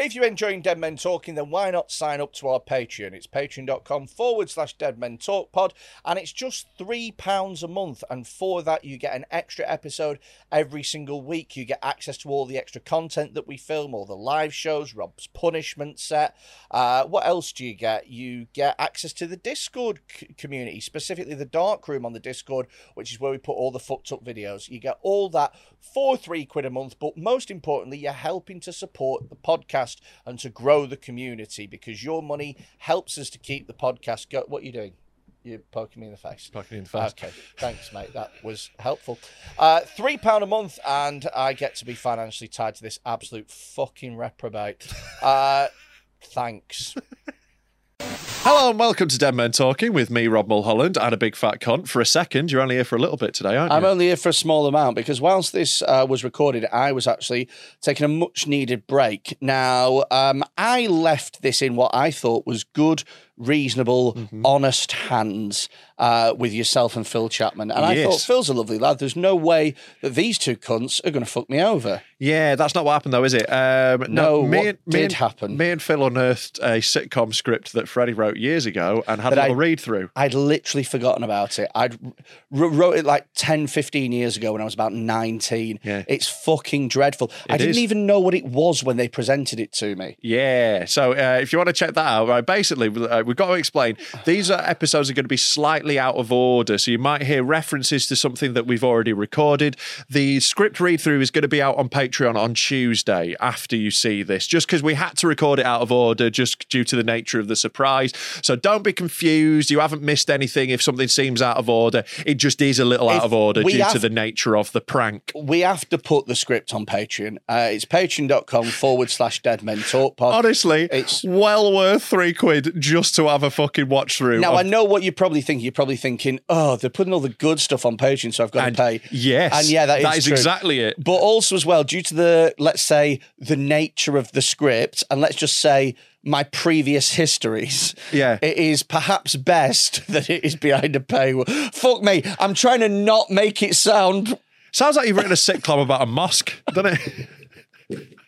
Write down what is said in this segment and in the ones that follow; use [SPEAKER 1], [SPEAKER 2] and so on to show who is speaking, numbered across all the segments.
[SPEAKER 1] If you're enjoying Dead Men Talking, then why not sign up to our Patreon? It's patreon.com forward slash Dead Men Talk Pod, and it's just £3 a month. And for that, you get an extra episode every single week. You get access to all the extra content that we film, all the live shows, Rob's punishment set. Uh, what else do you get? You get access to the Discord c- community, specifically the dark room on the Discord, which is where we put all the fucked up videos. You get all that for three quid a month, but most importantly, you're helping to support the podcast and to grow the community because your money helps us to keep the podcast go. What are you doing? You're poking me in the face.
[SPEAKER 2] Poking you in the face.
[SPEAKER 1] Okay, thanks, mate. That was helpful. Uh, Three pound a month, and I get to be financially tied to this absolute fucking reprobate. Uh, thanks.
[SPEAKER 2] Hello and welcome to Dead Men Talking with me, Rob Mulholland, and a big fat cunt. For a second, you're only here for a little bit today, aren't you?
[SPEAKER 1] I'm only here for a small amount because whilst this uh, was recorded, I was actually taking a much needed break. Now, um, I left this in what I thought was good, reasonable,
[SPEAKER 2] Mm-hmm.
[SPEAKER 1] honest hands uh, with yourself and Phil Chapman. And I
[SPEAKER 2] Yes.
[SPEAKER 1] thought, Phil's a lovely lad. There's no way that these two cunts are going to fuck me over.
[SPEAKER 2] Yeah, that's not what happened though, is it? Um,
[SPEAKER 1] No,
[SPEAKER 2] me
[SPEAKER 1] what
[SPEAKER 2] and, me
[SPEAKER 1] did
[SPEAKER 2] and-
[SPEAKER 1] happen?
[SPEAKER 2] Me and Phil unearthed a sitcom script that Freddie wrote years ago and had
[SPEAKER 1] That
[SPEAKER 2] a little
[SPEAKER 1] I-
[SPEAKER 2] read through.
[SPEAKER 1] I'd literally forgotten about it. I'd r- wrote it like 10, 15 years ago when I was about 19.
[SPEAKER 2] Yeah.
[SPEAKER 1] It's fucking dreadful. I
[SPEAKER 2] It
[SPEAKER 1] didn't
[SPEAKER 2] is.
[SPEAKER 1] even know what it was when they presented it to me.
[SPEAKER 2] Yeah, so uh, if you want to check that out, right, basically uh, we've got to explain these uh, episodes are going to be slightly out of order, so you might hear references to something that we've already recorded. The script read through is going to be out on Patreon on Tuesday after you see this, just because we had to record it out of order, just due to the nature of the surprise. So don't be confused; you haven't missed anything. If something seems out of order, it just is a little
[SPEAKER 1] If
[SPEAKER 2] out of order
[SPEAKER 1] we
[SPEAKER 2] due to
[SPEAKER 1] have-
[SPEAKER 2] the nature of the prank.
[SPEAKER 1] we have to put the script on Patreon. Uh, it's patreon.com forward slash dead men talk pod.
[SPEAKER 2] Honestly,
[SPEAKER 1] it's-
[SPEAKER 2] it's well worth three quid just to have a fucking watch through.
[SPEAKER 1] Now,
[SPEAKER 2] of
[SPEAKER 1] I know what you're probably thinking. You're probably thinking, oh, they're putting all the good stuff on Patreon, so I've got
[SPEAKER 2] And
[SPEAKER 1] to pay.
[SPEAKER 2] yes,
[SPEAKER 1] And yeah, that is,
[SPEAKER 2] that is
[SPEAKER 1] true.
[SPEAKER 2] exactly it.
[SPEAKER 1] But also, as well, due to the, let's say, the nature of the script, and let's just say my previous histories,
[SPEAKER 2] Yeah.
[SPEAKER 1] it is perhaps best that it is behind a paywall. Fuck me. I'm trying to not make it sound.
[SPEAKER 2] Sounds like you've written a sitcom about a mosque, doesn't it?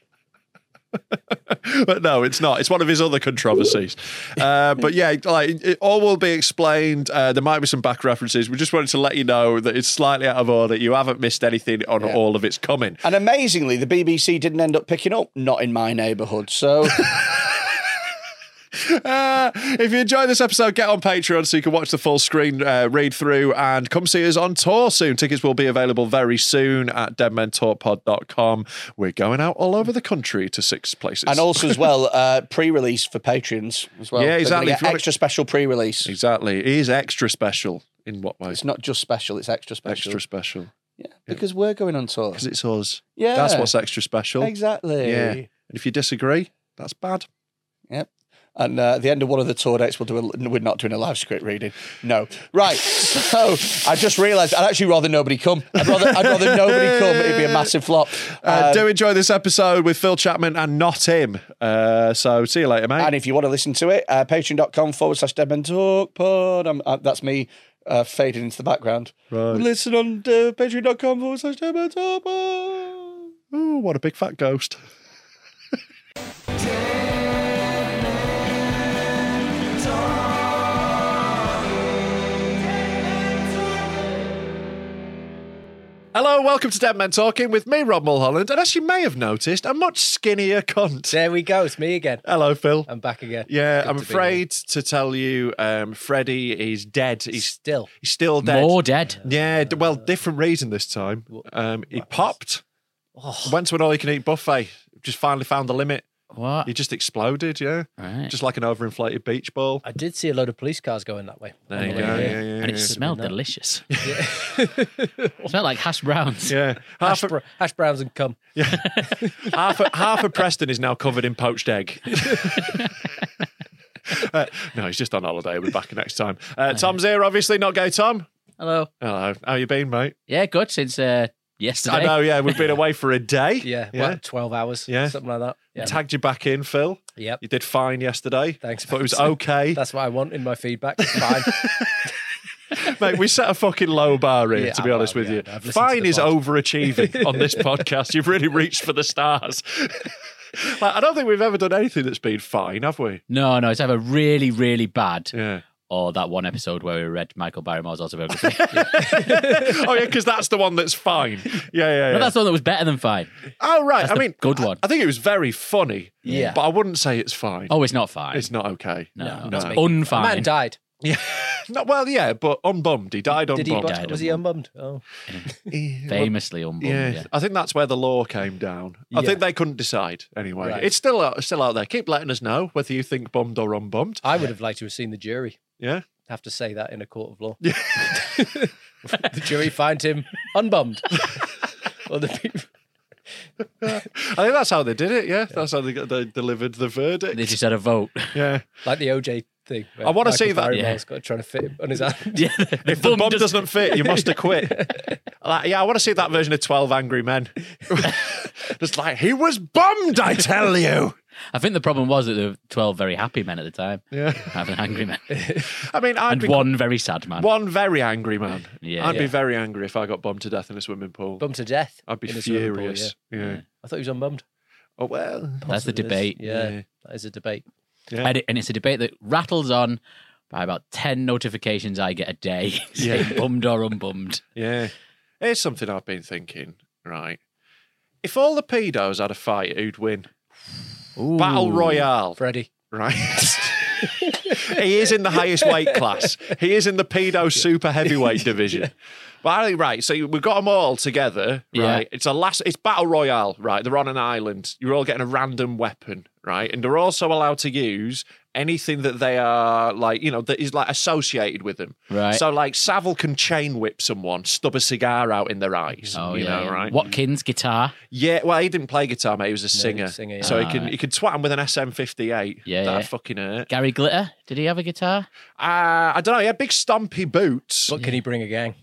[SPEAKER 2] but no, it's not. It's one of his other controversies. Uh, but yeah, like it all will be explained. Uh, there might be some back references. We just wanted to let you know that it's slightly out of order. You haven't missed anything on
[SPEAKER 1] Yeah.
[SPEAKER 2] all of its coming.
[SPEAKER 1] And amazingly, the BBC didn't end up picking up, not in my neighbourhood. So.
[SPEAKER 2] Uh, if you enjoy this episode, get on Patreon so you can watch the full screen uh, read through and come see us on tour soon. Tickets will be available very soon at deadmentorpod.com. We're going out all over the country to six places.
[SPEAKER 1] and also as well uh, pre-release for patrons as well.
[SPEAKER 2] Yeah,
[SPEAKER 1] They're gonna
[SPEAKER 2] exactly.
[SPEAKER 1] get
[SPEAKER 2] If you wanna-
[SPEAKER 1] extra special pre-release.
[SPEAKER 2] Exactly. It is extra special in what way?
[SPEAKER 1] It's not just special; it's extra special.
[SPEAKER 2] extra special.
[SPEAKER 1] yeah, because we're going on tour.
[SPEAKER 2] Because it's us.
[SPEAKER 1] Yeah.
[SPEAKER 2] That's what's extra special.
[SPEAKER 1] Exactly.
[SPEAKER 2] Yeah. And if you disagree, that's bad.
[SPEAKER 1] Yep. And uh, at the end of one of the tour dates, we'll do. A, we're not doing a live script reading. No, right. So I just realised I'd actually rather nobody come. I'd rather, I'd rather nobody come. It'd be a massive flop.
[SPEAKER 2] Uh, do enjoy this episode with Phil Chapman and not him. Uh, so see you later, mate.
[SPEAKER 1] And if you want to listen to it, uh, patreon.com forward slash Deadman Talk Pod. I'm, uh, that's me uh, fading into the background.
[SPEAKER 2] Right.
[SPEAKER 1] Listen on uh, patreon.com forward slash Deadman Talk Pod.
[SPEAKER 2] Ooh, Oh, what a big fat ghost. Hello, welcome to Dead Men Talking with me, Rob Mulholland, and as you may have noticed, a much skinnier cunt.
[SPEAKER 3] There we go. It's me again.
[SPEAKER 2] Hello, Phil.
[SPEAKER 3] I'm back again.
[SPEAKER 2] yeah,
[SPEAKER 3] Um, Good
[SPEAKER 2] I'm
[SPEAKER 3] to be
[SPEAKER 2] afraid to tell you, um, Freddie is dead.
[SPEAKER 3] here.
[SPEAKER 2] He's
[SPEAKER 3] still.
[SPEAKER 2] he's still dead.
[SPEAKER 4] More dead.
[SPEAKER 2] Yeah, d- well, different reason this time. Um, he popped.
[SPEAKER 3] Oh.
[SPEAKER 2] Went to an all-you-can-eat buffet. Just finally found the limit.
[SPEAKER 4] What?
[SPEAKER 2] He just exploded. Yeah,
[SPEAKER 4] Right.
[SPEAKER 2] just like an overinflated beach ball.
[SPEAKER 3] I did see a load of police cars going that way.
[SPEAKER 2] There you
[SPEAKER 3] Yeah,
[SPEAKER 2] go. Yeah,
[SPEAKER 3] yeah.
[SPEAKER 2] yeah, yeah.
[SPEAKER 4] and it smelled delicious. it smelled like hash browns.
[SPEAKER 2] yeah. Half,
[SPEAKER 3] Hash,
[SPEAKER 2] of
[SPEAKER 3] br- hash browns and cum.
[SPEAKER 2] half, of half of Preston is now covered in poached egg. Uh, no, he's just on holiday. We'll be back next time. Uh, Tom's here, obviously. Not gay Tom.
[SPEAKER 4] Hello.
[SPEAKER 2] Hello. How you been, mate?
[SPEAKER 4] Yeah, good since uh, yesterday.
[SPEAKER 2] I know, yeah. We've been away for a day.
[SPEAKER 3] Yeah,
[SPEAKER 2] Yeah.
[SPEAKER 3] What, 12 hours.
[SPEAKER 2] Yeah.
[SPEAKER 3] Something like that. Yeah.
[SPEAKER 2] Tagged you back in, Phil.
[SPEAKER 3] Yep.
[SPEAKER 2] You did fine yesterday.
[SPEAKER 3] Thanks,
[SPEAKER 2] Thought it was
[SPEAKER 3] mate.
[SPEAKER 2] okay.
[SPEAKER 3] That's what I want in my feedback. It's Fine.
[SPEAKER 2] Mate, we set a fucking low bar here,
[SPEAKER 3] Yeah,
[SPEAKER 2] to be
[SPEAKER 3] well,
[SPEAKER 2] honest with
[SPEAKER 3] yeah,
[SPEAKER 2] you.
[SPEAKER 3] I've listened to
[SPEAKER 2] Fine
[SPEAKER 3] the
[SPEAKER 2] is
[SPEAKER 3] pod.
[SPEAKER 2] overachieving on this podcast. You've really reached for the stars. like, I don't think we've ever done anything that's been fine, have we?
[SPEAKER 4] No, no, it's either really, really bad
[SPEAKER 2] Yeah.
[SPEAKER 4] or that one episode where we read Michael Barrymore's autobiography.
[SPEAKER 2] oh, yeah, because that's the one that's fine. Yeah, yeah, yeah.
[SPEAKER 4] But that's the one that was better than fine.
[SPEAKER 2] oh, right. I
[SPEAKER 4] the
[SPEAKER 2] mean,
[SPEAKER 4] good
[SPEAKER 2] I-
[SPEAKER 4] one.
[SPEAKER 2] I, think it was very funny.
[SPEAKER 3] Yeah.
[SPEAKER 2] But I wouldn't say it's fine.
[SPEAKER 4] Oh, it's not fine.
[SPEAKER 2] It's not okay.
[SPEAKER 4] no,
[SPEAKER 2] no.
[SPEAKER 4] it's
[SPEAKER 2] no.
[SPEAKER 3] A man
[SPEAKER 4] unfine.
[SPEAKER 3] died.
[SPEAKER 2] Not- well, yeah, but unbummed. He died unbummed.
[SPEAKER 3] Did he? bu-
[SPEAKER 4] died
[SPEAKER 3] was he unbummed? Oh.
[SPEAKER 4] Famously unbummed.
[SPEAKER 2] Yeah,
[SPEAKER 4] Yeah.
[SPEAKER 2] I think that's where the law came down. I
[SPEAKER 3] Yeah.
[SPEAKER 2] think they couldn't decide anyway.
[SPEAKER 3] Right.
[SPEAKER 2] It's still out, still out there. Keep letting us know whether you think bummed or unbummed.
[SPEAKER 3] I would have liked to have seen the jury.
[SPEAKER 2] Yeah,
[SPEAKER 3] Have to say that in a court of law. the jury find him unbummed. Other people.
[SPEAKER 2] I think that's how they did it. Yeah, that's how they, got, they delivered the verdict.
[SPEAKER 4] They just had a vote.
[SPEAKER 2] yeah,
[SPEAKER 3] Like the OJ thing. where
[SPEAKER 2] I wanna
[SPEAKER 3] Michael
[SPEAKER 2] see that, yeah.
[SPEAKER 3] Barrymore's got trying to fit him on his hand.
[SPEAKER 4] yeah,
[SPEAKER 2] if the bum doesn't fit, you must acquit. like, yeah, I want to see that version of Twelve Angry Men. just like he was bummed, I tell you.
[SPEAKER 4] I think the problem was that there were 12 very happy men at the time.
[SPEAKER 2] Yeah.
[SPEAKER 4] Having angry men.
[SPEAKER 2] I mean, I'd
[SPEAKER 4] and
[SPEAKER 2] be
[SPEAKER 4] one very sad man.
[SPEAKER 2] one very angry man.
[SPEAKER 4] Yeah.
[SPEAKER 2] I'd be
[SPEAKER 4] Yeah.
[SPEAKER 2] very angry if I got bummed to death in a swimming pool.
[SPEAKER 3] Bummed to death.
[SPEAKER 2] I'd be
[SPEAKER 3] in a swimming pool,
[SPEAKER 2] furious. yeah.
[SPEAKER 3] I thought he was unbummed.
[SPEAKER 2] Oh well.
[SPEAKER 4] That's the
[SPEAKER 3] Possibly is.
[SPEAKER 4] debate.
[SPEAKER 3] Yeah,
[SPEAKER 2] Yeah.
[SPEAKER 3] that is a debate.
[SPEAKER 2] Yeah.
[SPEAKER 4] And, it- and it's a debate that rattles on by about 10 notifications I get a day saying bummed or unbummed.
[SPEAKER 2] Yeah. Here's something I've been thinking, right? If all the pedos had a fight, who'd win? Battle Royale,
[SPEAKER 3] Freddie.
[SPEAKER 2] right? he is in the highest weight class. He is in the pedo super heavyweight division. But I think, right, so we've got them all together,
[SPEAKER 4] Yeah.
[SPEAKER 2] right? It's a last, it's battle royale, right? They're on an island. You're all getting a random weapon, right? And they're also allowed to use anything that they are like, you know, that is like associated with them.
[SPEAKER 4] Right.
[SPEAKER 2] So like Savile can chain whip someone, stub a cigar out in their eyes.
[SPEAKER 4] Oh,
[SPEAKER 2] you
[SPEAKER 4] yeah.
[SPEAKER 2] know,
[SPEAKER 4] yeah.
[SPEAKER 2] right?
[SPEAKER 4] Watkins guitar.
[SPEAKER 2] Yeah, well, he didn't play guitar, mate. He was a
[SPEAKER 3] No, he
[SPEAKER 2] singer.
[SPEAKER 3] was a singer, yeah.
[SPEAKER 2] So he
[SPEAKER 4] Ah,
[SPEAKER 2] can
[SPEAKER 4] right.
[SPEAKER 2] he could twat him with an SM58.
[SPEAKER 4] Yeah,
[SPEAKER 2] that
[SPEAKER 4] yeah.
[SPEAKER 2] fucking hurt.
[SPEAKER 4] Gary Glitter. Did he have a guitar?
[SPEAKER 2] Uh, I don't know. He had big stompy boots.
[SPEAKER 3] But can he bring a gang?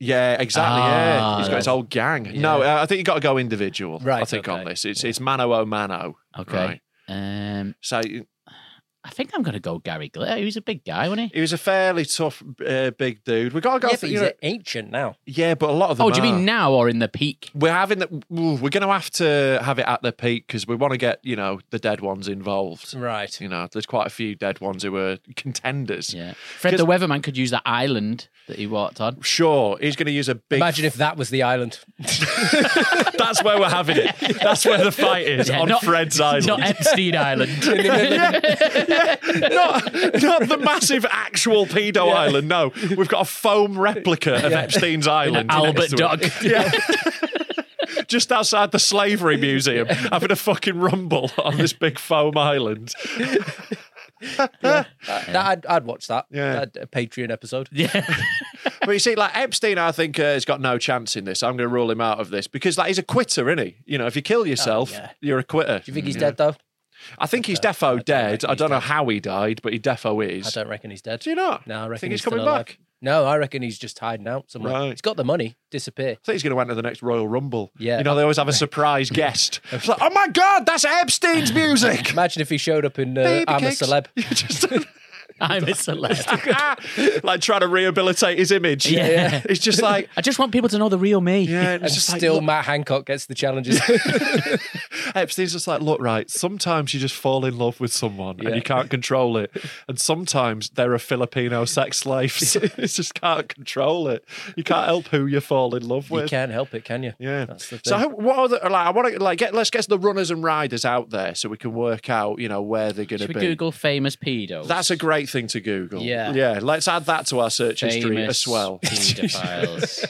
[SPEAKER 2] yeah, exactly. yeah,
[SPEAKER 4] Ah,
[SPEAKER 2] he's got his whole gang. No, uh, I think you got to go individual. I
[SPEAKER 3] Right,
[SPEAKER 2] think on
[SPEAKER 3] okay.
[SPEAKER 2] this, it's it's mano o mano.
[SPEAKER 4] Okay.
[SPEAKER 2] right?
[SPEAKER 4] Um,
[SPEAKER 2] So he
[SPEAKER 4] I think I'm going to go Gary Glitter. He was a big guy, wasn't he?
[SPEAKER 2] was a fairly tough, uh, big dude. We got to go.
[SPEAKER 3] yeah,
[SPEAKER 2] for-
[SPEAKER 3] but
[SPEAKER 2] you
[SPEAKER 3] he's
[SPEAKER 2] know-
[SPEAKER 3] ancient now.
[SPEAKER 2] yeah, but a lot of them.
[SPEAKER 4] Oh, do you
[SPEAKER 2] are.
[SPEAKER 4] mean now or in the peak?
[SPEAKER 2] we're having the, ooh, we're going to have to have it at the peak because we want to get you know the dead ones involved.
[SPEAKER 3] Right.
[SPEAKER 2] You know, there's quite a few dead ones who were contenders.
[SPEAKER 4] Yeah. Fred the Weatherman could use that island that he walked on.
[SPEAKER 2] Sure, he's going to use a big.
[SPEAKER 3] Imagine if that was the island.
[SPEAKER 2] that's where we're having it. That's where the fight is
[SPEAKER 4] Yeah,
[SPEAKER 2] on
[SPEAKER 4] not-
[SPEAKER 2] Fred's island.
[SPEAKER 4] Not Epstein Island.
[SPEAKER 2] not, not the massive actual pedo island. No, we've got a foam replica of Epstein's Island. next
[SPEAKER 4] Albert
[SPEAKER 2] to it.
[SPEAKER 4] Dock.
[SPEAKER 2] Yeah. Just outside the slavery museum, having a fucking rumble on this big foam island.
[SPEAKER 3] That, I'd, I'd watch that.
[SPEAKER 2] Yeah.
[SPEAKER 3] That- a Patreon episode.
[SPEAKER 4] Yeah.
[SPEAKER 2] But you see, like Epstein, I think uh, has got no chance in this. I'm going to rule him out of this because, like, he's a quitter, isn't he? You know, if you kill yourself,
[SPEAKER 3] Oh, yeah.
[SPEAKER 2] you're a quitter.
[SPEAKER 3] Do you think he's
[SPEAKER 2] Yeah.
[SPEAKER 3] dead though?
[SPEAKER 2] I think he's defo dead. I don't know how he died, but he defo
[SPEAKER 3] I
[SPEAKER 2] is.
[SPEAKER 3] don't reckon he's dead.
[SPEAKER 2] Do you not?
[SPEAKER 3] No, I reckon
[SPEAKER 2] think he's,
[SPEAKER 3] still
[SPEAKER 2] coming
[SPEAKER 3] alive.
[SPEAKER 2] back.
[SPEAKER 3] No, I reckon he's just hiding out somewhere.
[SPEAKER 2] Right.
[SPEAKER 3] He's got the money. Disappear.
[SPEAKER 2] I think he's going to enter the next Royal Rumble.
[SPEAKER 3] Yeah.
[SPEAKER 2] You know, they always have a surprise guest. It's like, oh my God, that's Epstein's music.
[SPEAKER 3] Imagine if he showed up in uh,
[SPEAKER 2] Baby
[SPEAKER 3] I'm
[SPEAKER 2] cakes.
[SPEAKER 3] a celeb.
[SPEAKER 2] You just-
[SPEAKER 4] I'm a celeb.
[SPEAKER 2] like trying to rehabilitate his image.
[SPEAKER 4] Yeah. Yeah.
[SPEAKER 2] It's just like,
[SPEAKER 4] I just want people to know the real me.
[SPEAKER 2] yeah, and
[SPEAKER 3] And
[SPEAKER 2] it's just like,
[SPEAKER 3] still
[SPEAKER 2] look,
[SPEAKER 3] Matt Hancock gets the challenges.
[SPEAKER 2] Epstein's just like, look, right, sometimes you just fall in love with someone and you can't control it. And sometimes there are Filipino sex slaves. you just can't control it. You can't help who you fall in love
[SPEAKER 3] you
[SPEAKER 2] with.
[SPEAKER 3] can't help it, can you?
[SPEAKER 2] Yeah.
[SPEAKER 3] That's the
[SPEAKER 2] So
[SPEAKER 3] thing.
[SPEAKER 2] how, what are the, like I want to like get let's get the runners and riders out there so we can work out you know where they're going to
[SPEAKER 4] Should we
[SPEAKER 2] be.
[SPEAKER 4] Google famous pedos?
[SPEAKER 2] That's a great thing to Google.
[SPEAKER 4] Yeah.
[SPEAKER 2] Yeah. Let's add that to our search history
[SPEAKER 4] famous
[SPEAKER 2] as well.
[SPEAKER 4] Pedophiles.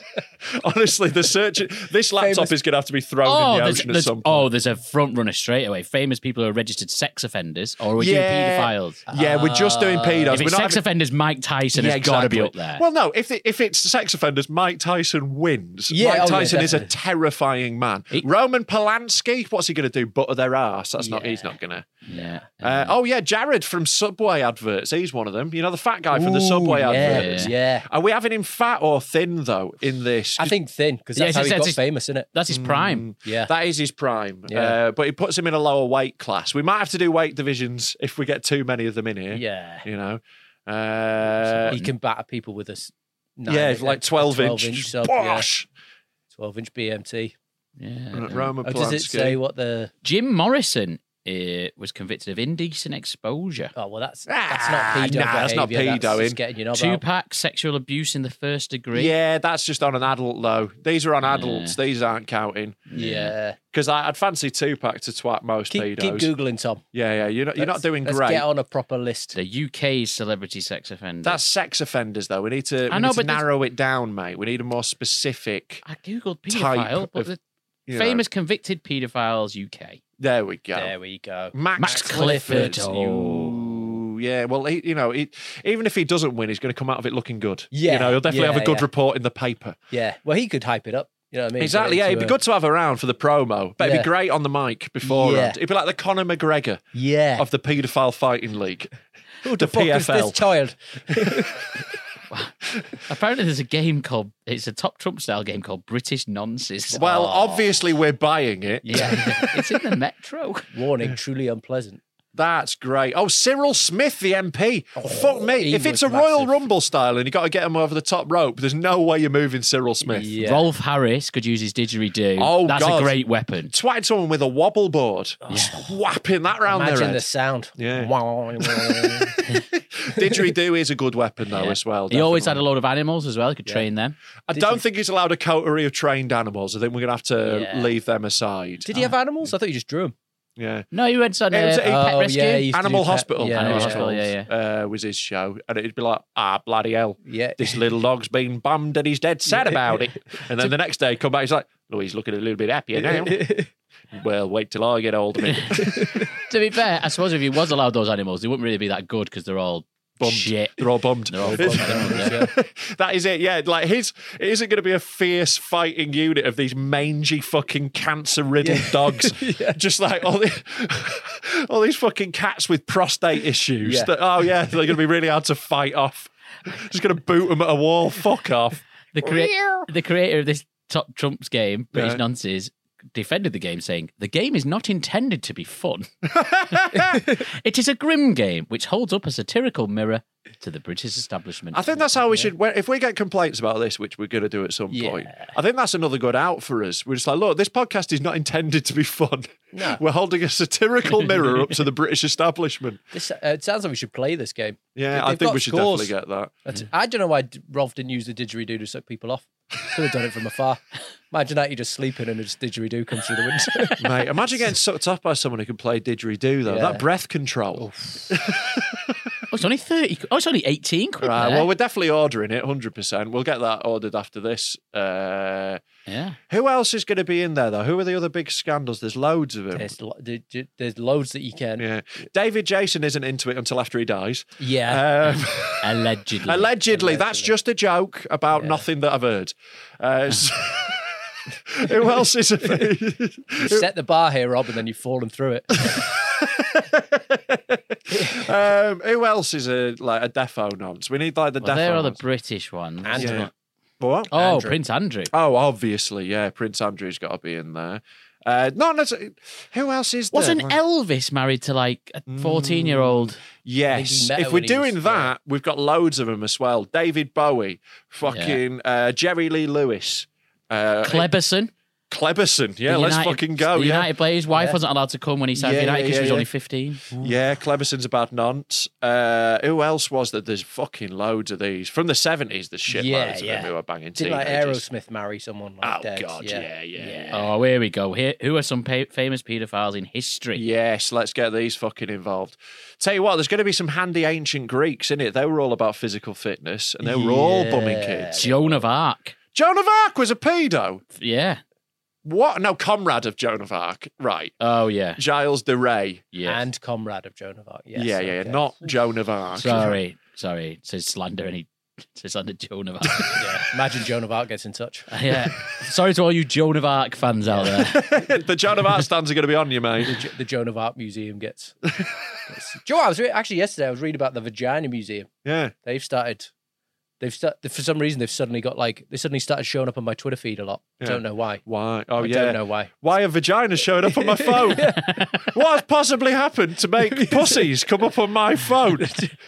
[SPEAKER 2] Honestly, the search this laptop
[SPEAKER 3] Famous-
[SPEAKER 2] is going to have to be thrown
[SPEAKER 4] oh,
[SPEAKER 2] in the
[SPEAKER 4] there's,
[SPEAKER 2] ocean at
[SPEAKER 4] there's-
[SPEAKER 2] some point.
[SPEAKER 4] oh, there's a front runner straight away. Famous people who are registered sex offenders, or we
[SPEAKER 2] Yeah.
[SPEAKER 4] do pedophiles.
[SPEAKER 2] Yeah, we're just doing pedos.
[SPEAKER 4] Ah. if
[SPEAKER 2] we're
[SPEAKER 4] it's
[SPEAKER 2] not
[SPEAKER 4] sex
[SPEAKER 2] having-
[SPEAKER 4] offenders, Mike Tyson
[SPEAKER 2] Yeah,
[SPEAKER 4] has got to be up
[SPEAKER 2] exactly.
[SPEAKER 4] there.
[SPEAKER 2] Well, no, if it, if it's sex offenders, Mike Tyson wins.
[SPEAKER 3] Yeah, oh,
[SPEAKER 2] Mike
[SPEAKER 3] yeah,
[SPEAKER 2] Tyson is a
[SPEAKER 3] definitely.
[SPEAKER 2] terrifying man.
[SPEAKER 4] He-
[SPEAKER 2] Roman Polanski, what's he going to do? Butter their ass? That's not. He's not going to.
[SPEAKER 4] yeah.
[SPEAKER 3] Um,
[SPEAKER 2] Uh, oh yeah, Jared from Subway adverts. He's one of them. You know the fat guy from the Subway
[SPEAKER 3] yeah,
[SPEAKER 2] adverts.
[SPEAKER 3] yeah.
[SPEAKER 2] Are we having him fat or thin though in this?
[SPEAKER 3] I think thin because
[SPEAKER 4] Yeah,
[SPEAKER 3] that's how
[SPEAKER 4] it's-
[SPEAKER 3] he got
[SPEAKER 4] it's-
[SPEAKER 3] famous, isn't it?
[SPEAKER 4] That's his
[SPEAKER 2] Mm.
[SPEAKER 4] prime.
[SPEAKER 3] Yeah.
[SPEAKER 2] that is his prime.
[SPEAKER 3] Yeah.
[SPEAKER 2] Uh, but it puts him in a lower weight class. We might have to do weight divisions if we get too many of them in here.
[SPEAKER 3] yeah.
[SPEAKER 2] You know. Uh,
[SPEAKER 3] he can batter people with a s- nine,
[SPEAKER 2] yeah,
[SPEAKER 3] a-
[SPEAKER 2] like
[SPEAKER 3] a
[SPEAKER 2] twelve,
[SPEAKER 3] inch
[SPEAKER 2] inch.
[SPEAKER 3] sub, yeah,
[SPEAKER 2] Bosh.
[SPEAKER 3] 12 inch BMT.
[SPEAKER 4] Yeah.
[SPEAKER 2] Roman
[SPEAKER 3] Oh,
[SPEAKER 2] Polanski.
[SPEAKER 3] does it say what the?
[SPEAKER 4] Jim Morrison uh, was convicted of indecent exposure.
[SPEAKER 3] Oh well, that's
[SPEAKER 2] Ah,
[SPEAKER 3] that's not pedo.
[SPEAKER 2] nah, that's not
[SPEAKER 3] behaviour, That's
[SPEAKER 2] pedoing.
[SPEAKER 3] just getting your knob
[SPEAKER 4] Two
[SPEAKER 3] out.
[SPEAKER 4] pack sexual abuse in the first degree.
[SPEAKER 2] Yeah, that's just on an adult though. These are on adults. These aren't counting.
[SPEAKER 3] Yeah.
[SPEAKER 2] Because I'd fancy Tupac to twat most
[SPEAKER 3] Keep, keep
[SPEAKER 2] pedos.
[SPEAKER 3] googling, Tom.
[SPEAKER 2] yeah, yeah. You're not, you're not
[SPEAKER 3] Let's-
[SPEAKER 2] doing
[SPEAKER 3] let's
[SPEAKER 2] great.
[SPEAKER 3] Get on a proper list.
[SPEAKER 4] The UK's celebrity sex offender.
[SPEAKER 2] That's sex offenders, though. We need to, we
[SPEAKER 4] I know,
[SPEAKER 2] need to
[SPEAKER 4] but there's-
[SPEAKER 2] narrow it down, mate. We need a more specific.
[SPEAKER 4] I googled
[SPEAKER 2] type
[SPEAKER 4] paedophile, but
[SPEAKER 2] of-
[SPEAKER 4] the
[SPEAKER 2] you know.
[SPEAKER 4] famous convicted paedophiles UK.
[SPEAKER 2] There we go.
[SPEAKER 3] There we Oh. go.
[SPEAKER 2] Max,
[SPEAKER 4] Max
[SPEAKER 2] Clifford.
[SPEAKER 4] Clifford.
[SPEAKER 2] Ooh, yeah. Well, he, you know, he, even if he doesn't win, he's going to come out of it looking good. You
[SPEAKER 3] Yeah,
[SPEAKER 2] know, he'll definitely
[SPEAKER 3] yeah,
[SPEAKER 2] have a good
[SPEAKER 3] yeah.
[SPEAKER 2] report in the paper.
[SPEAKER 3] Yeah. Well, he could hype it up. You know what I mean? Get
[SPEAKER 2] Exactly. Yeah,
[SPEAKER 3] into
[SPEAKER 2] it'd be
[SPEAKER 3] a-
[SPEAKER 2] good to have around for the promo, but it'd
[SPEAKER 3] Yeah.
[SPEAKER 2] be great on the mic beforehand.
[SPEAKER 3] Yeah.
[SPEAKER 2] It'd be like the Conor McGregor
[SPEAKER 3] Yeah.
[SPEAKER 2] of the paedophile fighting league.
[SPEAKER 3] Who
[SPEAKER 2] the
[SPEAKER 3] the fuck is
[SPEAKER 2] PFL.
[SPEAKER 3] this child?
[SPEAKER 4] Apparently, there's a game called it's a top Trump style game called British Nonsense.
[SPEAKER 2] Well, oh.
[SPEAKER 4] Oh.
[SPEAKER 2] obviously we're buying it.
[SPEAKER 4] yeah, it's in the Metro.
[SPEAKER 3] Warning, truly unpleasant.
[SPEAKER 2] That's great. Oh, Cyril Smith, the MP.
[SPEAKER 4] Oh,
[SPEAKER 2] Fuck me.
[SPEAKER 3] he
[SPEAKER 2] If it's a
[SPEAKER 3] was
[SPEAKER 2] Royal
[SPEAKER 3] massive.
[SPEAKER 2] Rumble style and you got to get him over the top rope, there's no way you're moving Cyril Smith.
[SPEAKER 3] Yeah.
[SPEAKER 4] Rolf Harris could use his didgeridoo.
[SPEAKER 2] Oh,
[SPEAKER 4] that's
[SPEAKER 2] God.
[SPEAKER 4] a great weapon.
[SPEAKER 2] Twatted someone with a wobble board,
[SPEAKER 4] Oh.
[SPEAKER 2] Just whapping that round their
[SPEAKER 3] Imagine
[SPEAKER 2] head.
[SPEAKER 3] the sound.
[SPEAKER 2] Yeah.
[SPEAKER 3] Wow.
[SPEAKER 2] Didgeridoo is a good weapon though,
[SPEAKER 4] Yeah.
[SPEAKER 2] as well.
[SPEAKER 4] He always had a
[SPEAKER 2] definitely.
[SPEAKER 4] load of animals as well. He could train them.
[SPEAKER 2] I don't think he's allowed a coterie of trained animals. I think we're gonna have to
[SPEAKER 4] Yeah.
[SPEAKER 2] leave them aside.
[SPEAKER 3] Did he have animals? I thought you just drew him.
[SPEAKER 2] Yeah.
[SPEAKER 4] No, he went on
[SPEAKER 2] It was
[SPEAKER 4] uh,
[SPEAKER 2] a-
[SPEAKER 4] pet
[SPEAKER 3] Oh,
[SPEAKER 4] rescue.
[SPEAKER 3] yeah, he- used to
[SPEAKER 2] Animal
[SPEAKER 3] do pet-
[SPEAKER 2] Hospital,
[SPEAKER 3] yeah,
[SPEAKER 2] Animal
[SPEAKER 4] yeah.
[SPEAKER 2] Hospital,
[SPEAKER 4] Yeah,
[SPEAKER 2] Uh, was his show, and it'd be like, ah, bloody hell,
[SPEAKER 3] Yeah.
[SPEAKER 2] this little dog's been bummed and he's dead sad about it. And then the next day, come back, he's like, oh, he's looking a little bit happier now. well, wait till I get old of it.
[SPEAKER 4] To be fair, I suppose if he was allowed those animals, they wouldn't really be that good because they're all
[SPEAKER 2] Bummed.
[SPEAKER 4] shit.
[SPEAKER 2] They're all bummed.
[SPEAKER 4] They're all bummed animals,
[SPEAKER 2] that is it. Yeah, like his it isn't going to be a fierce fighting unit of these mangy fucking cancer riddled dogs. Just like all the, all these fucking cats with prostate issues.
[SPEAKER 3] Yeah.
[SPEAKER 2] That, oh yeah, they're going to be really hard to fight off. Just going to boot them at a wall. Fuck off.
[SPEAKER 4] The, crea- the creator of this top Trump's game, British
[SPEAKER 2] Yeah.
[SPEAKER 4] Nonsense, defended the game, saying the game is not intended to be fun. it is a grim game which holds up a satirical mirror to the British establishment.
[SPEAKER 2] I think that's how we should. If we get complaints about this, which we're going to do at some point, I think that's another good out for us. We're just like, look, this podcast is not intended to be fun. No. We're holding a satirical mirror up to the British establishment.
[SPEAKER 3] This, uh, it sounds like we should play this game.
[SPEAKER 2] Yeah,
[SPEAKER 3] They-
[SPEAKER 2] I
[SPEAKER 3] they've
[SPEAKER 2] think
[SPEAKER 3] got
[SPEAKER 2] we should
[SPEAKER 3] scores.
[SPEAKER 2] definitely get that.
[SPEAKER 3] That's- I don't know why D- Rolf didn't use the didgeridoo to suck people off. Could have done it from afar. Imagine that you're just sleeping and a just didgeridoo comes through the window.
[SPEAKER 2] Mate, imagine getting sucked off by someone who can play didgeridoo, though.
[SPEAKER 3] Yeah.
[SPEAKER 2] That breath control.
[SPEAKER 4] Oh, it's only thirty. qu- Oh, it's only eighteen quid.
[SPEAKER 2] Right,
[SPEAKER 4] there.
[SPEAKER 2] well, we're definitely ordering it 100%. We'll get that ordered after this. Uh,
[SPEAKER 4] yeah.
[SPEAKER 2] who else is going to be in there, though? Who are the other big scandals? There's loads of them.
[SPEAKER 3] there's, lo- d- d- there's loads that you can.
[SPEAKER 2] Yeah. David Jason isn't into it until after he dies.
[SPEAKER 3] Yeah.
[SPEAKER 2] Um,
[SPEAKER 4] Allegedly.
[SPEAKER 2] Allegedly, that's just a joke about nothing that I've heard. Uh, so- who else is?
[SPEAKER 3] You set the bar here, Rob, and then you've fallen through it.
[SPEAKER 2] um, who else is a like a defo nonce? We need like the
[SPEAKER 4] Well,
[SPEAKER 2] defo.
[SPEAKER 4] there are the
[SPEAKER 2] nonce.
[SPEAKER 4] British ones.
[SPEAKER 2] Yeah.
[SPEAKER 3] Andrew.
[SPEAKER 2] What?
[SPEAKER 4] Oh,
[SPEAKER 3] Andrew.
[SPEAKER 4] Prince Andrew.
[SPEAKER 2] Oh, obviously, yeah. Prince Andrew's got to be in there. Uh, not necessarily. Who else is there?
[SPEAKER 4] Wasn't
[SPEAKER 2] Like-
[SPEAKER 4] Elvis married to like a
[SPEAKER 2] Mm.
[SPEAKER 4] 14 year old?
[SPEAKER 2] Yes.
[SPEAKER 3] met her
[SPEAKER 2] If we're
[SPEAKER 3] when he was-
[SPEAKER 2] doing that, we've got loads of them as well. David Bowie, fucking uh, Jerry Lee Lewis, uh,
[SPEAKER 4] Cleberson?
[SPEAKER 2] Cleberson. Yeah,
[SPEAKER 4] The
[SPEAKER 2] let's
[SPEAKER 4] United-
[SPEAKER 2] fucking go.
[SPEAKER 4] The
[SPEAKER 2] Yeah,
[SPEAKER 4] United player. His wife wasn't allowed to come when he signed
[SPEAKER 2] Yeah,
[SPEAKER 4] for United
[SPEAKER 2] yeah,
[SPEAKER 4] because she
[SPEAKER 2] yeah,
[SPEAKER 4] was
[SPEAKER 2] yeah.
[SPEAKER 4] only 15.
[SPEAKER 2] yeah. Cleberson's a bad nonce. Uh, who else was there? There's fucking loads of these from the seventies. There's shit
[SPEAKER 3] Yeah,
[SPEAKER 2] loads of
[SPEAKER 3] yeah.
[SPEAKER 2] them who are banging
[SPEAKER 3] Didn't like
[SPEAKER 2] teenagers.
[SPEAKER 3] Aerosmith marry someone like
[SPEAKER 2] Oh
[SPEAKER 3] dead?
[SPEAKER 2] god, yeah, yeah. yeah.
[SPEAKER 4] Oh, here we go. Here, who are some pa- famous paedophiles in history?
[SPEAKER 2] Yes, let's get these fucking involved. Tell you what, there's going to be some handy ancient Greeks in it. They were all about physical fitness, and they were all bumming
[SPEAKER 3] Yeah.
[SPEAKER 2] kids.
[SPEAKER 4] Joan of Arc.
[SPEAKER 2] Joan of Arc was a pedo.
[SPEAKER 4] Yeah.
[SPEAKER 2] What? No, comrade of Joan of Arc. Right.
[SPEAKER 4] Oh, yeah.
[SPEAKER 2] Giles de Ray.
[SPEAKER 4] Yeah.
[SPEAKER 3] And comrade of Joan of Arc. Yes,
[SPEAKER 2] yeah, yeah,
[SPEAKER 3] okay.
[SPEAKER 2] not Joan of Arc.
[SPEAKER 4] sorry. Sorry. It says slander and he it says slander Joan of Arc.
[SPEAKER 3] Yeah. Imagine Joan of Arc gets in touch.
[SPEAKER 4] yeah. Sorry to all you Joan of Arc fans out there.
[SPEAKER 2] the Joan of Arc stands are going to be on you,
[SPEAKER 3] The,
[SPEAKER 2] mate.
[SPEAKER 3] Jo- the Joan of Arc Museum gets. gets- Do you know what? I was re- actually yesterday. I was reading about the Vagina Museum.
[SPEAKER 2] Yeah.
[SPEAKER 3] They've started. They've started for some reason. They've suddenly got like they suddenly started showing up on my Twitter feed a lot.
[SPEAKER 2] Yeah.
[SPEAKER 3] Don't know why.
[SPEAKER 2] Why? Oh,
[SPEAKER 3] I
[SPEAKER 2] yeah.
[SPEAKER 3] don't know why.
[SPEAKER 2] Why a vagina showed up on my phone? what has possibly happened to make pussies come up on my phone?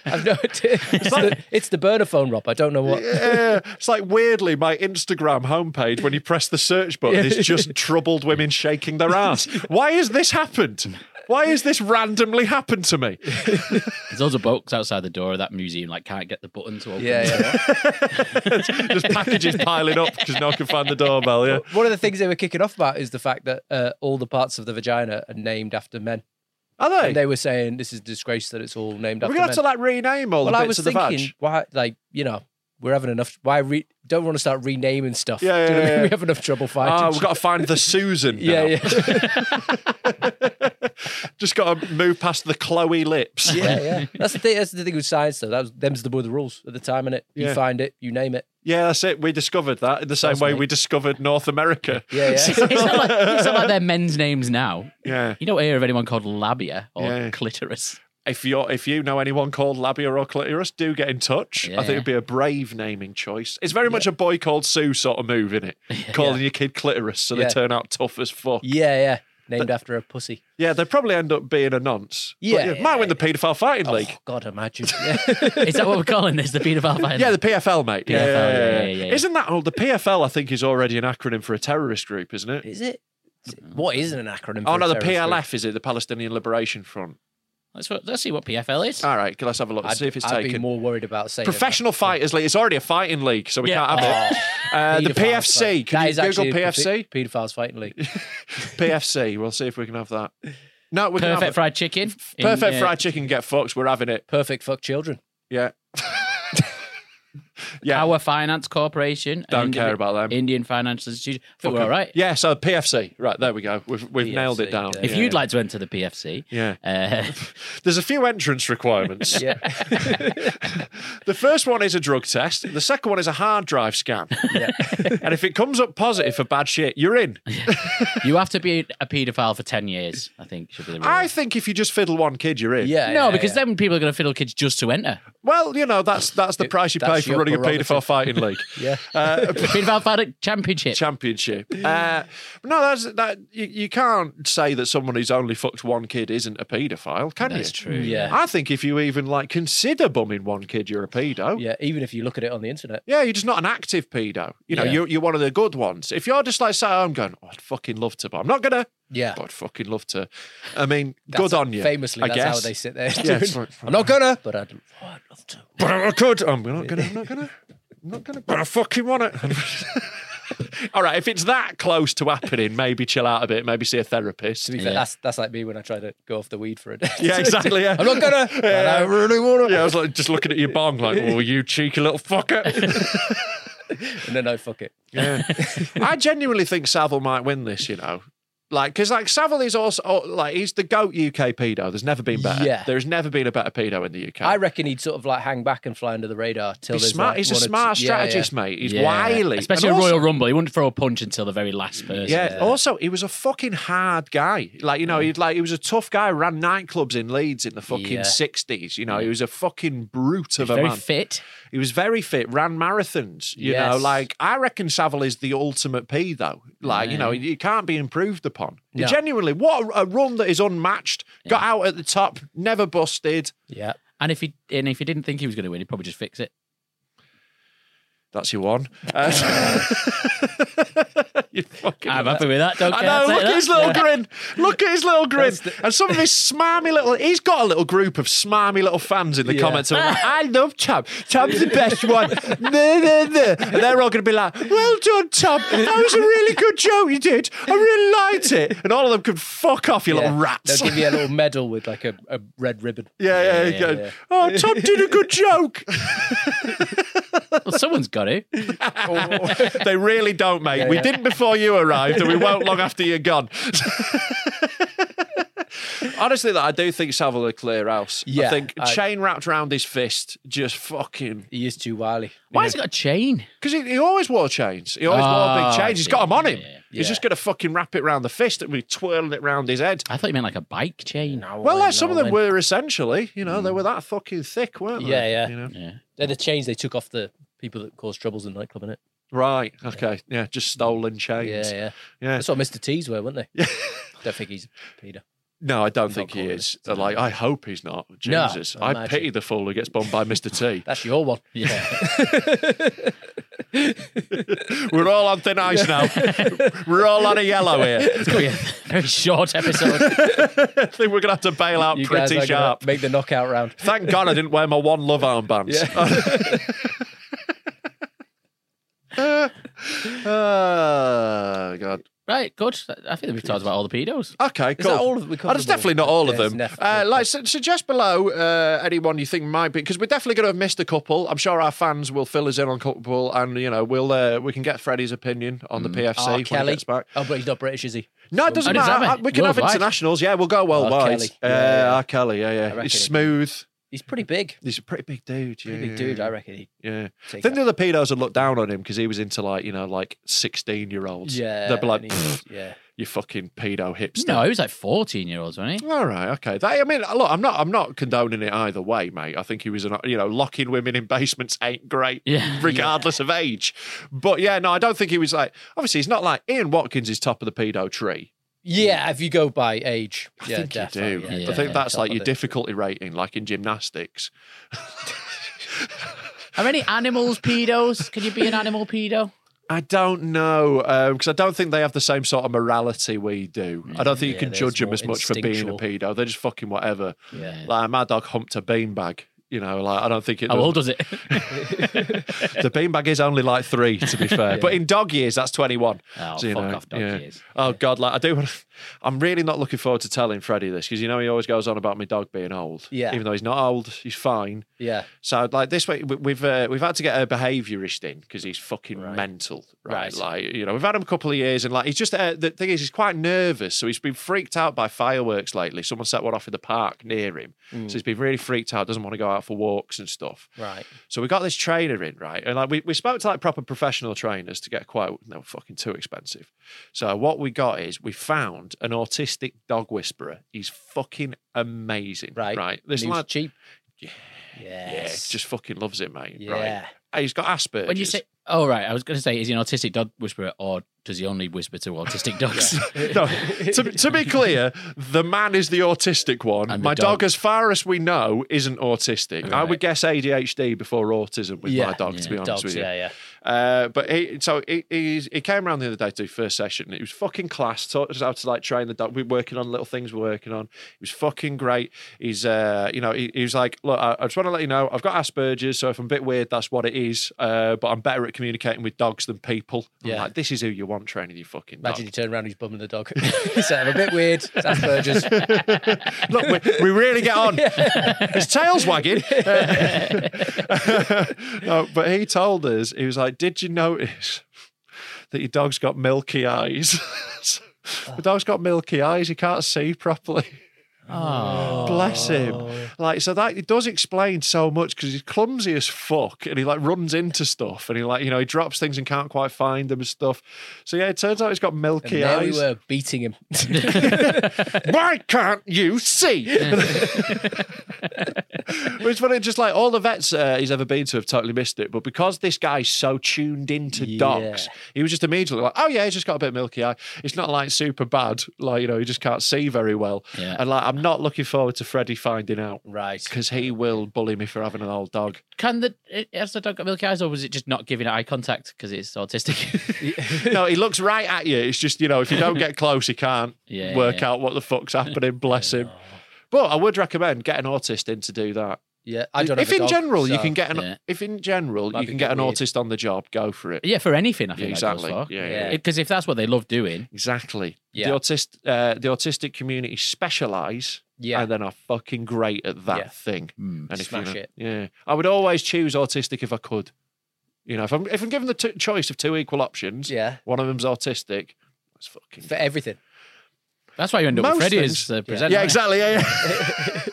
[SPEAKER 3] I've no idea. It's, the, it's the burner phone, Rob. I don't know what.
[SPEAKER 2] Yeah, it's like weirdly my Instagram homepage when you press the search button is just troubled women shaking their ass. Why has this happened? Why has this randomly happened to me?
[SPEAKER 4] There's loads of blokes outside the door of that museum, like can't get the button to open.
[SPEAKER 3] Yeah, yeah.
[SPEAKER 2] Just packages piling up because no one can find the doorbell. Yeah.
[SPEAKER 3] One of the things they were kicking off about is the fact that uh, all the parts of the vagina are named after men.
[SPEAKER 2] Are
[SPEAKER 3] And they were saying this is a disgrace that it's all named
[SPEAKER 2] We're
[SPEAKER 3] after
[SPEAKER 2] gonna have
[SPEAKER 3] men.
[SPEAKER 2] to like rename all
[SPEAKER 3] well,
[SPEAKER 2] the bits
[SPEAKER 3] I was
[SPEAKER 2] of the
[SPEAKER 3] thinking,
[SPEAKER 2] badge.
[SPEAKER 3] why, like, you know, we're having enough. Why re- don't want to start renaming stuff?
[SPEAKER 2] Yeah,
[SPEAKER 3] Do you know
[SPEAKER 2] yeah,
[SPEAKER 3] what I mean?
[SPEAKER 2] yeah.
[SPEAKER 3] We have enough trouble finding.
[SPEAKER 2] Ah, we've got to find the Susan.
[SPEAKER 3] yeah,
[SPEAKER 2] now.
[SPEAKER 3] yeah,
[SPEAKER 2] Just got to move past the Chloe lips.
[SPEAKER 3] yeah, yeah. That's the thing. That's the thing with science, though. That was them's the boy the rules at the time, innit? You
[SPEAKER 2] Yeah.
[SPEAKER 3] find it, you name it.
[SPEAKER 2] Yeah, that's it. We discovered that in the same
[SPEAKER 3] That's
[SPEAKER 2] way
[SPEAKER 3] me.
[SPEAKER 2] we discovered North America.
[SPEAKER 3] Yeah, yeah.
[SPEAKER 4] It's not, like, it's not like they're men's names now.
[SPEAKER 2] Yeah.
[SPEAKER 4] You don't hear of anyone called labia or
[SPEAKER 2] Yeah.
[SPEAKER 4] clitoris.
[SPEAKER 2] if you if you know anyone called Labia or Clitoris, do get in touch. I think
[SPEAKER 4] Yeah.
[SPEAKER 2] it'd be a brave naming choice. It's very much a boy called Sue sort of move, isn't it? Calling your kid Clitoris so
[SPEAKER 3] Yeah.
[SPEAKER 2] they turn out tough as fuck. Yeah,
[SPEAKER 3] yeah, yeah. Named after a pussy.
[SPEAKER 2] they probably end up being a nonce. But
[SPEAKER 3] Yeah.
[SPEAKER 2] might win the paedophile fighting league.
[SPEAKER 3] Oh, God, imagine. Yeah.
[SPEAKER 4] Is that what we're calling this? The paedophile fighting?
[SPEAKER 2] Yeah, the PFL, mate.
[SPEAKER 4] PFL, yeah, yeah, yeah, yeah.
[SPEAKER 2] Isn't that old? The PFL, I think, is already an acronym for a terrorist group, isn't it?
[SPEAKER 3] is it? is it- What is an acronym?
[SPEAKER 2] Oh
[SPEAKER 3] for a
[SPEAKER 2] no, the
[SPEAKER 3] terrorist group?
[SPEAKER 2] PLF is it? The Palestinian Liberation Front.
[SPEAKER 4] Let's, let's see what PFL is.
[SPEAKER 2] All right, let's have a look.
[SPEAKER 3] I'd,
[SPEAKER 2] see if it's
[SPEAKER 3] I'd
[SPEAKER 2] taken.
[SPEAKER 3] be more worried about saying
[SPEAKER 2] Professional fighters league. It's already a fighting league, so we
[SPEAKER 4] Yeah. Oh.
[SPEAKER 2] can't have it. Uh, the
[SPEAKER 3] Paedophiles
[SPEAKER 2] PFC.
[SPEAKER 3] fight. That
[SPEAKER 2] Can you
[SPEAKER 3] is
[SPEAKER 2] Google
[SPEAKER 3] actually a
[SPEAKER 2] PFC?
[SPEAKER 3] pe- Paedophiles fighting league.
[SPEAKER 2] PFC. We'll see if we can have that. No, we can
[SPEAKER 4] Perfect
[SPEAKER 2] have
[SPEAKER 4] fried chicken.
[SPEAKER 2] it.
[SPEAKER 4] in,
[SPEAKER 2] perfect
[SPEAKER 4] uh,
[SPEAKER 2] fried chicken. Get fucked. We're having it.
[SPEAKER 3] Perfect fuck children.
[SPEAKER 2] Yeah. yeah.
[SPEAKER 4] Our Finance Corporation. an
[SPEAKER 2] Don't care about them.
[SPEAKER 4] Indian Financial Institution. I think we're all right.
[SPEAKER 2] yeah. So PFC. Right there we go. We've we've nailed it
[SPEAKER 3] PFC,
[SPEAKER 2] down.
[SPEAKER 3] yeah.
[SPEAKER 4] If you'd like to enter the PFC,
[SPEAKER 2] Yeah.
[SPEAKER 4] uh,
[SPEAKER 2] There's a few entrance requirements.
[SPEAKER 3] Yeah.
[SPEAKER 2] The first one is a drug test. The second one is a hard drive scan. and if it comes up positive for bad shit, you're in.
[SPEAKER 4] you have to be a paedophile for 10 years, I think should be the rule. Uh,
[SPEAKER 2] I think if you just fiddle one kid, you're in.
[SPEAKER 3] Yeah.
[SPEAKER 4] no,
[SPEAKER 3] yeah,
[SPEAKER 4] because
[SPEAKER 3] yeah.
[SPEAKER 4] then people are going to fiddle kids just to enter.
[SPEAKER 2] Well, you know that's that's the price you
[SPEAKER 3] That's
[SPEAKER 2] pay for
[SPEAKER 3] your
[SPEAKER 2] running a
[SPEAKER 3] prerogative.
[SPEAKER 2] paedophile fighting league.
[SPEAKER 3] Yeah.
[SPEAKER 2] Uh,
[SPEAKER 4] paedophile fighting championship.
[SPEAKER 2] championship. Uh, no, that's that. You, you can't say that someone who's only fucked one kid isn't a paedophile, can
[SPEAKER 4] That's
[SPEAKER 2] you?
[SPEAKER 4] true.
[SPEAKER 3] Yeah.
[SPEAKER 2] I think if you even like consider bumming one kid, you're a pedo.
[SPEAKER 3] Yeah, even if you look at it on the internet.
[SPEAKER 2] Yeah, you're just not an active pedo. You know,
[SPEAKER 3] Yeah.
[SPEAKER 2] you're, you're one of the good ones. If you're just like sat at home going, oh, I'd fucking love to, but I'm not gonna.
[SPEAKER 3] Yeah.
[SPEAKER 2] But I'd fucking love to. I mean,
[SPEAKER 3] That's
[SPEAKER 2] good on you.
[SPEAKER 3] Famously,
[SPEAKER 2] I
[SPEAKER 3] that's
[SPEAKER 2] guess.
[SPEAKER 3] how they sit there.
[SPEAKER 2] Yeah,
[SPEAKER 3] doing-
[SPEAKER 2] it's like-
[SPEAKER 3] I'm not gonna, but I'd, oh, I'd love to.
[SPEAKER 2] But I could. I'm not gonna. I'm not gonna. I'm not gonna. But I fucking want it. All right, if it's that close to happening, maybe chill out a bit. Maybe see a therapist.
[SPEAKER 3] To be fair, that's that's like me when I try to go off the weed for a day.
[SPEAKER 2] Yeah, exactly. Yeah.
[SPEAKER 3] I'm not gonna, but I really wanna.
[SPEAKER 2] Yeah, I was like just looking at your bong, like, "Oh, you cheeky little fucker."
[SPEAKER 3] And then I fuck it.
[SPEAKER 2] yeah, I genuinely think Savile might win this. You know, Like, because like Savile is also oh, like he's the goat UK pedo. There's never been better.
[SPEAKER 3] Yeah.
[SPEAKER 2] There's never been a better pedo in the UK.
[SPEAKER 3] I reckon he'd sort of like hang back and fly under the radar till
[SPEAKER 2] he's
[SPEAKER 3] there's
[SPEAKER 2] smart.
[SPEAKER 3] Like
[SPEAKER 2] he's a
[SPEAKER 3] one or
[SPEAKER 2] smart
[SPEAKER 3] two- yeah, yeah.
[SPEAKER 2] strategist, mate. He's
[SPEAKER 4] Yeah.
[SPEAKER 2] wily,
[SPEAKER 4] Especially
[SPEAKER 2] And
[SPEAKER 4] a
[SPEAKER 2] also-
[SPEAKER 4] Royal Rumble. He wouldn't throw a punch until the very last person.
[SPEAKER 2] Yeah. Also, he was a fucking hard guy. Like you know, he'd like he was a tough guy. Ran nightclubs in Leeds in the fucking
[SPEAKER 4] Yeah.
[SPEAKER 2] sixties. You know, he was a fucking brute of a
[SPEAKER 4] Very
[SPEAKER 2] man.
[SPEAKER 4] fit.
[SPEAKER 2] He was very fit. Ran marathons. You know,
[SPEAKER 4] Yes.
[SPEAKER 2] like I reckon Savile is the ultimate P though. Like you know, he can't be improved upon.
[SPEAKER 3] No.
[SPEAKER 2] Genuinely, what a, a run that is unmatched. Got out at the top, never busted.
[SPEAKER 3] Yeah.
[SPEAKER 4] And if he and if he didn't think he was going to win, he'd probably just fix it.
[SPEAKER 2] That's your one. Uh, you fucking
[SPEAKER 4] I'm happy with that. Don't
[SPEAKER 2] I
[SPEAKER 4] care.
[SPEAKER 2] know.
[SPEAKER 4] I'll take
[SPEAKER 2] Look at
[SPEAKER 4] that.
[SPEAKER 2] his little
[SPEAKER 4] Yeah.
[SPEAKER 2] grin. Look at his little grin. and some of his smarmy little. He's got a little group of smarmy little fans in the
[SPEAKER 3] Yeah.
[SPEAKER 2] comments. And I love Tom. Tom's the best one. Nah, nah, nah. And they're all going to be like, "Well done, Tom. That was a really good joke you did. I really liked it." And all of them could fuck off, you little
[SPEAKER 3] Yeah.
[SPEAKER 2] rats.
[SPEAKER 3] They'll give you a little medal with like a, a red ribbon.
[SPEAKER 2] Yeah, yeah, yeah, Oh, Tom did a good joke.
[SPEAKER 4] Well, someone's got to.
[SPEAKER 2] they really don't, mate. we didn't before you arrived, and we won't long after you're gone. Honestly, though, I do think Savile a clear house. I
[SPEAKER 3] Yeah,
[SPEAKER 2] think
[SPEAKER 3] I-
[SPEAKER 2] chain wrapped around his fist, just fucking.
[SPEAKER 3] He is too wily.
[SPEAKER 4] Why has he got a chain?
[SPEAKER 2] Because he, he always wore chains. He always wore
[SPEAKER 3] Ah,
[SPEAKER 4] Oh,
[SPEAKER 2] big
[SPEAKER 4] I
[SPEAKER 2] chains. He's
[SPEAKER 4] see.
[SPEAKER 2] got them on him.
[SPEAKER 4] Yeah, yeah,
[SPEAKER 2] He's just going to fucking wrap it round the fist and be twirling it round his head.
[SPEAKER 4] I thought you meant like a bike chain.
[SPEAKER 3] Oh,
[SPEAKER 4] No,
[SPEAKER 2] Well, like, some of them were essentially, you know, they were that fucking thick, weren't they?
[SPEAKER 3] Hmm. Yeah, yeah.
[SPEAKER 2] You know?
[SPEAKER 4] Yeah.
[SPEAKER 3] They're the chains they took off the people that caused troubles in the nightclub, innit?
[SPEAKER 2] Right. Okay. Yeah. Just stolen chains.
[SPEAKER 3] Yeah, yeah.
[SPEAKER 2] yeah.
[SPEAKER 3] That's what Mr. T's were, weren't they? Yeah. Don't think he's Peter.
[SPEAKER 2] No, I don't think he
[SPEAKER 3] calling
[SPEAKER 2] is. Like, I hope he's not.
[SPEAKER 3] No,
[SPEAKER 2] Jesus,
[SPEAKER 3] I
[SPEAKER 2] I
[SPEAKER 3] imagine.
[SPEAKER 2] pity the fool who gets bombed by Mr. T.
[SPEAKER 3] That's your one.
[SPEAKER 4] Yeah.
[SPEAKER 2] We're all on thin ice now. We're all on a yellow here.
[SPEAKER 4] It's gonna be a very short episode.
[SPEAKER 2] I think we're gonna have to bail out
[SPEAKER 3] You guys
[SPEAKER 2] pretty
[SPEAKER 3] are gonna
[SPEAKER 2] sharp.
[SPEAKER 3] make the knockout round.
[SPEAKER 2] Thank God I didn't wear my one love armbands. oh God.
[SPEAKER 4] right, good. I think we've talked about all the pedos.
[SPEAKER 2] Okay,
[SPEAKER 3] Is
[SPEAKER 2] cool.
[SPEAKER 3] that all of- we
[SPEAKER 2] Oh,
[SPEAKER 3] covered
[SPEAKER 2] that's
[SPEAKER 3] them all?
[SPEAKER 2] definitely not all of
[SPEAKER 3] Yeah, it's
[SPEAKER 2] them.
[SPEAKER 3] def-
[SPEAKER 2] Uh, like, su- suggest below uh, anyone you think might be, because we're definitely going to have missed a couple. I'm sure our fans will fill us in on couple, and you know, we'll uh, we can get Freddie's opinion on the PFC
[SPEAKER 3] Ah,
[SPEAKER 2] when he gets back.
[SPEAKER 3] Oh, but he's not British, is he?
[SPEAKER 2] No, it doesn't
[SPEAKER 4] Oh, does
[SPEAKER 2] matter.
[SPEAKER 4] that
[SPEAKER 2] I-
[SPEAKER 4] mean-
[SPEAKER 2] we can have
[SPEAKER 4] worldwide?
[SPEAKER 2] internationals. Yeah, we'll go worldwide.
[SPEAKER 3] Kelly.
[SPEAKER 2] Yeah,
[SPEAKER 3] Yeah, yeah.
[SPEAKER 2] R. Kelly. Yeah, yeah.
[SPEAKER 3] reckon
[SPEAKER 2] He's
[SPEAKER 3] he-
[SPEAKER 2] smooth.
[SPEAKER 3] He's pretty big.
[SPEAKER 2] He's a pretty big dude. Yeah,
[SPEAKER 3] Pretty big
[SPEAKER 2] yeah,
[SPEAKER 3] dude,
[SPEAKER 2] yeah.
[SPEAKER 3] I reckon. He,
[SPEAKER 2] Yeah. I
[SPEAKER 3] Take
[SPEAKER 2] think the other pedos would look down on him because he was into like, you know, like 16 year olds.
[SPEAKER 3] yeah.
[SPEAKER 2] They'd be like,
[SPEAKER 3] and he's- yeah.
[SPEAKER 2] you fucking pedo hipster.
[SPEAKER 4] No, he was like 14 year olds, wasn't he?
[SPEAKER 2] All right, okay. That, I mean, look, I'm not, I'm not condoning it either way, mate. I think he was, an, you know, locking women in basements ain't great,
[SPEAKER 4] Yeah.
[SPEAKER 2] regardless of age. But yeah, no, I don't think he was like. Obviously, he's not like Ian Watkins is top of the pedo tree.
[SPEAKER 3] Yeah, if you go by age.
[SPEAKER 2] I
[SPEAKER 3] yeah,
[SPEAKER 2] think you do.
[SPEAKER 3] definitely,
[SPEAKER 2] I
[SPEAKER 3] yeah, yeah,
[SPEAKER 2] think
[SPEAKER 3] yeah,
[SPEAKER 2] that's
[SPEAKER 3] top
[SPEAKER 2] like
[SPEAKER 3] of
[SPEAKER 2] your
[SPEAKER 3] it.
[SPEAKER 2] difficulty rating, like in gymnastics.
[SPEAKER 4] Are any animals pedos? Can you be an animal pedo?
[SPEAKER 2] I don't know because I don't think they have the same sort of morality we do. I don't think you
[SPEAKER 3] Yeah,
[SPEAKER 2] can
[SPEAKER 3] there's
[SPEAKER 2] judge them
[SPEAKER 3] more
[SPEAKER 2] as much for being a
[SPEAKER 3] instinctual.
[SPEAKER 2] pedo. They're just fucking whatever.
[SPEAKER 4] Yeah.
[SPEAKER 2] Like my dog humped a beanbag. You know, like I don't think it.
[SPEAKER 4] How old was it?
[SPEAKER 2] the beanbag is only like three, to be fair. But in dog years, that's 21.
[SPEAKER 4] Oh,
[SPEAKER 2] you
[SPEAKER 4] fuck off dog years.
[SPEAKER 2] Oh, God. Like, I do want to. I'm really not looking forward to telling Freddie this because, you know, he always goes on about my dog being old.
[SPEAKER 3] Yeah.
[SPEAKER 2] Even though he's not old, he's fine.
[SPEAKER 3] Yeah.
[SPEAKER 2] So, like, this way, we- we've uh, we've had to get a behaviourist in because he's fucking mental, right?
[SPEAKER 3] Right.
[SPEAKER 2] Like, you know, we've had him a couple of years and, like, he's just. Uh, the thing is, he's quite nervous. So he's been freaked out by fireworks lately. Someone set one off in the park near him.
[SPEAKER 4] Mm.
[SPEAKER 2] So he's been really freaked out, doesn't want to go out for walks and stuff.
[SPEAKER 3] Right.
[SPEAKER 2] So we got this trainer in, right? And like we, we spoke to like proper professional trainers to get a quote. and They were fucking too expensive. So what we got is we found an autistic dog whisperer. He's fucking amazing.
[SPEAKER 3] Right.
[SPEAKER 2] Right. This
[SPEAKER 3] News
[SPEAKER 2] lad
[SPEAKER 3] cheap.
[SPEAKER 2] yeah,
[SPEAKER 3] Yes.
[SPEAKER 2] just fucking loves it, mate.
[SPEAKER 3] Yeah.
[SPEAKER 2] Right. He's got Asperger's.
[SPEAKER 4] When you say, oh, right, I was going to say, is he an autistic dog whisperer or does he only whisper to autistic dogs?
[SPEAKER 2] no, to, to be clear, the man is the autistic one.
[SPEAKER 4] And the
[SPEAKER 2] my dog.
[SPEAKER 4] dog-
[SPEAKER 2] as far as we know, isn't autistic. I would guess ADHD before autism with my
[SPEAKER 3] Yeah.
[SPEAKER 2] dog, to be honest
[SPEAKER 3] Dogs,
[SPEAKER 2] with you.
[SPEAKER 3] yeah, yeah.
[SPEAKER 2] Uh, but he, so he, he's, he came around the other day to do first session. It was fucking class. Taught us how to like train the dog. We were working on little things we we're working on. It was fucking great. He's, uh, you know, he, he was like, look, I, I just want to let you know, I've got Asperger's, so if I'm a bit weird, that's what it is. Uh, but I'm better at communicating with dogs than people. I'm
[SPEAKER 3] Yeah.
[SPEAKER 2] like, this is who you want training you fucking dog.
[SPEAKER 3] Imagine you turn around, he's bumming the dog. He's a bit weird. It's Asperger's.
[SPEAKER 2] Look, we, we really get on. His tail's wagging. no, but he told us, he was like, Did you notice that your dog's got milky eyes? So- The dog's got milky eyes. He can't see properly.
[SPEAKER 3] Oh.
[SPEAKER 2] Bless him. Like so that it does explain so much because he's clumsy as fuck and he like runs into stuff and he like you know he drops things and can't quite find them and stuff. So yeah, it turns out he's got
[SPEAKER 3] And
[SPEAKER 2] milky
[SPEAKER 3] there
[SPEAKER 2] eyes.
[SPEAKER 3] we were beating him.
[SPEAKER 2] Why can't you see? Which funny, just like all the vets uh, he's ever been to have totally missed it. But because this guy's so tuned into dogs, he was just immediately like, oh, yeah, he's just got a bit of milky eye. It's not like super bad. Like, you know, he just can't see very well.
[SPEAKER 4] Yeah.
[SPEAKER 2] And like, I'm not looking forward to Freddie finding out
[SPEAKER 3] right.
[SPEAKER 2] because he will bully me for having an old dog.
[SPEAKER 4] Can the it- has the dog got milky eyes, or was it just not giving eye contact because it's autistic?
[SPEAKER 2] no, he looks right at you. It's just, you know, if you don't get close, he can't
[SPEAKER 4] Yeah,
[SPEAKER 2] work
[SPEAKER 4] yeah.
[SPEAKER 2] out what the fuck's happening. Bless him. But I would recommend get an autist in to do that.
[SPEAKER 3] Yeah. I don't
[SPEAKER 2] if
[SPEAKER 3] have a
[SPEAKER 2] in
[SPEAKER 3] dog,
[SPEAKER 2] general you
[SPEAKER 3] so-
[SPEAKER 2] can get an
[SPEAKER 4] yeah.
[SPEAKER 2] if in general
[SPEAKER 3] Might
[SPEAKER 2] you
[SPEAKER 3] be
[SPEAKER 2] can
[SPEAKER 3] a
[SPEAKER 2] get
[SPEAKER 3] bit
[SPEAKER 2] an
[SPEAKER 3] weird.
[SPEAKER 2] autist on the job, go for it.
[SPEAKER 4] yeah, for anything, I
[SPEAKER 2] Yeah,
[SPEAKER 4] think
[SPEAKER 2] exactly.
[SPEAKER 4] That goes for.
[SPEAKER 2] Yeah,
[SPEAKER 3] yeah.
[SPEAKER 4] Because if that's what they love doing,
[SPEAKER 2] Exactly.
[SPEAKER 3] Yeah.
[SPEAKER 2] The autist uh, the autistic community specialise
[SPEAKER 3] Yeah.
[SPEAKER 2] and then are fucking great at that
[SPEAKER 3] Yeah.
[SPEAKER 2] thing.
[SPEAKER 4] Mm.
[SPEAKER 2] and
[SPEAKER 3] Smash
[SPEAKER 2] you know-
[SPEAKER 3] it.
[SPEAKER 2] Yeah. I would always choose autistic if I could. You know, if I'm if I'm given the t- choice of two equal options,
[SPEAKER 3] Yeah.
[SPEAKER 2] one of them's autistic. Let's fucking
[SPEAKER 3] For everything.
[SPEAKER 4] that's why you end up
[SPEAKER 2] Most
[SPEAKER 4] with Freddie
[SPEAKER 2] things.
[SPEAKER 4] as the presenter.
[SPEAKER 2] Yeah,
[SPEAKER 4] aren't
[SPEAKER 2] exactly.
[SPEAKER 4] you?
[SPEAKER 2] Yeah,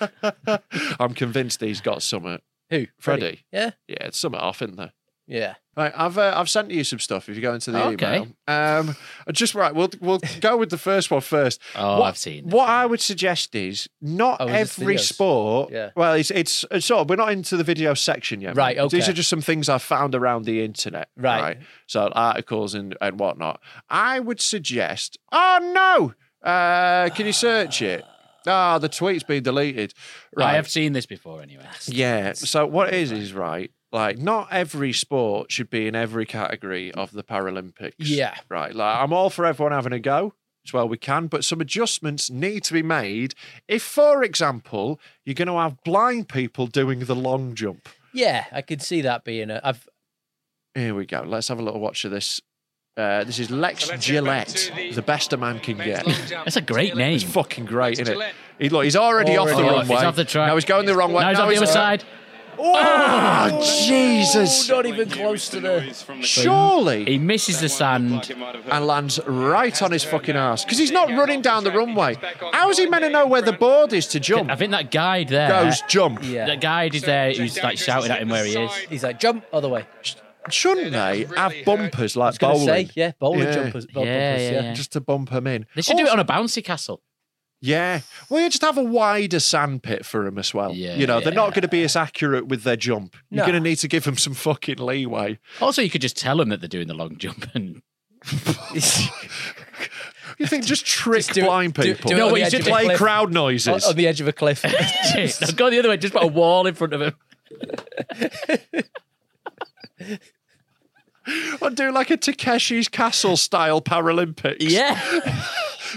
[SPEAKER 2] yeah. I'm convinced he's got something.
[SPEAKER 3] Who?
[SPEAKER 2] Freddie.
[SPEAKER 3] Yeah.
[SPEAKER 2] Yeah, it's something off, isn't there?
[SPEAKER 3] Yeah.
[SPEAKER 2] Right, I've uh, I've sent you some stuff. If you go into the
[SPEAKER 4] Okay.
[SPEAKER 2] email, um, just right. We'll we'll go with the first one first.
[SPEAKER 4] Oh,
[SPEAKER 2] what,
[SPEAKER 4] I've seen this.
[SPEAKER 2] What I would suggest is not
[SPEAKER 3] Oh, is this
[SPEAKER 2] every
[SPEAKER 3] videos?
[SPEAKER 2] sport.
[SPEAKER 3] Yeah.
[SPEAKER 2] Well, it's, it's it's sort of we're not into the video section yet.
[SPEAKER 3] Right,
[SPEAKER 2] These
[SPEAKER 3] okay.
[SPEAKER 2] are just some things I've found around the internet.
[SPEAKER 3] Right.
[SPEAKER 2] So articles and and whatnot. I would suggest. Oh no! Uh, can you search it? Ah, the tweet's been deleted. Right.
[SPEAKER 4] I have seen this before, anyway.
[SPEAKER 2] Yeah. So what it is is right. Like not every sport should be in every category of the Paralympics.
[SPEAKER 3] Yeah.
[SPEAKER 2] Right. Like I'm all for everyone having a go as well we can, but some adjustments need to be made. If, for example, you're going to have blind people doing the long jump.
[SPEAKER 3] Yeah. I could see that being a. I've,
[SPEAKER 2] Here we go. Let's have a little watch of this. Uh, this is Lex Gillette, the, best a man can get.
[SPEAKER 4] That's a great name.
[SPEAKER 2] It's fucking great, isn't it? He, look, he's already, off the
[SPEAKER 3] Already off.
[SPEAKER 2] runway.
[SPEAKER 4] Oh, He's off the track.
[SPEAKER 2] Now he's going the wrong way.
[SPEAKER 4] Now he's on the
[SPEAKER 2] he's-
[SPEAKER 4] other side.
[SPEAKER 2] Oh, Jesus!
[SPEAKER 3] not even close to the.
[SPEAKER 2] Surely
[SPEAKER 4] He misses the sand.
[SPEAKER 2] and lands right on his fucking ass because he's not running down the runway. How is he meant to know where the board is to jump?
[SPEAKER 4] I think that guide there.
[SPEAKER 2] Goes jump.
[SPEAKER 3] Yeah.
[SPEAKER 4] That guide is there who's like shouting at him where he is.
[SPEAKER 3] He's like, jump other way.
[SPEAKER 2] Shouldn't they have bumpers like
[SPEAKER 3] I was
[SPEAKER 2] bowling?
[SPEAKER 3] gonna say, yeah, bowling
[SPEAKER 2] Yeah.
[SPEAKER 3] jumpers. Bowling
[SPEAKER 4] Yeah,
[SPEAKER 3] jumpers,
[SPEAKER 4] yeah,
[SPEAKER 3] yeah,
[SPEAKER 4] yeah.
[SPEAKER 2] Just to bump them in.
[SPEAKER 4] They should do it on a bouncy castle.
[SPEAKER 2] Yeah. Well, you just have a wider sand pit for them as well.
[SPEAKER 4] Yeah.
[SPEAKER 2] You know, they're not going to be as accurate with their jump. You're
[SPEAKER 3] No.
[SPEAKER 2] going to need to give them some fucking leeway.
[SPEAKER 4] Also, you could just tell them that they're doing the long jump and
[SPEAKER 2] You think just trick
[SPEAKER 3] do it-
[SPEAKER 2] blind
[SPEAKER 3] do- do
[SPEAKER 2] people?
[SPEAKER 3] it
[SPEAKER 4] No, on what the you edge
[SPEAKER 2] just
[SPEAKER 4] should of a
[SPEAKER 2] play
[SPEAKER 3] cliff.
[SPEAKER 2] crowd noises.
[SPEAKER 3] On, on the edge of a cliff.
[SPEAKER 4] Now go the other way. Just put a wall in front of him.
[SPEAKER 2] Or do like a Takeshi's Castle style Paralympics.
[SPEAKER 4] Yeah.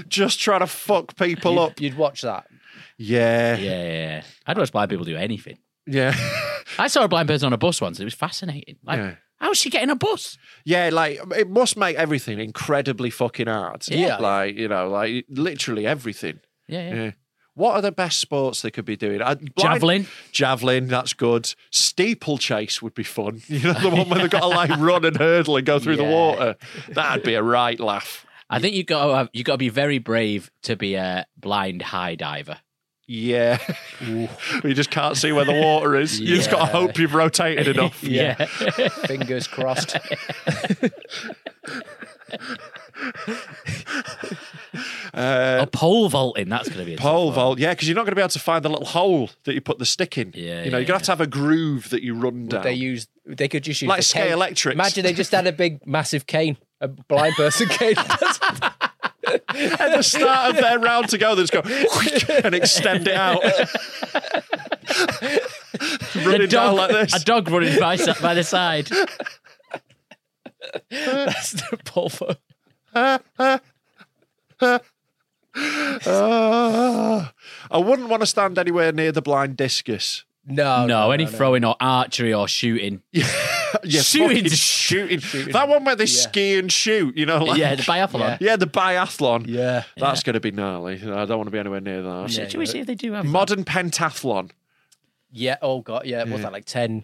[SPEAKER 2] Just trying to fuck people up.
[SPEAKER 3] You'd watch that.
[SPEAKER 2] Yeah.
[SPEAKER 4] Yeah, yeah, yeah. I'd watch blind people do anything.
[SPEAKER 2] Yeah.
[SPEAKER 4] I saw a blind person on a bus once. It was fascinating. Like,
[SPEAKER 2] Yeah.
[SPEAKER 4] how's she getting a bus?
[SPEAKER 2] Yeah, like it must make everything incredibly fucking hard.
[SPEAKER 4] Yeah.
[SPEAKER 2] Like, you know, like literally everything.
[SPEAKER 4] Yeah, yeah.
[SPEAKER 2] Yeah. What are the best sports they could be doing? I- blind-
[SPEAKER 4] Javelin.
[SPEAKER 2] Javelin, that's good. Steeplechase would be fun. You know, the one where they've got to like run and hurdle and go through the
[SPEAKER 4] Yeah.
[SPEAKER 2] water. That'd be a right laugh.
[SPEAKER 4] I think you got to have, you got to be very brave to be a blind high diver.
[SPEAKER 2] Yeah. you just can't see where the water is. You just got to
[SPEAKER 3] Yeah.
[SPEAKER 2] hope you've rotated enough.
[SPEAKER 4] Yeah.
[SPEAKER 3] Fingers crossed.
[SPEAKER 4] a pole vaulting. That's going to be a tough
[SPEAKER 2] Uh, Pole
[SPEAKER 4] one.
[SPEAKER 2] vault, yeah, because you're not going to be able to find the little hole that you put the stick in.
[SPEAKER 4] Yeah,
[SPEAKER 2] you know, you're going
[SPEAKER 4] yeah,
[SPEAKER 2] to have to have a groove that you run down.
[SPEAKER 3] they use. They could just use
[SPEAKER 2] Like
[SPEAKER 3] the
[SPEAKER 2] scale
[SPEAKER 3] cane.
[SPEAKER 2] electrics.
[SPEAKER 3] Imagine they just had a big, massive cane, a blind person cane.
[SPEAKER 2] at the start of their round to go, they just go and extend it out.
[SPEAKER 4] A
[SPEAKER 2] Running down
[SPEAKER 4] dog,
[SPEAKER 2] like this.
[SPEAKER 4] a dog running by, si- by the side.
[SPEAKER 3] That's the pole vault.
[SPEAKER 2] Ah. I wouldn't want to stand anywhere near the blind discus.
[SPEAKER 3] No,
[SPEAKER 4] no, any throwing or archery or shooting.
[SPEAKER 2] Yeah,
[SPEAKER 4] Shooting.
[SPEAKER 2] fucking shooting. That one where they ski and shoot, you know? Like,
[SPEAKER 4] yeah, the biathlon.
[SPEAKER 2] Yeah, the biathlon.
[SPEAKER 3] Yeah.
[SPEAKER 2] That's going to be gnarly. I don't want to be anywhere near that.
[SPEAKER 4] Should we see if they do have
[SPEAKER 2] Modern pentathlon.
[SPEAKER 3] Yeah. Oh god. Yeah. What's that like? Ten.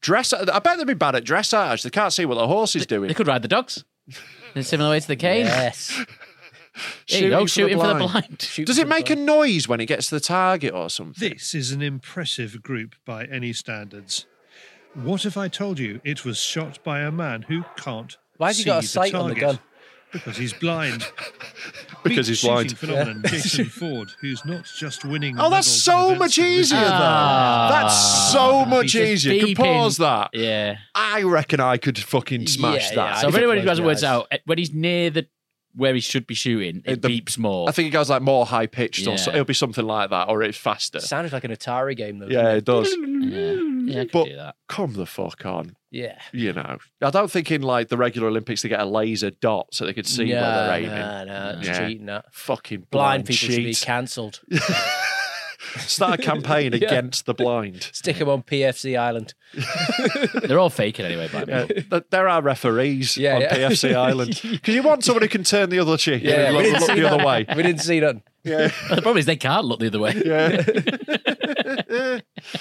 [SPEAKER 2] Dress. I bet they'd be bad at dressage. They can't see what the horse is doing.
[SPEAKER 4] They could ride the dogs. In a similar way to the cane.
[SPEAKER 3] Yes.
[SPEAKER 4] There you go, shooting for the blind.
[SPEAKER 3] Shoot
[SPEAKER 2] Does
[SPEAKER 3] for
[SPEAKER 2] it
[SPEAKER 3] the
[SPEAKER 2] make a
[SPEAKER 3] blind.
[SPEAKER 2] noise when it gets to the target or something?
[SPEAKER 5] This is an impressive group by any standards. What if I told you it was shot by a man who can't
[SPEAKER 3] Why has he
[SPEAKER 5] see
[SPEAKER 3] got a
[SPEAKER 5] the
[SPEAKER 3] sight on the
[SPEAKER 5] target?
[SPEAKER 3] gun?
[SPEAKER 5] Because he's blind.
[SPEAKER 2] Because
[SPEAKER 5] Beat
[SPEAKER 2] he's blind.
[SPEAKER 5] shooting Phenomenon Jason Ford, who's not just winning.
[SPEAKER 2] Oh, that's so
[SPEAKER 5] medals and events
[SPEAKER 2] much
[SPEAKER 5] at this
[SPEAKER 2] easier, though.
[SPEAKER 5] event.
[SPEAKER 4] Ah.
[SPEAKER 2] that's so much
[SPEAKER 4] Just
[SPEAKER 2] easier. You
[SPEAKER 4] beeping.
[SPEAKER 2] can pause that.
[SPEAKER 4] Yeah.
[SPEAKER 2] I reckon I could fucking smash that.
[SPEAKER 3] Yeah, yeah,
[SPEAKER 4] So
[SPEAKER 3] I
[SPEAKER 4] if
[SPEAKER 3] think
[SPEAKER 4] anybody
[SPEAKER 3] those
[SPEAKER 4] has words
[SPEAKER 3] guys-
[SPEAKER 4] out, eh, when he's near the where he should be shooting, it
[SPEAKER 2] the-
[SPEAKER 4] beeps more.
[SPEAKER 2] I think it goes like more high pitched or so.
[SPEAKER 4] Yeah.
[SPEAKER 2] It'll be something like that, or it's faster.
[SPEAKER 3] Sounded like an Atari game though.
[SPEAKER 2] yeah,
[SPEAKER 3] didn't
[SPEAKER 2] it does.
[SPEAKER 4] yeah, yeah I could
[SPEAKER 2] But-
[SPEAKER 4] do that.
[SPEAKER 2] Come the fuck on.
[SPEAKER 3] Yeah.
[SPEAKER 2] You know, I don't think in like the regular Olympics they get a laser dot so they can see where they're aiming.
[SPEAKER 3] Nah, nah, it's
[SPEAKER 2] Yeah.
[SPEAKER 3] cheating that.
[SPEAKER 2] Fucking blind,
[SPEAKER 3] Blind, people should be
[SPEAKER 2] cheat.
[SPEAKER 3] cancelled.
[SPEAKER 2] Start a campaign
[SPEAKER 3] Yeah.
[SPEAKER 2] against the blind.
[SPEAKER 3] Stick them on PFC Island.
[SPEAKER 4] They're all faking anyway, by
[SPEAKER 2] Yeah,
[SPEAKER 4] yeah.
[SPEAKER 2] th- there are referees
[SPEAKER 3] Yeah,
[SPEAKER 2] on
[SPEAKER 3] yeah.
[SPEAKER 2] PFC Island because you want someone who can turn the other cheek and look,
[SPEAKER 3] we didn't
[SPEAKER 2] look
[SPEAKER 3] see
[SPEAKER 2] the other
[SPEAKER 3] none.
[SPEAKER 2] way.
[SPEAKER 3] We didn't see none.
[SPEAKER 4] The problem is they can't look the other way.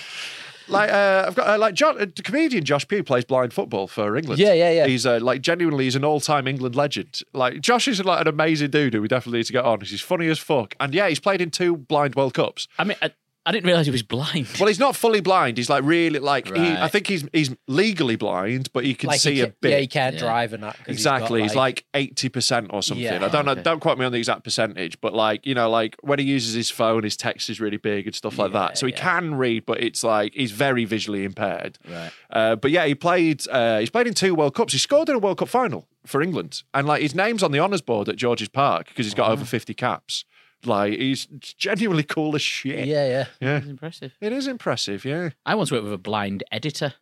[SPEAKER 2] Like uh, I've got uh, like John, uh, the comedian Josh Pugh plays blind football for England.
[SPEAKER 3] Yeah, yeah, yeah.
[SPEAKER 2] He's uh, like genuinely he's an all-time England legend. Like Josh is like an amazing dude who we definitely need to get on 'cause he's funny as fuck. And yeah, he's played in two blind World Cups.
[SPEAKER 4] I mean, I, I didn't realize he was blind.
[SPEAKER 2] Well, he's not fully blind. He's like really like he, I
[SPEAKER 4] Right.
[SPEAKER 2] think he's he's legally blind, but he can
[SPEAKER 3] Like,
[SPEAKER 2] see
[SPEAKER 3] he
[SPEAKER 2] a
[SPEAKER 3] ca-
[SPEAKER 2] bit.
[SPEAKER 3] Yeah, he can't
[SPEAKER 4] Yeah.
[SPEAKER 3] drive and that. 'cause he's got,
[SPEAKER 2] Exactly. He's like eighty percent or something.
[SPEAKER 3] Yeah.
[SPEAKER 2] I don't know.
[SPEAKER 4] Okay.
[SPEAKER 2] Don't quote me on the exact percentage, but like you know, like when he uses his phone, his text is really big and stuff like that. So he can read, but it's like he's very visually impaired.
[SPEAKER 4] Right.
[SPEAKER 2] Uh, but yeah, he played. Uh, he's played in two World Cups. He scored in a World Cup final for England, and like his name's on the honours board at George's Park because he's got over fifty caps. Like he's genuinely cool as shit.
[SPEAKER 3] Yeah, yeah.
[SPEAKER 2] Yeah.
[SPEAKER 4] impressive.
[SPEAKER 2] It is impressive. Yeah.
[SPEAKER 4] I once worked with a blind editor,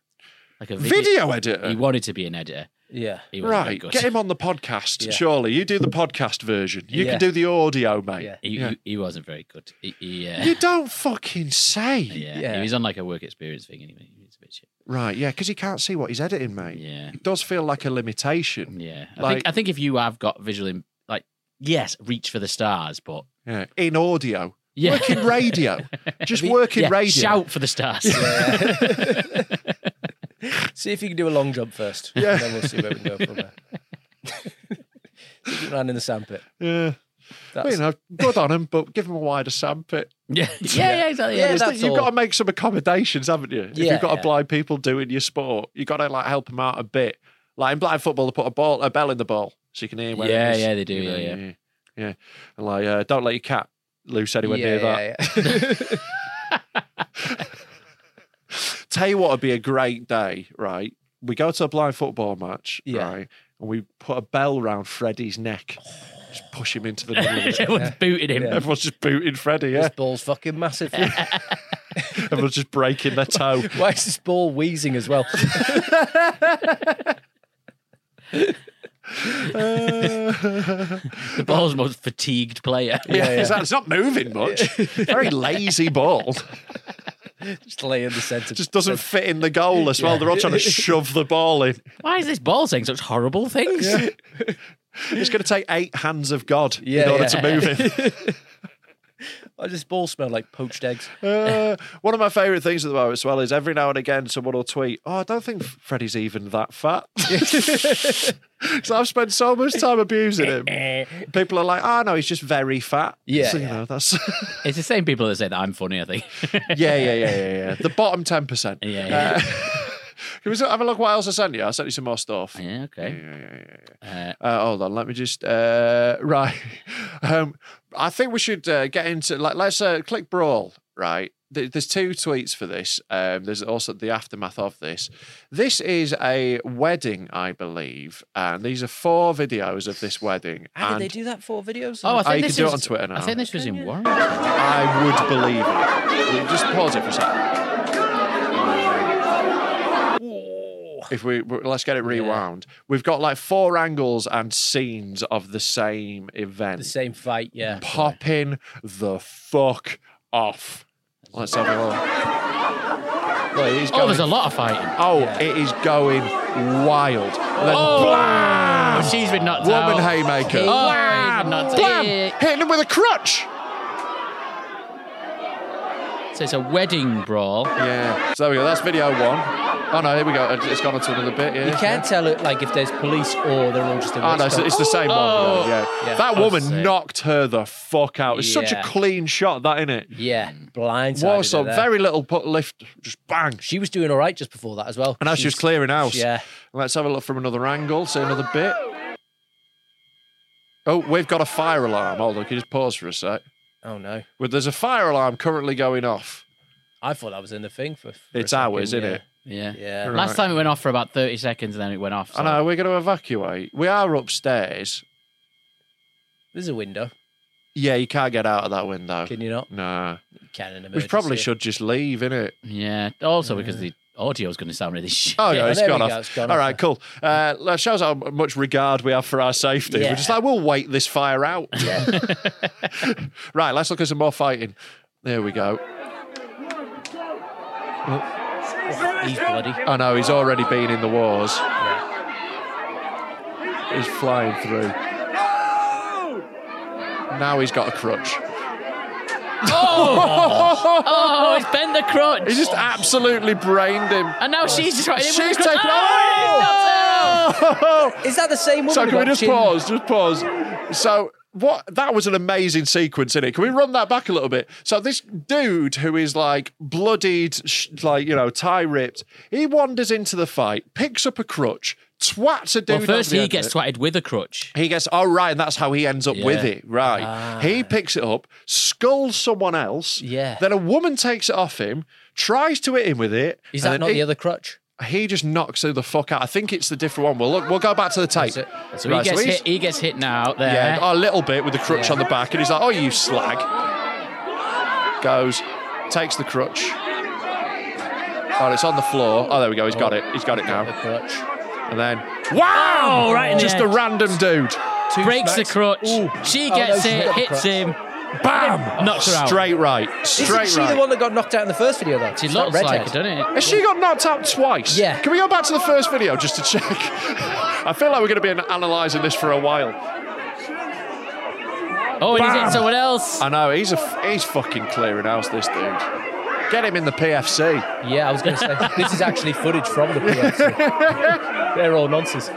[SPEAKER 4] like a
[SPEAKER 2] Video,
[SPEAKER 4] He
[SPEAKER 2] editor.
[SPEAKER 4] wanted to be an editor.
[SPEAKER 3] Yeah.
[SPEAKER 4] He wasn't very
[SPEAKER 2] Right,
[SPEAKER 4] good.
[SPEAKER 2] get him on the podcast.
[SPEAKER 3] Yeah.
[SPEAKER 2] Surely you do the podcast version. You
[SPEAKER 3] Yeah.
[SPEAKER 2] can do the audio, mate.
[SPEAKER 3] Yeah.
[SPEAKER 4] He,
[SPEAKER 2] Yeah.
[SPEAKER 4] he, he wasn't very good. He, he, uh,
[SPEAKER 2] You don't fucking say.
[SPEAKER 4] yeah.
[SPEAKER 3] Yeah.
[SPEAKER 4] he was on like a work experience thing anyway. He was a bit shit.
[SPEAKER 2] Right, yeah, because he can't see what he's editing, mate.
[SPEAKER 4] Yeah,
[SPEAKER 2] It does feel like a limitation.
[SPEAKER 4] yeah. I
[SPEAKER 2] Like-
[SPEAKER 4] think I think if you have got visual, im- like yes, reach for the stars, but
[SPEAKER 2] Yeah. In audio.
[SPEAKER 4] Yeah.
[SPEAKER 2] Work in radio. Just
[SPEAKER 4] Be-
[SPEAKER 2] work in
[SPEAKER 4] yeah,
[SPEAKER 2] radio.
[SPEAKER 4] Shout for the stars.
[SPEAKER 3] See if you can do a long jump first. Yeah. And then we'll see where we can go from there. Keep running in the sandpit.
[SPEAKER 2] Yeah.
[SPEAKER 3] That's-
[SPEAKER 2] You know, good on him, but give him a wider sandpit.
[SPEAKER 4] yeah, yeah, yeah, exactly. Yeah,
[SPEAKER 2] It's that
[SPEAKER 3] that's
[SPEAKER 2] you've got
[SPEAKER 3] all.
[SPEAKER 2] to make some accommodations, haven't you? if
[SPEAKER 3] Yeah,
[SPEAKER 2] you've got
[SPEAKER 3] yeah.
[SPEAKER 2] a blind people doing your sport, you've got to like help them out a bit. Like in blind football, they put a ball, a bell in the ball, so you can hear where. it
[SPEAKER 4] Yeah,
[SPEAKER 2] is,
[SPEAKER 4] yeah, they do,
[SPEAKER 2] you know,
[SPEAKER 4] yeah, yeah.
[SPEAKER 2] yeah, yeah. And like, uh, don't let your cat loose anywhere
[SPEAKER 3] yeah,
[SPEAKER 2] near that.
[SPEAKER 3] yeah, yeah.
[SPEAKER 2] Tell you what would be a great day, right? We go to a blind football match,
[SPEAKER 3] Yeah.
[SPEAKER 2] right? And we put a bell round Freddie's neck. Just push him into the middle. of it.
[SPEAKER 4] Everyone's booted him.
[SPEAKER 2] Everyone's just booting Freddie, yeah?
[SPEAKER 3] This ball's fucking massive.
[SPEAKER 2] Everyone's just breaking their toe.
[SPEAKER 3] Why is this ball wheezing as well?
[SPEAKER 2] Uh,
[SPEAKER 4] The ball's most fatigued player.
[SPEAKER 2] yeah, it's not- it's not moving much. Very lazy ball.
[SPEAKER 3] Just lay in the centre.
[SPEAKER 2] Just doesn't fit in the goal as well. They're all trying to shove the ball in.
[SPEAKER 4] Why is this ball saying such horrible things?
[SPEAKER 2] It's going to take eight hands of God in
[SPEAKER 3] Yeah,
[SPEAKER 2] order
[SPEAKER 3] yeah.
[SPEAKER 2] to move him.
[SPEAKER 3] Why
[SPEAKER 2] oh,
[SPEAKER 3] does this ball smell like poached eggs?
[SPEAKER 2] Uh, one of my favourite things at the moment as well is every now and again someone will tweet, Oh, I don't think Freddie's even that fat. so I've spent so much time abusing him. People are like, Oh, no, he's just very fat.
[SPEAKER 3] Yeah,
[SPEAKER 2] So, you
[SPEAKER 3] yeah.
[SPEAKER 2] know, that's.
[SPEAKER 4] It's the same people that say that I'm funny. I think.
[SPEAKER 2] yeah, yeah, yeah, yeah, yeah. The bottom 10%.
[SPEAKER 4] Yeah, yeah.
[SPEAKER 2] Uh, can we s- have a look what else I sent you? I sent you some more stuff.
[SPEAKER 4] yeah. Okay.
[SPEAKER 2] Yeah, yeah, yeah, yeah. Uh, hold on, let me just. Uh, right, um, I think we should uh, get into like let's uh, click brawl. Right, Th- there's two tweets for this. Um, there's also the aftermath of this. This is a wedding, I believe, and these are four videos of this wedding.
[SPEAKER 3] How did
[SPEAKER 2] and
[SPEAKER 3] they do that for videos?
[SPEAKER 4] Oh, I
[SPEAKER 2] Oh,
[SPEAKER 4] think
[SPEAKER 2] you
[SPEAKER 4] this
[SPEAKER 2] can do it
[SPEAKER 4] was,
[SPEAKER 2] on Twitter now.
[SPEAKER 4] I think this was in Warren.
[SPEAKER 2] I would believe it. Just pause it for a second. If we w- let's get it rewound, we've got like four angles and scenes of the same event.
[SPEAKER 3] the same fight, yeah.
[SPEAKER 2] Popping the fuck off. Let's have a look. Look, it is
[SPEAKER 4] Oh, there's a
[SPEAKER 2] going-
[SPEAKER 4] lot of fighting.
[SPEAKER 2] Oh, it is going wild. Then
[SPEAKER 4] Oh,
[SPEAKER 2] blam!
[SPEAKER 4] she's been knocked out.
[SPEAKER 2] Woman haymaker.
[SPEAKER 4] Oh, he's been
[SPEAKER 2] blam!
[SPEAKER 4] knocked
[SPEAKER 2] Blam!
[SPEAKER 4] out.
[SPEAKER 2] Hitting him with a crutch.
[SPEAKER 4] So it's a wedding brawl.
[SPEAKER 2] Yeah. So there we go. That's video one. Oh no, here we go. It's- It's gone on to another bit. Yeah,
[SPEAKER 3] You can't tell it like if there's police or they're all just in.
[SPEAKER 2] Oh no, it's,
[SPEAKER 3] mixed up.
[SPEAKER 2] it's the same
[SPEAKER 4] Oh.
[SPEAKER 2] one. Yeah.
[SPEAKER 3] Yeah,
[SPEAKER 2] that
[SPEAKER 4] I was
[SPEAKER 2] woman
[SPEAKER 4] saying.
[SPEAKER 2] knocked her the fuck out. It's such a
[SPEAKER 3] Yeah.
[SPEAKER 2] clean shot, that innit?
[SPEAKER 3] yeah, blindsided. her
[SPEAKER 2] Warsaw,
[SPEAKER 3] there.
[SPEAKER 2] very little put lift, just bang.
[SPEAKER 3] She was doing all right just before that as well.
[SPEAKER 2] And now she was
[SPEAKER 3] She's-
[SPEAKER 2] clearing house.
[SPEAKER 3] Yeah.
[SPEAKER 2] Let's have a look from another angle, see another bit. Oh, we've got a fire alarm. Hold on, can you just pause for a sec?
[SPEAKER 3] Oh no,
[SPEAKER 2] Well, there's a fire alarm currently going off.
[SPEAKER 3] I thought that was in the thing for. for a
[SPEAKER 2] It's ours,
[SPEAKER 3] second,
[SPEAKER 2] isn't
[SPEAKER 3] yeah.
[SPEAKER 2] it?
[SPEAKER 4] Yeah.
[SPEAKER 3] Yeah.
[SPEAKER 4] Last time it went off for about 30 seconds and then it went off.
[SPEAKER 2] I know, we're going to evacuate. We are upstairs.
[SPEAKER 3] There's a window.
[SPEAKER 2] Yeah, you can't get out of that window.
[SPEAKER 3] Can you not?
[SPEAKER 2] Nah.
[SPEAKER 3] You Can in
[SPEAKER 2] We probably should just leave, innit?
[SPEAKER 4] Yeah. Also because the audio's going to sound really shit.
[SPEAKER 2] Oh, yeah,
[SPEAKER 3] Yeah,
[SPEAKER 2] it's
[SPEAKER 3] there
[SPEAKER 2] gone
[SPEAKER 3] we
[SPEAKER 2] off.
[SPEAKER 3] go, it's gone
[SPEAKER 2] All
[SPEAKER 3] off.
[SPEAKER 2] right, cool. Uh, that shows how much regard we have for our safety. We're just
[SPEAKER 3] Yeah.
[SPEAKER 2] like, we'll wait this fire out. right, let's look at some more fighting. There we go.
[SPEAKER 3] Oh, He's bloody.
[SPEAKER 2] I know, he's already been in the wars. He's flying through. Now he's got a crutch.
[SPEAKER 4] Oh, it's Ben the Crutch.
[SPEAKER 2] He just absolutely brained him.
[SPEAKER 4] And now she's just right.
[SPEAKER 2] She's taken. Oh!
[SPEAKER 3] Is that the same woman?
[SPEAKER 2] So can
[SPEAKER 3] who
[SPEAKER 2] we
[SPEAKER 3] got
[SPEAKER 2] just
[SPEAKER 3] chin-
[SPEAKER 2] pause? Just pause. So what? That was an amazing sequence, innit? Can we run that back a little bit? So this dude who is like bloodied, sh- like you know, tie ripped, he wanders into the fight, picks up a crutch, twats a dude.
[SPEAKER 4] Well,
[SPEAKER 2] over
[SPEAKER 4] first
[SPEAKER 2] the
[SPEAKER 4] he
[SPEAKER 2] head with
[SPEAKER 4] gets
[SPEAKER 2] it.
[SPEAKER 4] twatted with a crutch.
[SPEAKER 2] He gets, oh, right, and that's how he ends up with
[SPEAKER 4] Yeah.
[SPEAKER 2] it, right. He picks it up, skulls someone else.
[SPEAKER 3] Ah. Yeah.
[SPEAKER 2] Then a woman takes it off him, tries to hit him with it.
[SPEAKER 3] Is
[SPEAKER 2] and
[SPEAKER 3] that
[SPEAKER 2] then
[SPEAKER 3] not
[SPEAKER 2] he-
[SPEAKER 3] the other crutch?
[SPEAKER 2] He just knocks her the fuck out. I think it's the different one. Well, look, we'll go back to the tape.
[SPEAKER 3] it.
[SPEAKER 4] So
[SPEAKER 2] Right,
[SPEAKER 4] he gets
[SPEAKER 2] he's-
[SPEAKER 4] hit. He gets hit now. There.
[SPEAKER 2] yeah, a little bit with the crutch
[SPEAKER 3] Yeah.
[SPEAKER 2] on the back, and he's like, "Oh, you slag!" Goes, takes the crutch. Oh, it's on the floor. Oh, there we go. He's got it. He's got it
[SPEAKER 3] The
[SPEAKER 2] now.
[SPEAKER 3] crutch.
[SPEAKER 2] And then, wow!
[SPEAKER 4] Oh, right in the
[SPEAKER 2] Just
[SPEAKER 4] head.
[SPEAKER 2] a random dude.
[SPEAKER 3] Two
[SPEAKER 4] breaks the
[SPEAKER 3] smacks.
[SPEAKER 4] crutch.
[SPEAKER 3] Ooh.
[SPEAKER 4] She
[SPEAKER 3] Oh, no,
[SPEAKER 4] gets it,
[SPEAKER 3] she's got the
[SPEAKER 4] hits
[SPEAKER 3] crutch.
[SPEAKER 4] him.
[SPEAKER 2] Bam!
[SPEAKER 4] Knocks her out.
[SPEAKER 2] Straight right.
[SPEAKER 3] Isn't
[SPEAKER 2] Straight
[SPEAKER 3] she
[SPEAKER 2] right.
[SPEAKER 3] the one that got knocked out in the first video though?
[SPEAKER 4] She
[SPEAKER 3] Is that
[SPEAKER 4] looks like it,
[SPEAKER 3] redhead?
[SPEAKER 4] doesn't it?
[SPEAKER 2] Has she got knocked out twice?
[SPEAKER 3] Yeah.
[SPEAKER 2] Can we go back to the first video just to check? I feel like we're going to be analysing this for a while.
[SPEAKER 4] Oh, and he's
[SPEAKER 2] Bam!
[SPEAKER 4] hitting someone else.
[SPEAKER 2] I know he's a f- he's fucking clearing house. This dude. Get him in the PFC.
[SPEAKER 3] Yeah, I was going to say this is actually footage from the PFC. They're all nonsense. I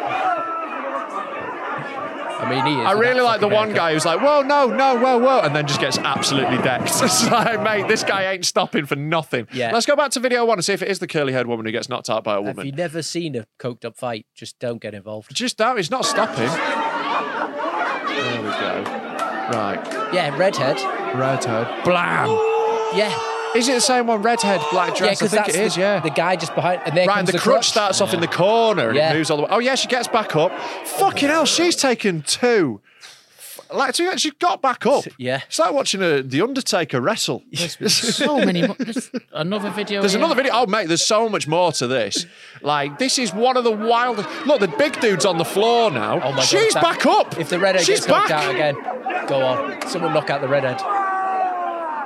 [SPEAKER 3] mean, he is.
[SPEAKER 2] I
[SPEAKER 3] an
[SPEAKER 2] really like the
[SPEAKER 3] absolute
[SPEAKER 2] one guy who's like, whoa, no, no, whoa, whoa, and then just gets absolutely decked. It's like, mate, this guy ain't stopping for nothing.
[SPEAKER 3] Yeah.
[SPEAKER 2] Let's go back to video one and see if it is the curly haired woman who gets knocked out by a
[SPEAKER 3] American. If
[SPEAKER 2] woman.
[SPEAKER 3] you've never seen a coked up fight, just don't get involved.
[SPEAKER 2] Just that, he's not stopping. There we go. Right.
[SPEAKER 3] Yeah, redhead.
[SPEAKER 2] Redhead. Blam!
[SPEAKER 3] Yeah,
[SPEAKER 2] Is it the same one? Redhead, black
[SPEAKER 3] yeah,
[SPEAKER 2] dress?
[SPEAKER 3] because
[SPEAKER 2] I
[SPEAKER 3] that's
[SPEAKER 2] think it is,
[SPEAKER 3] the,
[SPEAKER 2] yeah.
[SPEAKER 3] the guy just behind. And there
[SPEAKER 2] Right, and
[SPEAKER 3] comes
[SPEAKER 2] the,
[SPEAKER 3] the
[SPEAKER 2] crutch, starts off in the corner and
[SPEAKER 3] Yeah.
[SPEAKER 2] it moves all the way. Oh yeah, she gets back up. Fucking hell, she's taken two. F- Like she she got back up.
[SPEAKER 3] Yeah.
[SPEAKER 2] it's like watching uh the Undertaker wrestle.
[SPEAKER 4] So many. mo- There's another video.
[SPEAKER 2] There's
[SPEAKER 4] here.
[SPEAKER 2] another video. Oh, mate, there's so much more to this. Like, this is one of the wildest. Look, the big dude's on the floor now.
[SPEAKER 3] Oh my God,
[SPEAKER 2] She's
[SPEAKER 3] if that-
[SPEAKER 2] back up.
[SPEAKER 3] If the redhead
[SPEAKER 2] She's
[SPEAKER 3] gets
[SPEAKER 2] back.
[SPEAKER 3] knocked out again, go on. Someone knock out the redhead.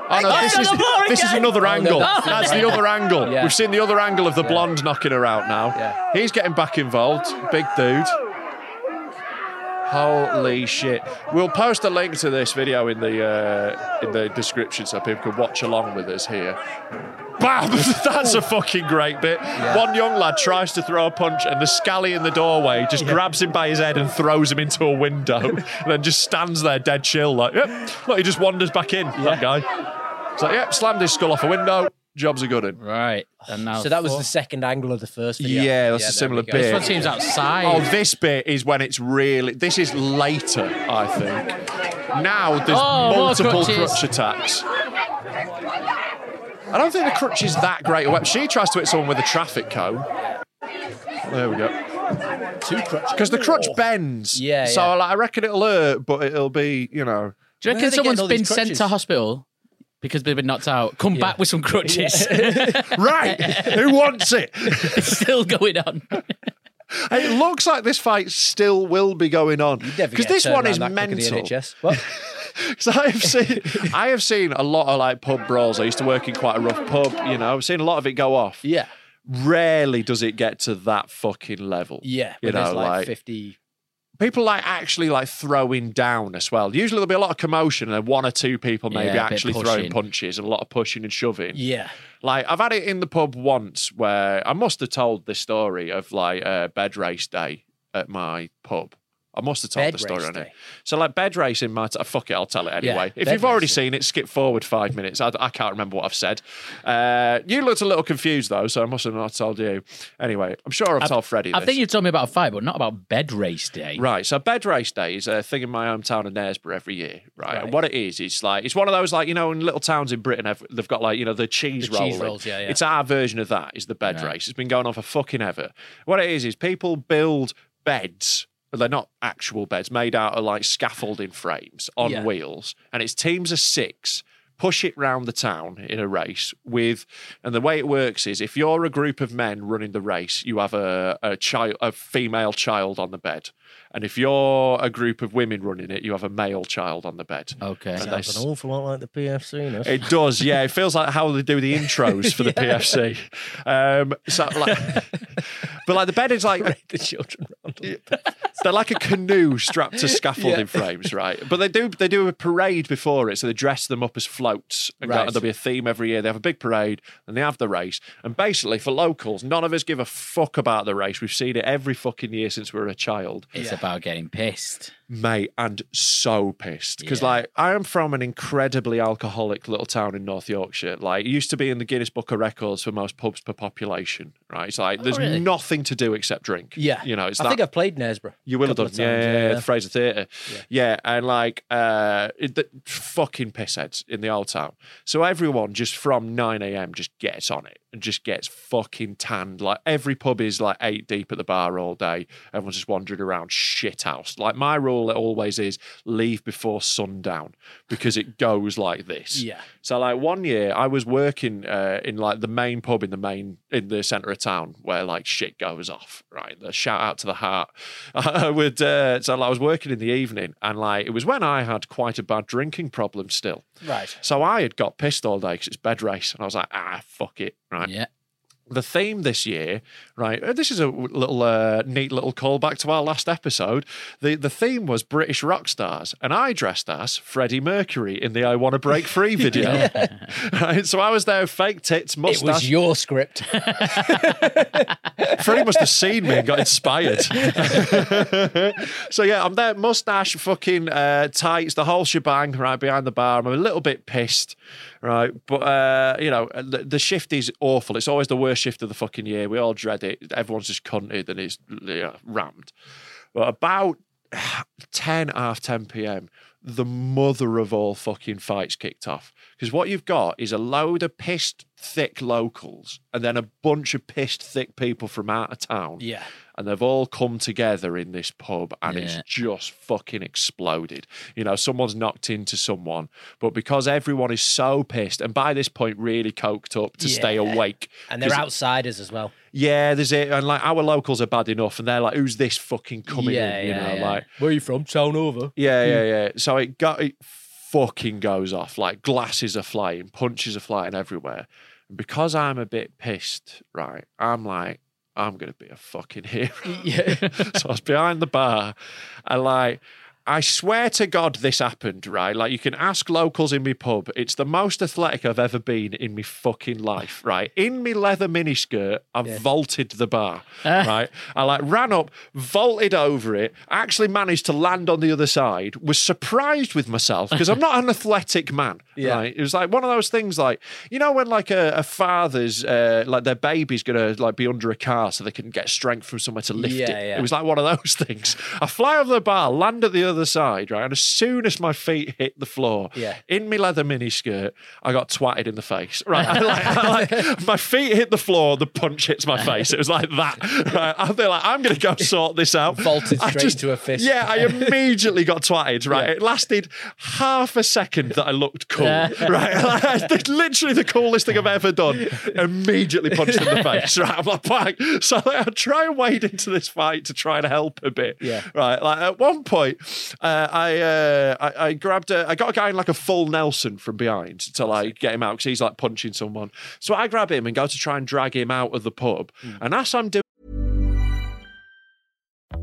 [SPEAKER 2] Oh, no, this, is, this is another
[SPEAKER 3] Oh, no,
[SPEAKER 2] angle.
[SPEAKER 3] that's the
[SPEAKER 2] that's the
[SPEAKER 3] red.
[SPEAKER 2] other angle.
[SPEAKER 3] Yeah.
[SPEAKER 2] We've seen the other angle of the blonde knocking her out now.
[SPEAKER 3] Yeah.
[SPEAKER 2] He's getting back involved. Big dude. Holy shit! We'll post a link to this video in the uh, in the description so people can watch along with us here. Bam! That's a fucking great bit. One young lad tries to throw a punch, and the scally in the doorway just grabs him by his head and throws him into a window, and then just stands there dead chill, like, yep. Look, he just wanders back in. That guy. It's like, yep, slammed his skull off a window. Job's a good one.
[SPEAKER 4] Right. And now.
[SPEAKER 3] So that was the second angle of the first video.
[SPEAKER 2] Yeah, that's a
[SPEAKER 3] there
[SPEAKER 2] similar
[SPEAKER 3] we go.
[SPEAKER 2] bit.
[SPEAKER 4] This one seems outside.
[SPEAKER 2] Oh, this bit is when it's really. This is later, I think. Now there's
[SPEAKER 4] Oh, more
[SPEAKER 2] multiple
[SPEAKER 4] crutches.
[SPEAKER 2] crutch attacks. I don't think the crutch is that great a weapon. She tries to hit someone with a traffic cone. There we go.
[SPEAKER 3] Two crutches.
[SPEAKER 2] Because the crutch
[SPEAKER 3] Oh.
[SPEAKER 2] bends.
[SPEAKER 3] Yeah,
[SPEAKER 2] So
[SPEAKER 3] yeah.
[SPEAKER 2] like, I reckon it'll hurt, but it'll be, you know.
[SPEAKER 4] Do you
[SPEAKER 3] Where are
[SPEAKER 4] reckon
[SPEAKER 3] they getting
[SPEAKER 4] someone's
[SPEAKER 3] all
[SPEAKER 4] been
[SPEAKER 3] these
[SPEAKER 4] sent
[SPEAKER 3] crutches?
[SPEAKER 4] to hospital because they've been knocked out? Come back with some crutches.
[SPEAKER 2] Right! Who wants it?
[SPEAKER 4] it's still going on.
[SPEAKER 2] It looks like this fight still will be going on.
[SPEAKER 3] Never
[SPEAKER 2] Because
[SPEAKER 3] get
[SPEAKER 2] this
[SPEAKER 3] turned
[SPEAKER 2] one
[SPEAKER 3] around
[SPEAKER 2] is
[SPEAKER 3] that quick at
[SPEAKER 2] mental.
[SPEAKER 3] The NHS. What?
[SPEAKER 2] So I've seen, I have seen a lot of like pub brawls. I used to work in quite a rough pub, you know. I've seen a lot of it go off.
[SPEAKER 3] yeah.
[SPEAKER 2] Rarely does it get to that fucking level.
[SPEAKER 3] Yeah.
[SPEAKER 2] you
[SPEAKER 3] when there's
[SPEAKER 2] know,
[SPEAKER 3] like,
[SPEAKER 2] like,
[SPEAKER 3] 50
[SPEAKER 2] people like actually like throwing down as well. Usually there'll be a lot of commotion and then one or two people maybe
[SPEAKER 4] Yeah, a bit
[SPEAKER 2] actually throwing
[SPEAKER 4] pushing.
[SPEAKER 2] punches and a lot of pushing and shoving.
[SPEAKER 3] Yeah.
[SPEAKER 2] Like I've had it in the pub once where I must have told this story of like uh, bed race day at my pub. I must have told
[SPEAKER 3] Bed
[SPEAKER 2] the story
[SPEAKER 3] race
[SPEAKER 2] on it.
[SPEAKER 3] day.
[SPEAKER 2] So like bed racing, my t- uh, fuck it, I'll tell it anyway. if
[SPEAKER 3] bed
[SPEAKER 2] you've already
[SPEAKER 3] racing.
[SPEAKER 2] seen it, skip forward five minutes. I, I can't remember what I've said. Uh, you looked a little confused though, so I must have not told you. Anyway, I'm sure I've, told Freddie.
[SPEAKER 4] I
[SPEAKER 2] this.
[SPEAKER 4] think you told me about a fight, but not about bed race day.
[SPEAKER 2] Right. So bed race day is a thing in my hometown of Knaresborough every year. Right. And what it is, it's like it's one of those like you know in little towns in Britain have- they've got like you know the cheese
[SPEAKER 3] The
[SPEAKER 2] roll.
[SPEAKER 3] cheese rolls, yeah, yeah.
[SPEAKER 2] It's our version of that. Is the bed race? It's been going on for fucking ever. What it is is people build beds. but They're not actual beds made out of like scaffolding frames on
[SPEAKER 3] Yeah.
[SPEAKER 2] wheels, and it's teams of six push it round the town in a race with and the way it works is if you're a group of men running the race you have a, a child a female child on the bed and if you're a group of women running it you have a male child on the bed
[SPEAKER 4] Okay.
[SPEAKER 2] And they s-
[SPEAKER 6] an awful lot like the PFC. does.
[SPEAKER 2] it does, yeah. It feels like how they do the intros for the PFC. Um, so, like, but like the bed is like
[SPEAKER 3] The children round.
[SPEAKER 2] they're like a canoe strapped to scaffolding frames, right? But they do they do a parade before it, so they dress them up as floats. And go-
[SPEAKER 3] Right.
[SPEAKER 2] there'll be a theme every year. They have a big parade and they have the race. And basically, for locals, none of us give a fuck about the race. We've seen it every fucking year since we were a child
[SPEAKER 4] It's about getting pissed.
[SPEAKER 2] mate, and so pissed because
[SPEAKER 4] Yeah.
[SPEAKER 2] like I am from an incredibly alcoholic little town in North Yorkshire. Like it used to be in the Guinness Book of Records for most pubs per population. Right, it's like there's
[SPEAKER 4] really?
[SPEAKER 2] nothing to do except drink.
[SPEAKER 3] Oh, Yeah.
[SPEAKER 2] you know, it's
[SPEAKER 3] I
[SPEAKER 2] that.
[SPEAKER 3] think I've played Knaresborough.
[SPEAKER 2] you will have done,
[SPEAKER 3] couple of
[SPEAKER 2] yeah,
[SPEAKER 3] times,
[SPEAKER 2] yeah, yeah,
[SPEAKER 3] yeah.
[SPEAKER 2] the Fraser Theatre, yeah. and like uh, it, the fucking pissheads in the old town. So everyone just from nine a.m. just gets on it and just gets fucking tanned. Like every pub is like eight deep at the bar all day. Everyone's just wandering around shit house. Like my rule always is leave before sundown because it goes like this.
[SPEAKER 3] Yeah.
[SPEAKER 2] So like one year I was working uh, in like the main pub in the main in the center of town where like shit goes off, right? The shout out to the heart. I would uh, so like, I was working in the evening and like it was when I had quite a bad drinking problem still.
[SPEAKER 3] Right.
[SPEAKER 2] So I had got pissed all day because it's bed race and I was like, ah, fuck it, right?
[SPEAKER 4] Yeah.
[SPEAKER 2] the theme this year, right? uh, This is a w- little uh, neat little callback to our last episode. The the theme was British rock stars, and I dressed as Freddie Mercury in the "I Want to Break Free" video. right? So I was there, fake tits,
[SPEAKER 3] It was
[SPEAKER 2] mustache.
[SPEAKER 3] your script.
[SPEAKER 2] Freddie must have seen me and got inspired. so yeah, I'm there, mustache, fucking uh, tights, the whole shebang, right behind the bar. I'm a little bit pissed, right? But uh, you know, the, the shift is awful. It's always the worst shift of the fucking year. We all dread it. Everyone's just cunted and it's yeah, rammed. But about 10, half 10 p.m., the mother of all fucking fights kicked off. Because what you've got is a load of pissed, thick locals and then a bunch of pissed, thick people from out of town.
[SPEAKER 3] Yeah.
[SPEAKER 2] And they've all come together in this pub and it's
[SPEAKER 4] Yeah.
[SPEAKER 2] just fucking exploded. You know, someone's knocked into someone, but because everyone is so pissed and by this point really coked up to stay
[SPEAKER 3] Yeah.
[SPEAKER 2] awake.
[SPEAKER 3] and they're
[SPEAKER 2] 'cause-
[SPEAKER 3] outsiders as well.
[SPEAKER 2] Yeah, there's it. And like our locals are bad enough and they're like, who's this fucking coming
[SPEAKER 4] Yeah,
[SPEAKER 2] in? You
[SPEAKER 4] yeah,
[SPEAKER 2] know,
[SPEAKER 4] yeah. Hmm.
[SPEAKER 2] like
[SPEAKER 3] Where are you from? Town over.
[SPEAKER 2] yeah, yeah, yeah. So it got it fucking goes off. Like glasses are flying, punches are flying everywhere. And because I'm a bit pissed, right? I'm like, I'm gonna be a fucking hero.
[SPEAKER 4] Yeah.
[SPEAKER 2] so I was behind the bar, and like. I swear to God, this happened, right? Like, you can ask locals in my pub. It's the most athletic I've ever been in my fucking life, right? In my leather miniskirt, I vaulted the bar, right? I like ran up, vaulted over it, actually managed to land on the other side, was surprised with myself because I'm not an athletic man,
[SPEAKER 3] Yeah.
[SPEAKER 2] right? It was like one of those things, like, you know, when like a, a father's, uh, like their baby's gonna like be under a car so they can get strength from somewhere to lift
[SPEAKER 3] Yeah,
[SPEAKER 2] it.
[SPEAKER 3] yeah.
[SPEAKER 2] It was like one of those things. I fly over the bar, land at the other side, right? And as soon as my feet hit the floor,
[SPEAKER 3] Yeah.
[SPEAKER 2] in my leather miniskirt, I got twatted in the face. Right. I like, I like- my feet hit the floor, the punch hits my face. It was like that. Right. I feel like I'm gonna go sort this out.
[SPEAKER 3] Vaulted
[SPEAKER 2] I
[SPEAKER 3] straight into a fist.
[SPEAKER 2] Yeah, I immediately got twatted, right? It lasted half a second that I looked cool. Right. Like, it's literally the coolest thing I've ever done. Immediately punched in the face. Right. I'm like, "Fuck." so like, I try and wade into this fight to try and help a bit.
[SPEAKER 3] Yeah.
[SPEAKER 2] Right. Like at one point, uh, I, uh, I I grabbed a, I got a guy in like a full Nelson from behind to like get him out because he's like punching someone. So I grab him and go to try and drag him out of the pub. And as I'm doing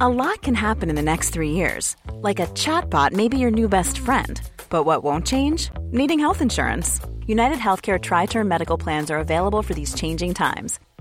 [SPEAKER 7] A lot can happen in the next three years. Like a chatbot may be your new best friend. But what won't change? Needing health insurance. United Healthcare Tri Term Medical Plans are available for these changing times.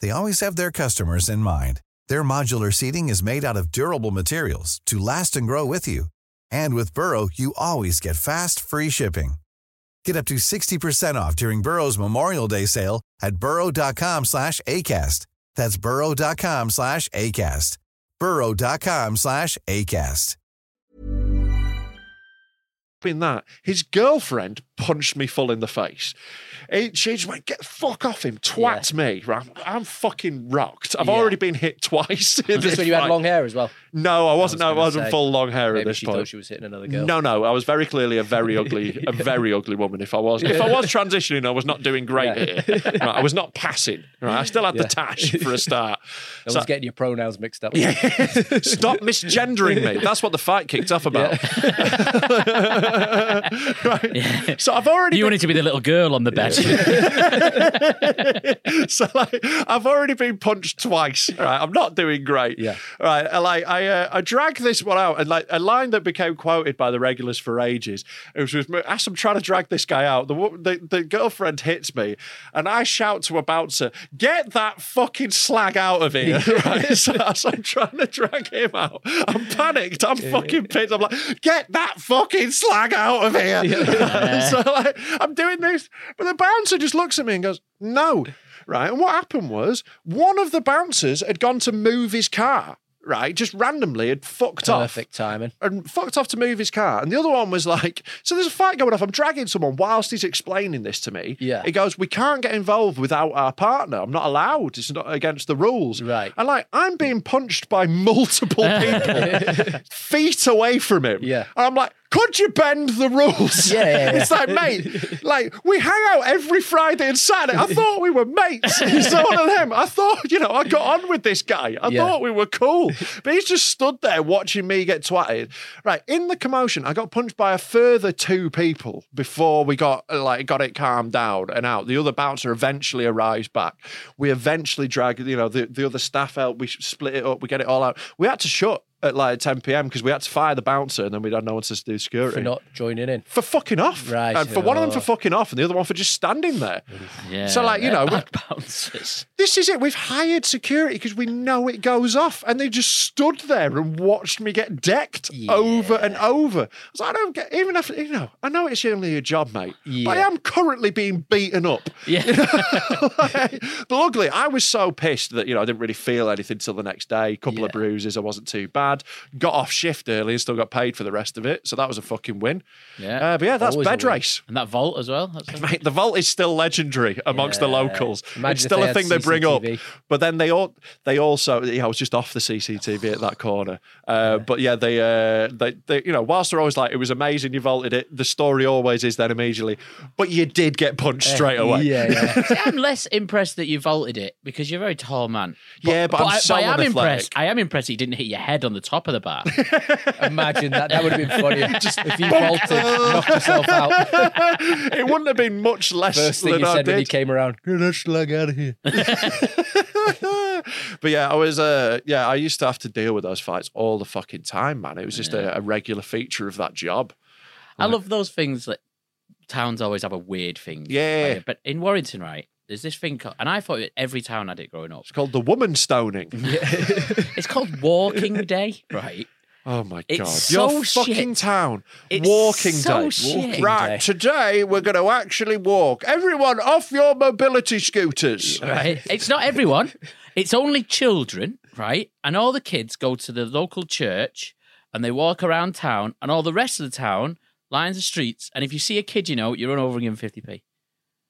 [SPEAKER 8] they always have their customers in mind. Their modular seating is made out of durable materials to last and grow with you. And with Burrow, you always get fast, free shipping. Get up to 60% off during Burrow's Memorial Day sale at burrow.com slash ACAST. That's burrow.com slash ACAST. burrow.com slash ACAST.
[SPEAKER 2] in that, his girlfriend punched me full in the face. It, she just went, get fuck off him, twat me. Right? I'm, I'm fucking rocked. I've
[SPEAKER 3] Yeah.
[SPEAKER 2] already been hit twice. in
[SPEAKER 3] This when you had
[SPEAKER 2] fight.
[SPEAKER 3] long hair as well.
[SPEAKER 2] No, I wasn't.
[SPEAKER 3] I
[SPEAKER 2] no,
[SPEAKER 3] was
[SPEAKER 2] I wasn't
[SPEAKER 3] gonna say,
[SPEAKER 2] full long hair at
[SPEAKER 3] Maybe
[SPEAKER 2] this
[SPEAKER 3] she
[SPEAKER 2] point.
[SPEAKER 3] thought she was hitting another girl.
[SPEAKER 2] No, no, I was very clearly a very ugly, a very ugly woman. If I was, if I was transitioning, I was not doing great here. Right, I was not passing. Right, I still had the
[SPEAKER 3] Yeah.
[SPEAKER 2] tash for a start.
[SPEAKER 3] No
[SPEAKER 2] So-
[SPEAKER 3] one's getting your pronouns mixed up.
[SPEAKER 2] Stop misgendering me. That's what the fight kicked off about. right. So I've already
[SPEAKER 4] You
[SPEAKER 2] been-
[SPEAKER 4] wanted to be the little girl on the bed.
[SPEAKER 2] so like, I've already been punched twice. Right, I'm not doing great.
[SPEAKER 3] Yeah.
[SPEAKER 2] Right, I, like I uh, I drag this one out, and like a line that became quoted by the regulars for ages. It was, was as I'm trying to drag this guy out, the, wo- the the girlfriend hits me, and I shout to a bouncer, "Get that fucking slag out of here!" right, so as I'm trying to drag him out, I'm panicked. I'm fucking pissed. I'm like, "Get that fucking slag out of here!" so like, I'm doing this, but the bouncer just looks at me and goes, "No." right? And what happened was one of the bouncers had gone to move his car, right? Just randomly had fucked off.
[SPEAKER 3] Perfect timing.
[SPEAKER 2] And fucked off to move his car. And the other one was like, so there's a fight going off. I'm dragging someone whilst he's explaining this to me.
[SPEAKER 3] Yeah.
[SPEAKER 2] He goes, we can't get involved without our partner. I'm not allowed. It's not against the rules.
[SPEAKER 3] Right.
[SPEAKER 2] And like, I'm being punched by multiple people feet away from him.
[SPEAKER 3] Yeah.
[SPEAKER 2] And I'm like, could you bend the rules?
[SPEAKER 3] Yeah, yeah, yeah.
[SPEAKER 2] it's like, mate, like we hang out every Friday and Saturday. I thought we were mates. He's one of them. I thought, you know, I got on with this guy. I
[SPEAKER 3] Yeah.
[SPEAKER 2] thought we were cool. But he's just stood there watching me get twatted. Right. In the commotion, I got punched by a further two people before we got like got it calmed down and out. The other bouncer eventually arrives back. We eventually drag, you know, the, the other staff out. We split it up. We get it all out. We had to shut at like 10 p.m. because we had to fire the bouncer and then we'd had no one to do security
[SPEAKER 3] For not joining in.
[SPEAKER 2] for fucking off.
[SPEAKER 3] Right.
[SPEAKER 2] And for one of them
[SPEAKER 3] Oh.
[SPEAKER 2] for fucking off and the other one for just standing there.
[SPEAKER 4] yeah.
[SPEAKER 2] So, like, you know,
[SPEAKER 4] bad bouncers.
[SPEAKER 2] This is it. We've hired security because we know it goes off. And they just stood there and watched me get decked over and over. I was like, I don't get, even if, you know, I know it's only a job, mate. But I
[SPEAKER 3] Yeah.
[SPEAKER 2] am currently being beaten up.
[SPEAKER 4] Yeah.
[SPEAKER 2] like, luckily, I was so pissed that you know I didn't really feel anything till the next day. couple of bruises, I wasn't too bad. Got off shift early and still got paid for the rest of it, so that was a fucking win.
[SPEAKER 4] Yeah.
[SPEAKER 2] Uh, but yeah, that's
[SPEAKER 3] Always a
[SPEAKER 2] bed
[SPEAKER 3] win.
[SPEAKER 2] race.
[SPEAKER 4] And that vault as well. That's a-
[SPEAKER 2] Mate, the vault is still legendary amongst the
[SPEAKER 4] Yeah.
[SPEAKER 2] locals.
[SPEAKER 3] Imagine
[SPEAKER 2] it's
[SPEAKER 3] if
[SPEAKER 2] still
[SPEAKER 3] they
[SPEAKER 2] a
[SPEAKER 3] had
[SPEAKER 2] thing they bring up.
[SPEAKER 3] CCTV.
[SPEAKER 2] But then they all they also yeah, I was just off the CCTV at that corner. Uh, But yeah, they uh, they they you know whilst they're always like it was amazing you vaulted it. The story always is then immediately, but you did get punched straight away.
[SPEAKER 3] Eh, Yeah, yeah.
[SPEAKER 4] See, I'm less impressed that you vaulted it because you're a very tall man.
[SPEAKER 2] Yeah, but I'm
[SPEAKER 4] I,
[SPEAKER 2] so
[SPEAKER 4] I am
[SPEAKER 2] unathletic.
[SPEAKER 4] impressed. I am impressed that you didn't hit your head on the top of the bar.
[SPEAKER 3] Imagine that. That would have been funny. Just if you bolted, knocked yourself out.
[SPEAKER 2] it wouldn't have been much less
[SPEAKER 3] First thing
[SPEAKER 2] than
[SPEAKER 3] you
[SPEAKER 2] I
[SPEAKER 3] said when he
[SPEAKER 2] did.
[SPEAKER 3] came around, get that slug out of here.
[SPEAKER 2] but yeah, I was. Uh, yeah, I used to have to deal with those fights all the fucking time, man. It was just a, a regular feature of that job.
[SPEAKER 4] I love those things that towns always have a weird thing.
[SPEAKER 2] Yeah.
[SPEAKER 4] Like, but in Warrington, right, there's this thing called, and I thought that every town had it growing up.
[SPEAKER 2] It's called the woman stoning.
[SPEAKER 4] It's called Walking Day, right?
[SPEAKER 2] Oh my
[SPEAKER 4] It's
[SPEAKER 2] god!
[SPEAKER 4] so
[SPEAKER 2] Your fucking
[SPEAKER 4] shit.
[SPEAKER 2] town
[SPEAKER 4] It's
[SPEAKER 2] walking
[SPEAKER 4] so
[SPEAKER 2] day.
[SPEAKER 4] shit. Walking
[SPEAKER 2] right
[SPEAKER 3] day.
[SPEAKER 2] today, we're going to actually walk. Everyone off your mobility scooters.
[SPEAKER 4] Right? It's not everyone. It's only children, right? And all the kids go to the local church and they walk around town, and all the rest of the town lines the streets. And if you see a kid, you know, you run over and give them 50p.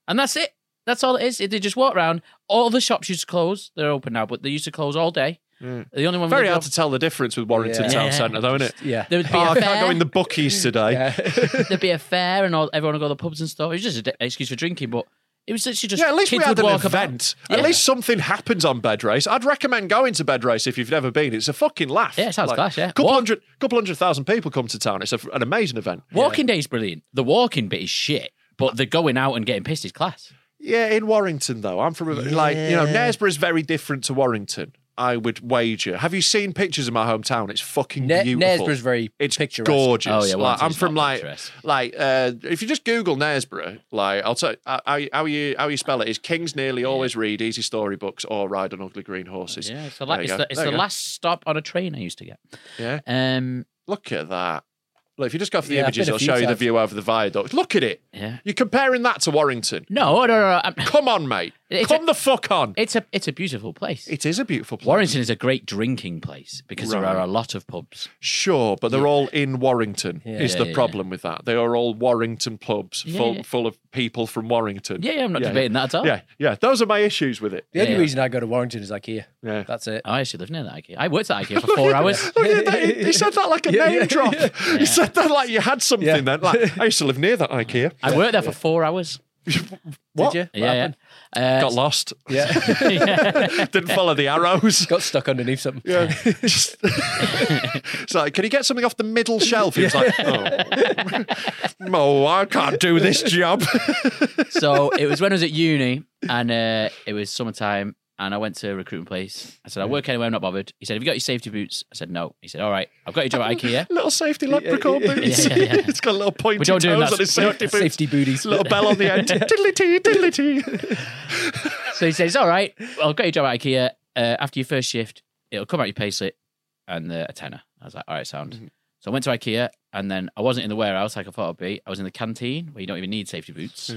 [SPEAKER 4] And that's it. That's all it is. They just walk around. All the shops used to close. They're open now, but they used to close all day. The only one we
[SPEAKER 2] Mm. Very
[SPEAKER 4] did
[SPEAKER 2] hard
[SPEAKER 4] go-
[SPEAKER 2] to tell the difference with Warrington
[SPEAKER 3] Yeah.
[SPEAKER 2] Town
[SPEAKER 4] Oh Yeah.
[SPEAKER 2] Centre, though, isn't it?
[SPEAKER 3] Yeah.
[SPEAKER 4] There would be
[SPEAKER 2] Oh,
[SPEAKER 4] a
[SPEAKER 2] I can't
[SPEAKER 4] fair.
[SPEAKER 2] go in the bookies today.
[SPEAKER 3] Uh,
[SPEAKER 2] Yeah,
[SPEAKER 4] there'd be a fair, and all, everyone would go to the pubs and stuff. It was just an excuse for drinking, but it was literally just
[SPEAKER 2] at least
[SPEAKER 4] kids
[SPEAKER 2] we had
[SPEAKER 4] would
[SPEAKER 2] an
[SPEAKER 4] walk
[SPEAKER 2] event.
[SPEAKER 4] About.
[SPEAKER 2] At
[SPEAKER 4] Yeah.
[SPEAKER 2] least something happens on Bed Race. I'd recommend going to Bed Race if you've never been. It's a fucking laugh.
[SPEAKER 4] Yeah, it sounds class, yeah.
[SPEAKER 2] Couple
[SPEAKER 4] Walk-
[SPEAKER 2] hundred, couple hundred thousand people come to town. It's a, an amazing event.
[SPEAKER 4] walking day's brilliant. The walking bit is shit, but the going out and getting pissed is class.
[SPEAKER 2] Yeah, in Warrington though, I'm from a, like you know Knaresborough is very different to Warrington. I would wager. Have you seen pictures of my hometown? It's fucking
[SPEAKER 3] Na-
[SPEAKER 2] beautiful.
[SPEAKER 3] Knaresborough's very
[SPEAKER 2] it's
[SPEAKER 3] picturesque.
[SPEAKER 2] gorgeous.
[SPEAKER 4] Oh, yeah,
[SPEAKER 2] like, I'm
[SPEAKER 4] Warrington's
[SPEAKER 2] from
[SPEAKER 4] not
[SPEAKER 2] like
[SPEAKER 4] picturesque.
[SPEAKER 2] like uh, if you just Google Knaresborough, like I'll tell uh, how, how you- how you how you spell it is Kings nearly always read easy storybooks or ride on ugly green horses.
[SPEAKER 4] Yeah, it's the,
[SPEAKER 2] There
[SPEAKER 4] la-
[SPEAKER 2] you
[SPEAKER 4] it's
[SPEAKER 2] go.
[SPEAKER 4] the, it's
[SPEAKER 2] There
[SPEAKER 4] the
[SPEAKER 2] you go.
[SPEAKER 4] last stop on a train I used to get.
[SPEAKER 2] Yeah,
[SPEAKER 4] Um,
[SPEAKER 2] look at that. Look, if you just go for the
[SPEAKER 3] Yeah, I've
[SPEAKER 2] images,
[SPEAKER 3] been a
[SPEAKER 2] it'll
[SPEAKER 3] few
[SPEAKER 2] show you the
[SPEAKER 3] times.
[SPEAKER 2] view over the viaduct. Look at it.
[SPEAKER 4] Yeah.
[SPEAKER 2] You're comparing that to Warrington.
[SPEAKER 4] no, no, no, no. I'm-
[SPEAKER 2] Come on, mate.
[SPEAKER 4] It's
[SPEAKER 2] Come
[SPEAKER 4] a-
[SPEAKER 2] the fuck on.
[SPEAKER 4] it's a it's a beautiful place.
[SPEAKER 2] It is a beautiful place.
[SPEAKER 4] Warrington is a great drinking place because there
[SPEAKER 2] Right.
[SPEAKER 4] are a lot of pubs.
[SPEAKER 2] Sure, but they're all in Warrington. is
[SPEAKER 4] Yeah,
[SPEAKER 2] the
[SPEAKER 4] yeah,
[SPEAKER 2] problem with that? They are all Warrington pubs,
[SPEAKER 4] Yeah,
[SPEAKER 2] full
[SPEAKER 4] yeah.
[SPEAKER 2] full of people from Warrington.
[SPEAKER 4] Yeah, yeah, I'm not debating that at all.
[SPEAKER 2] Yeah, yeah. Those are my issues with it.
[SPEAKER 3] The only
[SPEAKER 4] Yeah.
[SPEAKER 3] reason I go to Warrington is IKEA.
[SPEAKER 2] Yeah.
[SPEAKER 3] That's it.
[SPEAKER 4] I actually live near that IKEA. I worked at IKEA for four hours.
[SPEAKER 2] Look at that. He, he said that like a
[SPEAKER 3] Yeah,
[SPEAKER 2] name
[SPEAKER 3] yeah,
[SPEAKER 2] drop.
[SPEAKER 3] yeah.
[SPEAKER 2] He said that like you had something
[SPEAKER 3] Yeah.
[SPEAKER 2] then. Like I used to live near that IKEA.
[SPEAKER 4] I worked there for four hours.
[SPEAKER 2] What?
[SPEAKER 3] Did you? What
[SPEAKER 4] Yeah,
[SPEAKER 3] happened?
[SPEAKER 4] yeah. Uh,
[SPEAKER 2] Got lost.
[SPEAKER 3] Yeah.
[SPEAKER 2] Didn't follow the arrows.
[SPEAKER 3] Got stuck underneath something.
[SPEAKER 2] Yeah. Just- it's like, can you get something off the middle shelf? He was like, oh, no, I can't do this job.
[SPEAKER 4] so it was when I was at uni and uh, it was summertime and I went to a recruitment place. I said, I work anywhere, I'm not bothered. He said, Have you got your safety boots? I said, No. He said, All right, I've got your job at IKEA.
[SPEAKER 2] little safety leprechaun boots.
[SPEAKER 4] yeah, yeah.
[SPEAKER 2] it's got little pointy
[SPEAKER 4] We don't
[SPEAKER 2] toes
[SPEAKER 4] do that.
[SPEAKER 2] on his
[SPEAKER 4] We don't-
[SPEAKER 2] safety boots.
[SPEAKER 3] Safety booties.
[SPEAKER 2] Little bell on the end. tiddly tee, tiddly tee.
[SPEAKER 4] So he says, All right, well, I've got your job at IKEA. Uh, after your first shift, it'll come out your payslip and uh, a tenner. I was like, All right, sound. So I went to IKEA and then I wasn't in the warehouse like I thought I'd be. I was in the canteen where you don't even need safety boots.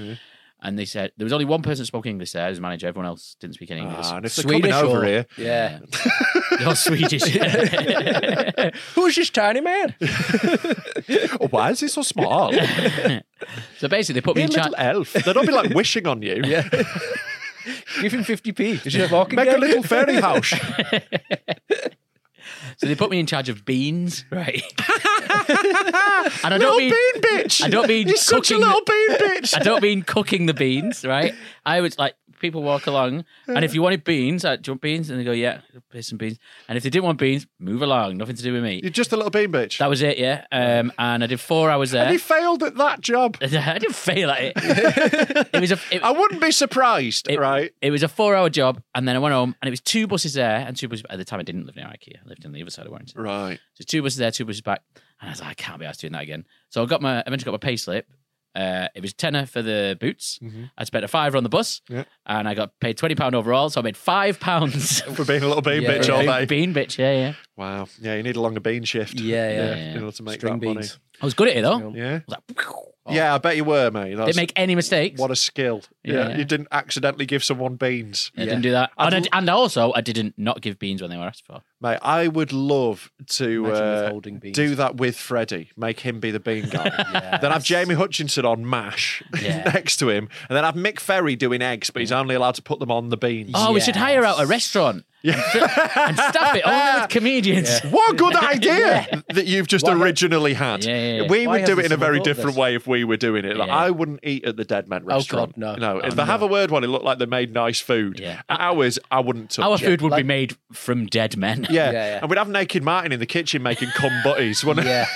[SPEAKER 4] And they said, There was only one person that spoke English there, his manager. Everyone else didn't speak any English.
[SPEAKER 2] Ah, and if
[SPEAKER 3] Swedish
[SPEAKER 2] they're coming over
[SPEAKER 3] or-
[SPEAKER 2] here,
[SPEAKER 3] Yeah.
[SPEAKER 4] You're Swedish.
[SPEAKER 3] Who's this tiny man?
[SPEAKER 2] oh, why is he so small? Be a
[SPEAKER 4] so basically, they put me in charge.
[SPEAKER 2] little elf. They'll not be like wishing on you.
[SPEAKER 3] Yeah. Give him 50p. Did you have walking
[SPEAKER 2] Make a
[SPEAKER 3] gang?
[SPEAKER 2] little fairy house.
[SPEAKER 4] So they put me in charge of beans, right? and I
[SPEAKER 2] little
[SPEAKER 4] don't mean
[SPEAKER 2] bean bitch.
[SPEAKER 4] I don't mean
[SPEAKER 2] You're such a
[SPEAKER 4] cooking the-
[SPEAKER 2] little bean bitch.
[SPEAKER 4] I don't mean cooking the beans, right? I was like people walk along, and if you wanted beans, I do you want beans, and they go, yeah, here's some beans. And if they didn't want beans, move along, nothing to do with me.
[SPEAKER 2] You're just a little bean bitch.
[SPEAKER 4] That was it, yeah. Um, and I did four hours
[SPEAKER 2] and he
[SPEAKER 4] there.
[SPEAKER 2] failed at that job.
[SPEAKER 4] I didn't fail at it. it was a it,
[SPEAKER 2] I wouldn't be surprised,
[SPEAKER 4] it-
[SPEAKER 2] right?
[SPEAKER 4] It was a four-hour job, and then I went home, and it was two buses there and two buses. At the time, I didn't live near IKEA; I lived on the other side of Warrington.
[SPEAKER 2] Right.
[SPEAKER 4] So two buses there, two buses back, and I was like, I can't be asked doing that again. So I got my eventually got my pay slip. Uh, it was tenner for the boots.
[SPEAKER 2] Mm-hmm.
[SPEAKER 4] I spent a fiver on the bus, and I got paid twenty pound overall. So I made five pounds.
[SPEAKER 2] For being a little bean
[SPEAKER 3] Yeah,
[SPEAKER 2] bitch
[SPEAKER 3] yeah.
[SPEAKER 2] all
[SPEAKER 4] Bean-
[SPEAKER 2] day.
[SPEAKER 4] Bean bitch, yeah, yeah.
[SPEAKER 2] Wow. Yeah, you need a longer bean shift.
[SPEAKER 3] Yeah, yeah.
[SPEAKER 4] Yeah.
[SPEAKER 2] In order to make
[SPEAKER 3] String
[SPEAKER 2] that money.
[SPEAKER 3] beans.
[SPEAKER 4] I was good at it though.
[SPEAKER 2] Yeah.
[SPEAKER 4] I was like,
[SPEAKER 2] Yeah, I bet you were, mate. That's-
[SPEAKER 4] didn't Oh. make any mistakes.
[SPEAKER 2] What a skill. Yeah.
[SPEAKER 4] Yeah.
[SPEAKER 2] You didn't accidentally give someone beans.
[SPEAKER 4] I didn't do that,
[SPEAKER 2] I'd
[SPEAKER 4] and, I
[SPEAKER 2] l-
[SPEAKER 4] d and also I didn't not give beans when they were asked for.
[SPEAKER 2] Mate, I would love to
[SPEAKER 3] Imagine
[SPEAKER 2] uh,
[SPEAKER 3] withholding beans.
[SPEAKER 2] do that with Freddie, make him be the bean guy. Then have Jamie Hutchinson on MASH
[SPEAKER 4] Yeah.
[SPEAKER 2] next to him. And then have Mick Ferry doing eggs, but he's only allowed to put them on the beans.
[SPEAKER 4] Oh, we should hire out a restaurant and, and staff it only with comedians.
[SPEAKER 2] What a good idea that you've just
[SPEAKER 3] Why ha-
[SPEAKER 2] originally had.
[SPEAKER 4] Yeah, yeah, yeah.
[SPEAKER 2] We
[SPEAKER 3] Why
[SPEAKER 2] would do it
[SPEAKER 3] hasn't
[SPEAKER 2] in a very
[SPEAKER 3] someone thought of
[SPEAKER 2] different
[SPEAKER 3] this?
[SPEAKER 2] way if we were doing it. Like,
[SPEAKER 4] Yeah.
[SPEAKER 2] I wouldn't eat at the Dead Man
[SPEAKER 3] God,
[SPEAKER 2] restaurant.
[SPEAKER 3] no.
[SPEAKER 2] No,
[SPEAKER 4] Oh,
[SPEAKER 2] if they have a word one, it looked like they made nice food.
[SPEAKER 4] Yeah.
[SPEAKER 2] Ours, I wouldn't touch
[SPEAKER 4] Our
[SPEAKER 2] it.
[SPEAKER 4] food would be made from dead men.
[SPEAKER 2] Yeah.
[SPEAKER 3] Yeah, yeah.
[SPEAKER 2] and we'd have naked Martin in the kitchen making cum butties. wouldn't it?
[SPEAKER 3] Yeah.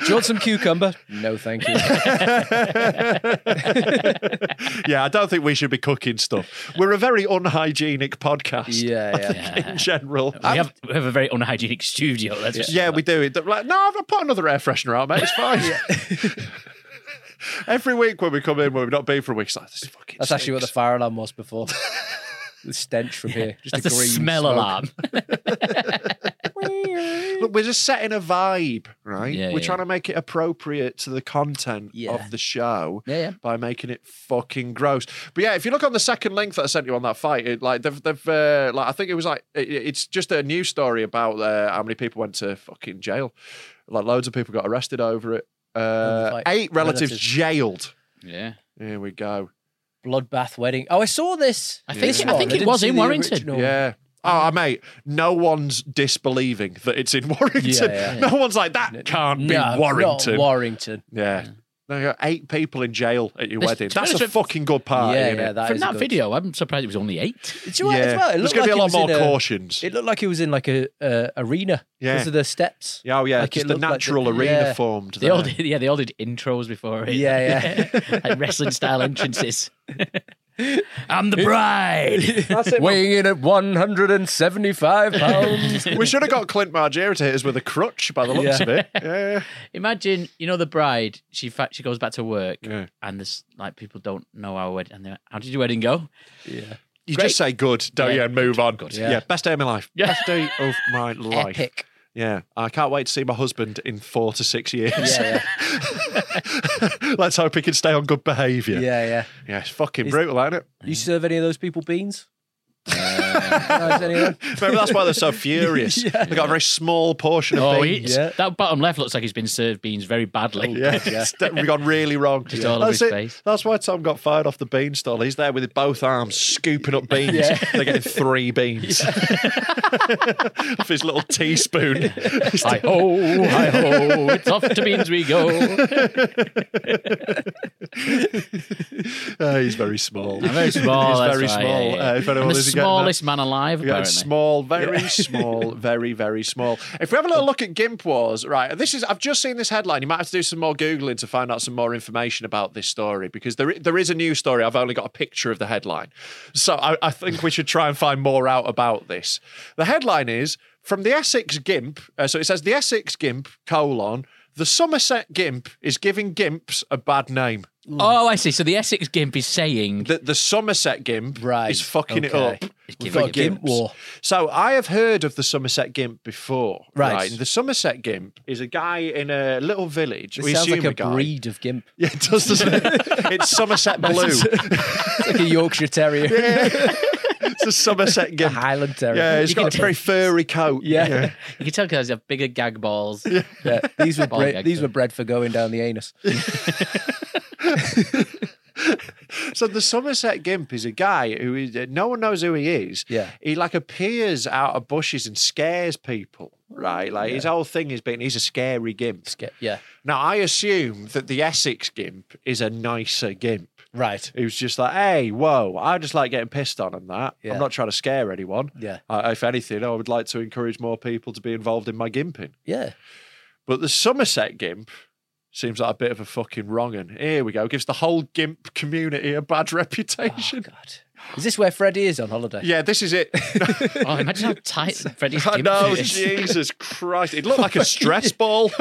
[SPEAKER 3] do you want some cucumber? No, thank you.
[SPEAKER 2] yeah, I don't think we should be cooking stuff. We're a very unhygienic podcast.
[SPEAKER 3] Yeah, yeah.
[SPEAKER 2] in general.
[SPEAKER 4] We have, we have a very unhygienic studio. That's for sure.
[SPEAKER 2] Yeah, we do. It like, no, I've put another air freshener out, mate. It's fine. Every week when we come in, when we've not been for a week, it's like this is fucking.
[SPEAKER 3] That's actually what the
[SPEAKER 2] stinks.
[SPEAKER 3] fire alarm was before. the stench from here. Just
[SPEAKER 4] That's
[SPEAKER 3] a
[SPEAKER 4] a
[SPEAKER 3] green
[SPEAKER 4] smell
[SPEAKER 3] smoke.
[SPEAKER 4] alarm.
[SPEAKER 2] Look, we're just setting a vibe, right?
[SPEAKER 4] Yeah,
[SPEAKER 2] we're
[SPEAKER 4] yeah.
[SPEAKER 2] trying to make it appropriate to the content
[SPEAKER 3] Yeah.
[SPEAKER 2] of the show
[SPEAKER 4] Yeah, yeah.
[SPEAKER 2] by making it fucking gross. But yeah, if you look on the second link that I sent you on that fight, it, like they've, they've uh, like I think it was like it, it's just a news story about uh, how many people went to fucking jail. Like loads of people got arrested over it.
[SPEAKER 3] Over the
[SPEAKER 2] Uh,
[SPEAKER 3] fight.
[SPEAKER 2] eight relatives,
[SPEAKER 3] Relatives.
[SPEAKER 2] jailed.
[SPEAKER 4] yeah.
[SPEAKER 2] Here we go.
[SPEAKER 3] Bloodbath wedding. Oh, I saw this.
[SPEAKER 4] I think
[SPEAKER 3] This
[SPEAKER 4] it- I
[SPEAKER 3] one.
[SPEAKER 4] think it
[SPEAKER 3] didn't
[SPEAKER 4] was
[SPEAKER 3] see
[SPEAKER 4] in
[SPEAKER 3] the
[SPEAKER 4] Warrington.
[SPEAKER 3] original.
[SPEAKER 2] Yeah. Oh, mate, no one's disbelieving that it's in Warrington.
[SPEAKER 3] Yeah, yeah.
[SPEAKER 2] No one's like, that can't be
[SPEAKER 3] No,
[SPEAKER 2] Warrington.
[SPEAKER 3] Not Warrington.
[SPEAKER 2] yeah. No, you got eight people in jail at your
[SPEAKER 4] There's
[SPEAKER 2] wedding. That's a
[SPEAKER 4] tourism-
[SPEAKER 2] fucking good party,
[SPEAKER 3] Yeah,
[SPEAKER 2] isn't
[SPEAKER 3] yeah,
[SPEAKER 2] it?
[SPEAKER 3] that
[SPEAKER 4] From
[SPEAKER 3] is
[SPEAKER 4] that
[SPEAKER 3] good.
[SPEAKER 4] video, I'm surprised it was only eight.
[SPEAKER 3] Do you know what, as
[SPEAKER 2] Yeah.
[SPEAKER 3] well? It
[SPEAKER 2] There's
[SPEAKER 3] looked
[SPEAKER 2] gonna be a
[SPEAKER 3] like
[SPEAKER 2] lot
[SPEAKER 3] it
[SPEAKER 2] more
[SPEAKER 3] was in a-
[SPEAKER 2] cautions.
[SPEAKER 3] It looked like it was in like a uh, arena.
[SPEAKER 2] Yeah.
[SPEAKER 3] Because of the steps.
[SPEAKER 2] Yeah, oh yeah,
[SPEAKER 3] Like, it
[SPEAKER 2] just the
[SPEAKER 3] looked like
[SPEAKER 2] natural arena
[SPEAKER 3] yeah.
[SPEAKER 2] formed.
[SPEAKER 4] They all
[SPEAKER 2] there.
[SPEAKER 4] did, yeah, they all did intros before it.
[SPEAKER 3] Yeah, yeah.
[SPEAKER 4] like wrestling style entrances. I'm the bride.
[SPEAKER 1] That's it.
[SPEAKER 3] Weighing in at 175 pounds.
[SPEAKER 2] we should have got Clint Margera to hit us with a crutch by the looks
[SPEAKER 3] Yeah.
[SPEAKER 2] of it. Yeah.
[SPEAKER 4] Imagine, you know, the bride. She fa- she goes back to work,
[SPEAKER 2] Yeah.
[SPEAKER 4] and this like people don't know our wedding. And they're like, how did your wedding go?
[SPEAKER 2] You
[SPEAKER 4] Great.
[SPEAKER 2] just say good, don't
[SPEAKER 4] Yeah,
[SPEAKER 2] you, and move on. Yeah.
[SPEAKER 3] Yeah.
[SPEAKER 2] best day of my life. Best day of my life.
[SPEAKER 3] Epic.
[SPEAKER 2] Yeah, I can't wait to see my husband in four to six years.
[SPEAKER 3] Yeah,
[SPEAKER 2] Let's hope he can stay on good behaviour.
[SPEAKER 3] yeah, yeah, yeah.
[SPEAKER 2] yeah, it's fucking
[SPEAKER 3] Is-
[SPEAKER 2] brutal, ain't it?
[SPEAKER 3] You serve any of those people beans? Uh, any of them?
[SPEAKER 2] Maybe that's why they're so furious.
[SPEAKER 3] Yeah.
[SPEAKER 2] They got a very small portion of
[SPEAKER 4] Oh,
[SPEAKER 2] beans.
[SPEAKER 4] he,
[SPEAKER 3] Yeah.
[SPEAKER 4] that bottom left looks like he's been served beans very badly.
[SPEAKER 2] Yeah, we've gone really wrong.
[SPEAKER 4] Just all over his face.
[SPEAKER 2] That's why Tom got fired off the bean stall. He's there with both arms scooping up beans.
[SPEAKER 3] Yeah.
[SPEAKER 2] They're getting three beans off his little teaspoon.
[SPEAKER 4] Hi ho, "Oh, hi ho, it's off to beans we go.
[SPEAKER 2] Uh, he's very small.
[SPEAKER 4] I'm very small.
[SPEAKER 2] He's
[SPEAKER 4] that's
[SPEAKER 2] very
[SPEAKER 4] right,
[SPEAKER 2] small.
[SPEAKER 4] yeah, yeah.
[SPEAKER 2] Uh, if anyone
[SPEAKER 4] I'm the
[SPEAKER 2] is getting that-
[SPEAKER 4] smallest man alive,
[SPEAKER 2] Yeah,
[SPEAKER 4] apparently.
[SPEAKER 2] it's small, very small, very, very small. If we have a little look at Gimp Wars, right? This is I've just seen this headline. You might have to do some more googling to find out some more information about this story because there i- there is a new story. I've only got a picture of the headline, so I, I think we should try and find more out about this. The headline is from the Essex Gimp. uh, so it says the Essex Gimp colon. The Somerset Gimp is giving Gimps a bad name.
[SPEAKER 4] Oh, I see. So the Essex Gimp is saying
[SPEAKER 2] The, the Somerset Gimp
[SPEAKER 3] Right,
[SPEAKER 2] is fucking
[SPEAKER 3] okay.
[SPEAKER 2] it up.
[SPEAKER 3] We've
[SPEAKER 4] Gimp
[SPEAKER 3] got a gimp
[SPEAKER 2] Gimps.
[SPEAKER 3] war.
[SPEAKER 2] So I have heard of the Somerset Gimp before.
[SPEAKER 3] Right.
[SPEAKER 2] And The Somerset Gimp is a guy in a little village.
[SPEAKER 3] It
[SPEAKER 2] we
[SPEAKER 3] sounds
[SPEAKER 2] assume
[SPEAKER 3] like a
[SPEAKER 2] guy.
[SPEAKER 3] breed of gimp.
[SPEAKER 2] Yeah, it does, doesn't it? it's Somerset Blue.
[SPEAKER 3] It's like a Yorkshire Terrier,
[SPEAKER 2] it's a Somerset
[SPEAKER 3] a
[SPEAKER 2] Gimp.
[SPEAKER 3] Highland Terrier.
[SPEAKER 2] Yeah, it's
[SPEAKER 4] You can
[SPEAKER 2] got a very furry coat.
[SPEAKER 3] Yeah.
[SPEAKER 4] you can tell because they have bigger gag balls.
[SPEAKER 3] Yeah, these were
[SPEAKER 4] Ball
[SPEAKER 3] bre-
[SPEAKER 4] gag
[SPEAKER 3] these
[SPEAKER 4] them.
[SPEAKER 3] were bred for going down the anus.
[SPEAKER 2] So the Somerset Gimp is a guy who is no one knows who he is.
[SPEAKER 3] Yeah.
[SPEAKER 2] He like appears out of bushes and scares people. Right. Like his whole thing has been he's a scary gimp.
[SPEAKER 3] Sca- Yeah,
[SPEAKER 2] Now I assume that the Essex Gimp is a nicer gimp.
[SPEAKER 3] right.
[SPEAKER 2] It was just like, hey, whoa, I just like getting pissed on and that.
[SPEAKER 3] Yeah.
[SPEAKER 2] I'm not trying to scare anyone.
[SPEAKER 3] Yeah.
[SPEAKER 2] I, if anything, I would like to encourage more people to be involved in my gimping.
[SPEAKER 3] Yeah,
[SPEAKER 2] But the Somerset gimp seems like a bit of a fucking wrong and here we go. Gives the whole gimp community a bad reputation.
[SPEAKER 3] God. Is this where Freddie is on holiday?
[SPEAKER 2] yeah, this is it.
[SPEAKER 4] Oh, imagine how tight Freddie's
[SPEAKER 2] I
[SPEAKER 4] Gimp
[SPEAKER 2] know,
[SPEAKER 4] is.
[SPEAKER 2] Jesus Christ. It looked like a stress ball.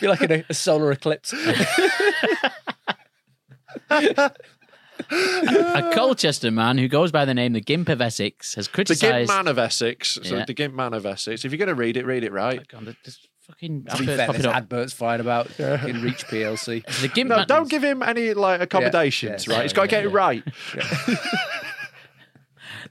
[SPEAKER 3] be like in a, a solar eclipse.
[SPEAKER 4] A Colchester man who goes by the name the Gimp of Essex has
[SPEAKER 2] the Gimp
[SPEAKER 4] criticised.
[SPEAKER 2] Man of Essex. So
[SPEAKER 4] Yeah.
[SPEAKER 2] the Gimp Man of Essex. If you're going to read it, read it right.
[SPEAKER 4] God, that- this fucking
[SPEAKER 3] to be
[SPEAKER 4] advert
[SPEAKER 3] fair,
[SPEAKER 4] popping
[SPEAKER 3] there's
[SPEAKER 4] up.
[SPEAKER 3] adverts flying about in Reach PLC.
[SPEAKER 4] The Gimp
[SPEAKER 2] No,
[SPEAKER 4] Man-
[SPEAKER 2] don't give him any like accommodations,
[SPEAKER 3] yeah,
[SPEAKER 2] right? He's got to
[SPEAKER 4] yeah,
[SPEAKER 2] get it
[SPEAKER 4] yeah.
[SPEAKER 2] right.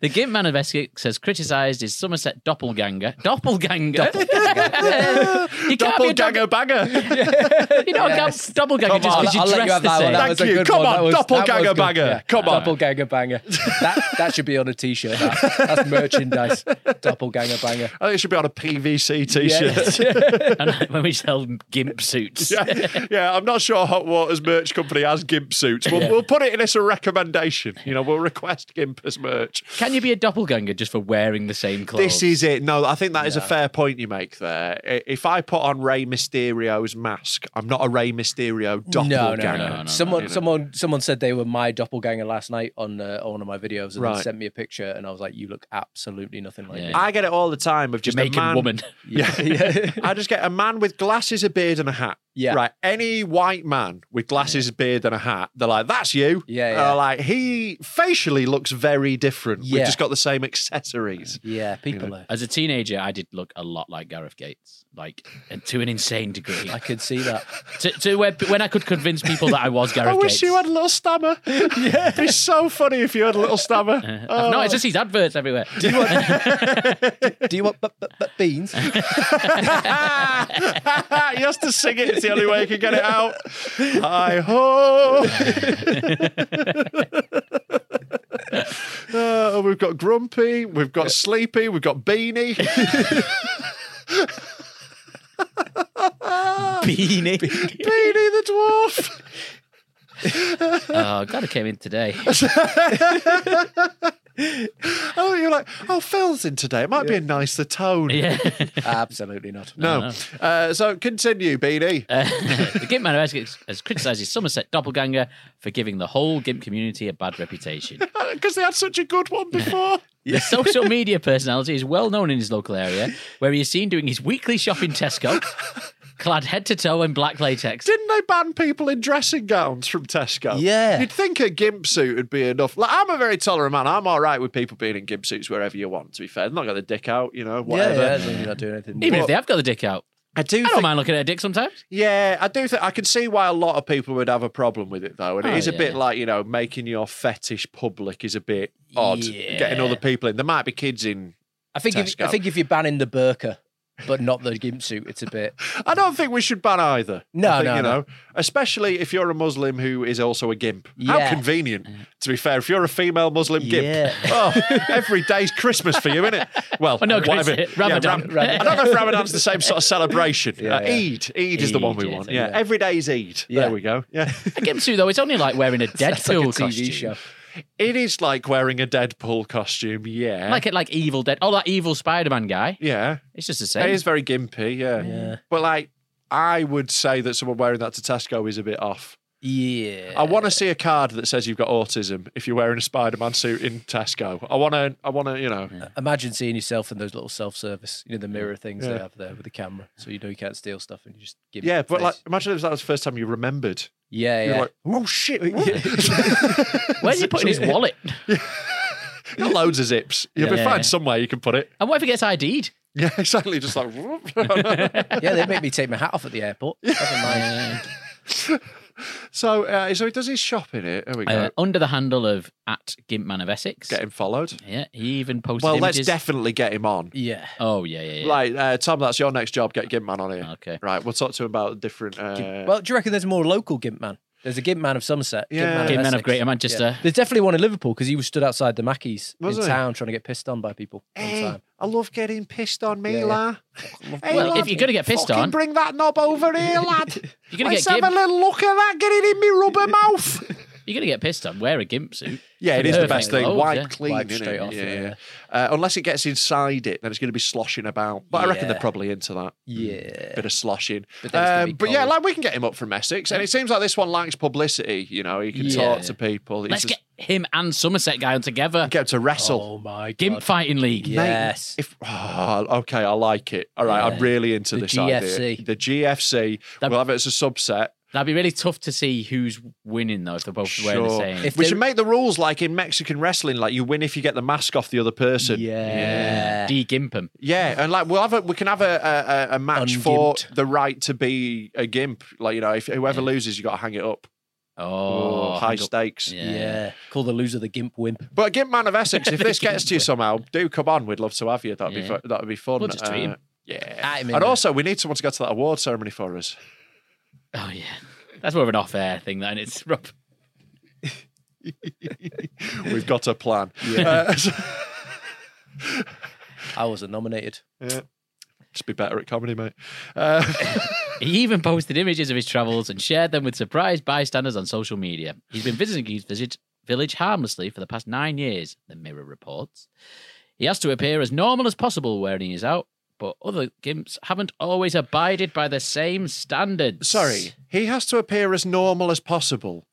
[SPEAKER 4] The Gimp Man of Essex has criticised his Somerset doppelganger. Doppelganger? you can't be a
[SPEAKER 2] Doppelganger banger.
[SPEAKER 4] doppel- you know, a doppelganger just because you
[SPEAKER 3] I'll
[SPEAKER 4] dress
[SPEAKER 3] let you have
[SPEAKER 4] the
[SPEAKER 3] that
[SPEAKER 4] same.
[SPEAKER 3] one. That
[SPEAKER 2] Thank
[SPEAKER 3] was a
[SPEAKER 2] you.
[SPEAKER 3] good
[SPEAKER 2] Come
[SPEAKER 3] one.
[SPEAKER 2] on,
[SPEAKER 3] That was, that was
[SPEAKER 2] doppelganger
[SPEAKER 3] good.
[SPEAKER 2] banger.
[SPEAKER 3] Yeah.
[SPEAKER 2] Come on.
[SPEAKER 3] Doppelganger banger. That, that should be on a t shirt. That's merchandise. Doppelganger banger.
[SPEAKER 2] I think it Oh, should be on a PVC t-shirt.
[SPEAKER 3] Yeah.
[SPEAKER 4] and when we sell gimp suits.
[SPEAKER 2] Yeah. I'm not sure Hot Waters Merch Company has gimp suits. We'll, we'll put it in as a recommendation. You know, we'll request gimp as merch.
[SPEAKER 4] Can you be a doppelganger just for wearing the same clothes?
[SPEAKER 2] This is it. No, I think that is a fair point you make there. I- If I put on Ray Mysterio's mask, I'm not a Ray Mysterio
[SPEAKER 3] No, no,
[SPEAKER 2] doppelganger.
[SPEAKER 3] no,
[SPEAKER 4] No, no, no,
[SPEAKER 3] Someone, someone, someone said they were my doppelganger last night on uh, on one of my videos, and
[SPEAKER 2] Right.
[SPEAKER 3] then sent me a picture, and I was like, "You look absolutely nothing like
[SPEAKER 4] Yeah.
[SPEAKER 3] me."
[SPEAKER 2] I get it all the time of just
[SPEAKER 4] Jamaican
[SPEAKER 2] a man,
[SPEAKER 4] woman.
[SPEAKER 2] Yeah. I just get a man with glasses, a beard, and a hat.
[SPEAKER 3] Yeah.
[SPEAKER 2] Right. Any white man with glasses, beard, and a hat, they're like, that's you.
[SPEAKER 3] Yeah,
[SPEAKER 2] And
[SPEAKER 3] yeah.
[SPEAKER 2] I'm like, he facially looks very different. We've
[SPEAKER 3] Yeah.
[SPEAKER 2] just got the same accessories.
[SPEAKER 3] Yeah, people are.
[SPEAKER 4] As a teenager, I did look a lot like Gareth Gates, like and to an insane degree.
[SPEAKER 3] I could see that.
[SPEAKER 4] to, to where when I could convince people that I was
[SPEAKER 2] I
[SPEAKER 4] Gareth
[SPEAKER 2] wish
[SPEAKER 4] Gates.
[SPEAKER 2] you had a little stammer. yeah. It'd be so funny if you had Oh. a little stammer.
[SPEAKER 4] I've not, it's just these adverts everywhere.
[SPEAKER 3] Do you want but, but, but beans?
[SPEAKER 2] he has to sing it. It's the only way he can get it out. I hope. Uh, we've got Grumpy, we've got Sleepy, we've got Beanie.
[SPEAKER 4] Beanie.
[SPEAKER 2] Beanie the dwarf.
[SPEAKER 4] oh, glad I came in today.
[SPEAKER 2] Oh, you're like, oh, Phil's in today. It might be a nicer tone.
[SPEAKER 4] Yeah.
[SPEAKER 3] Absolutely not.
[SPEAKER 2] No. Uh, so continue, Beanie.
[SPEAKER 4] Uh, the Gimp Manifesto has- has criticised his Somerset doppelganger for giving the whole Gimp community a bad reputation.
[SPEAKER 2] Because Uh, they had such a good one before.
[SPEAKER 4] The social media personality is well known in his local area, where he is seen doing his weekly shop in Tesco, clad head to toe in black latex.
[SPEAKER 2] Didn't they ban people in dressing gowns from Tesco?
[SPEAKER 3] Yeah.
[SPEAKER 2] You'd think a gimp suit would be enough. Like, I'm a very tolerant man. I'm all right with people being in gimp suits wherever you want, to be fair. They're not got the dick out, you know, whatever.
[SPEAKER 3] Yeah, yeah, you're not doing anything.
[SPEAKER 4] Even if they have got the dick out.
[SPEAKER 2] I do
[SPEAKER 4] I
[SPEAKER 2] think-
[SPEAKER 4] don't mind looking at a dick sometimes.
[SPEAKER 2] Yeah, I do think I can see why a lot of people would have a problem with it though. And
[SPEAKER 4] Oh,
[SPEAKER 2] it is a
[SPEAKER 4] yeah.
[SPEAKER 2] bit like, you know, making your fetish public is a bit odd.
[SPEAKER 4] Yeah.
[SPEAKER 2] Getting other people in. There might be kids in
[SPEAKER 3] I think if, I
[SPEAKER 2] Tesco.
[SPEAKER 3] think if you're banning the burqa, but not the gimp suit, it's a bit.
[SPEAKER 2] I don't think we should ban either.
[SPEAKER 3] No,
[SPEAKER 2] I think,
[SPEAKER 3] no,
[SPEAKER 2] you
[SPEAKER 3] no.
[SPEAKER 2] know, especially if you're a Muslim who is also a gimp.
[SPEAKER 3] Yeah.
[SPEAKER 2] How convenient. To be fair, if you're a female Muslim gimp,
[SPEAKER 3] Yeah.
[SPEAKER 2] oh, every day's Christmas for you, isn't it? Well,
[SPEAKER 4] Well, no,
[SPEAKER 2] whatever.
[SPEAKER 4] Chris, Ramadan.
[SPEAKER 2] I don't know if Ramadan's the same sort of celebration.
[SPEAKER 3] Yeah,
[SPEAKER 2] Uh,
[SPEAKER 3] yeah.
[SPEAKER 2] Eid, Eid, is the one we
[SPEAKER 4] Eid,
[SPEAKER 2] want.
[SPEAKER 4] yeah.
[SPEAKER 2] Yeah, every day is Eid.
[SPEAKER 3] Yeah.
[SPEAKER 2] There we go. Yeah,
[SPEAKER 4] A gimp suit, though, it's only like wearing a
[SPEAKER 3] That's like a
[SPEAKER 4] Deadpool
[SPEAKER 3] TV
[SPEAKER 4] costume.
[SPEAKER 3] show.
[SPEAKER 2] it is like wearing a Deadpool costume. Yeah,
[SPEAKER 4] Like it, like Evil Dead. Oh, that evil Spider-Man guy.
[SPEAKER 2] yeah.
[SPEAKER 4] It's just the
[SPEAKER 2] It
[SPEAKER 4] same.
[SPEAKER 2] is very gimpy. Yeah.
[SPEAKER 3] Yeah.
[SPEAKER 2] but like. I would say that someone wearing that to Tesco is a bit off.
[SPEAKER 3] Yeah.
[SPEAKER 2] I want to see a card that says you've got autism if you're wearing a Spider-Man suit in Tesco. I want to. I want to. You know.
[SPEAKER 3] Imagine seeing yourself in those little self-service, you know, the mirror things
[SPEAKER 2] Yeah.
[SPEAKER 3] they have there with the camera, so you know you can't steal stuff and you just give.
[SPEAKER 2] Yeah,
[SPEAKER 3] it
[SPEAKER 2] but
[SPEAKER 3] face.
[SPEAKER 2] like, imagine if that was the first time you remembered.
[SPEAKER 3] yeah,
[SPEAKER 2] You're
[SPEAKER 3] yeah.
[SPEAKER 2] like, oh shit!
[SPEAKER 4] Where's he putting his wallet?
[SPEAKER 2] Got loads of zips. You'll be
[SPEAKER 4] Yeah. Oh.
[SPEAKER 2] fine somewhere you can put it.
[SPEAKER 4] And what if he gets ID'd?
[SPEAKER 2] Yeah, exactly. Just like.
[SPEAKER 3] yeah, they make me take my hat off at the airport. Never mind.
[SPEAKER 2] so, uh, so he does his shop in it. There we go.
[SPEAKER 4] Uh, under the handle of at Gimp Man of Essex.
[SPEAKER 2] get him followed.
[SPEAKER 4] Yeah, he even posted
[SPEAKER 2] Well, let's
[SPEAKER 4] images.
[SPEAKER 2] definitely get him on.
[SPEAKER 3] Yeah.
[SPEAKER 4] oh, yeah, yeah, yeah.
[SPEAKER 2] Like uh, Tom, that's your next job. Get Gimp Man on here.
[SPEAKER 4] Okay.
[SPEAKER 2] Right. We'll talk to him about different. Uh,
[SPEAKER 3] Well, do you reckon there's more local gimp man? There's a gimp man of Somerset.
[SPEAKER 2] Yeah.
[SPEAKER 4] Gimp Man of
[SPEAKER 3] Essex.
[SPEAKER 4] Greater Manchester.
[SPEAKER 3] Yeah. There's definitely one in Liverpool because he was stood outside the Mackey's in
[SPEAKER 2] Was he? Eh. Hmm.
[SPEAKER 3] town trying to get pissed on by people. one
[SPEAKER 2] Hey,
[SPEAKER 3] time.
[SPEAKER 2] I love getting pissed on me,
[SPEAKER 3] Yeah, yeah.
[SPEAKER 2] lad. Hey,
[SPEAKER 4] Well, if
[SPEAKER 2] lad,
[SPEAKER 4] you're gonna get pissed
[SPEAKER 2] fucking
[SPEAKER 4] on-
[SPEAKER 2] bring that knob over here, lad.
[SPEAKER 4] You're gonna
[SPEAKER 2] Let's
[SPEAKER 4] get
[SPEAKER 2] have a
[SPEAKER 4] gibbed.
[SPEAKER 2] little look at that getting in me rubber mouth.
[SPEAKER 4] You're going to get pissed on. Wear a gimp suit.
[SPEAKER 2] yeah, it is the
[SPEAKER 4] Perfect
[SPEAKER 2] best thing.
[SPEAKER 4] clothes,
[SPEAKER 2] Wipe
[SPEAKER 4] yeah.
[SPEAKER 2] clean,
[SPEAKER 3] Wipe
[SPEAKER 2] innit?
[SPEAKER 3] straight off,
[SPEAKER 2] Yeah,
[SPEAKER 3] yeah.
[SPEAKER 2] yeah. Uh, unless it gets inside it, then it's going to be sloshing about. But I reckon
[SPEAKER 3] Yeah.
[SPEAKER 2] they're probably into that.
[SPEAKER 3] Yeah.
[SPEAKER 2] Bit of sloshing,
[SPEAKER 3] But then it's gonna
[SPEAKER 2] Um,
[SPEAKER 3] be
[SPEAKER 2] but yeah,
[SPEAKER 3] cold.
[SPEAKER 2] like we can get him up from Essex, and it seems like this one likes publicity. You know, he can
[SPEAKER 4] Yeah.
[SPEAKER 2] talk to people. He's
[SPEAKER 4] Let's
[SPEAKER 2] just-
[SPEAKER 4] get him and Somerset guy on together.
[SPEAKER 2] get him to wrestle.
[SPEAKER 3] Oh my god.
[SPEAKER 4] Gimp Fighting League.
[SPEAKER 2] Mate,
[SPEAKER 3] Yes.
[SPEAKER 2] if oh, okay, I like it. All right, I'm really into
[SPEAKER 3] The
[SPEAKER 2] this idea.
[SPEAKER 3] GFC.
[SPEAKER 2] The GFC.
[SPEAKER 4] That-
[SPEAKER 2] we'll have it as a subset.
[SPEAKER 4] That'd be really tough to see who's winning, though, if they're both wearing the
[SPEAKER 2] Sure.
[SPEAKER 4] same.
[SPEAKER 3] If
[SPEAKER 2] we
[SPEAKER 3] they-
[SPEAKER 2] should make the rules like in Mexican wrestling, like you win if you get the mask off the other person.
[SPEAKER 3] Yeah.
[SPEAKER 4] De Gimp him.
[SPEAKER 2] Yeah, and like we'll have a, we can have a a, a- a match for
[SPEAKER 3] Ungimped.
[SPEAKER 2] the right to be a gimp. Like you know, if whoever loses, you got to hang it up.
[SPEAKER 4] Oh,
[SPEAKER 2] high
[SPEAKER 4] handle-
[SPEAKER 2] stakes.
[SPEAKER 4] Yeah.
[SPEAKER 3] Yeah. Call the loser the gimp wimp.
[SPEAKER 2] But Gimp Man of Essex, if this gets to you somehow, do come on. We'd love to have you. That'd be
[SPEAKER 4] Yeah.
[SPEAKER 2] fu- that'd be fun. Uh,
[SPEAKER 4] We'll just treat him.
[SPEAKER 2] Yeah,
[SPEAKER 3] At him in
[SPEAKER 2] and
[SPEAKER 3] there.
[SPEAKER 2] also we need someone to go to that award ceremony for us.
[SPEAKER 4] Oh, yeah. That's more of an off air thing, then. It's Rob.
[SPEAKER 2] We've got a plan. Uh,
[SPEAKER 3] I wasn't nominated.
[SPEAKER 2] just be better at comedy, mate. Uh,
[SPEAKER 4] He even posted images of his travels and shared them with surprised bystanders on social media. He's been visiting his visit, village harmlessly for the past nine years, the Mirror reports. He has to appear as normal as possible when he is out, but other gimps haven't always abided by the same standards.
[SPEAKER 2] Sorry, he has to appear as normal as possible.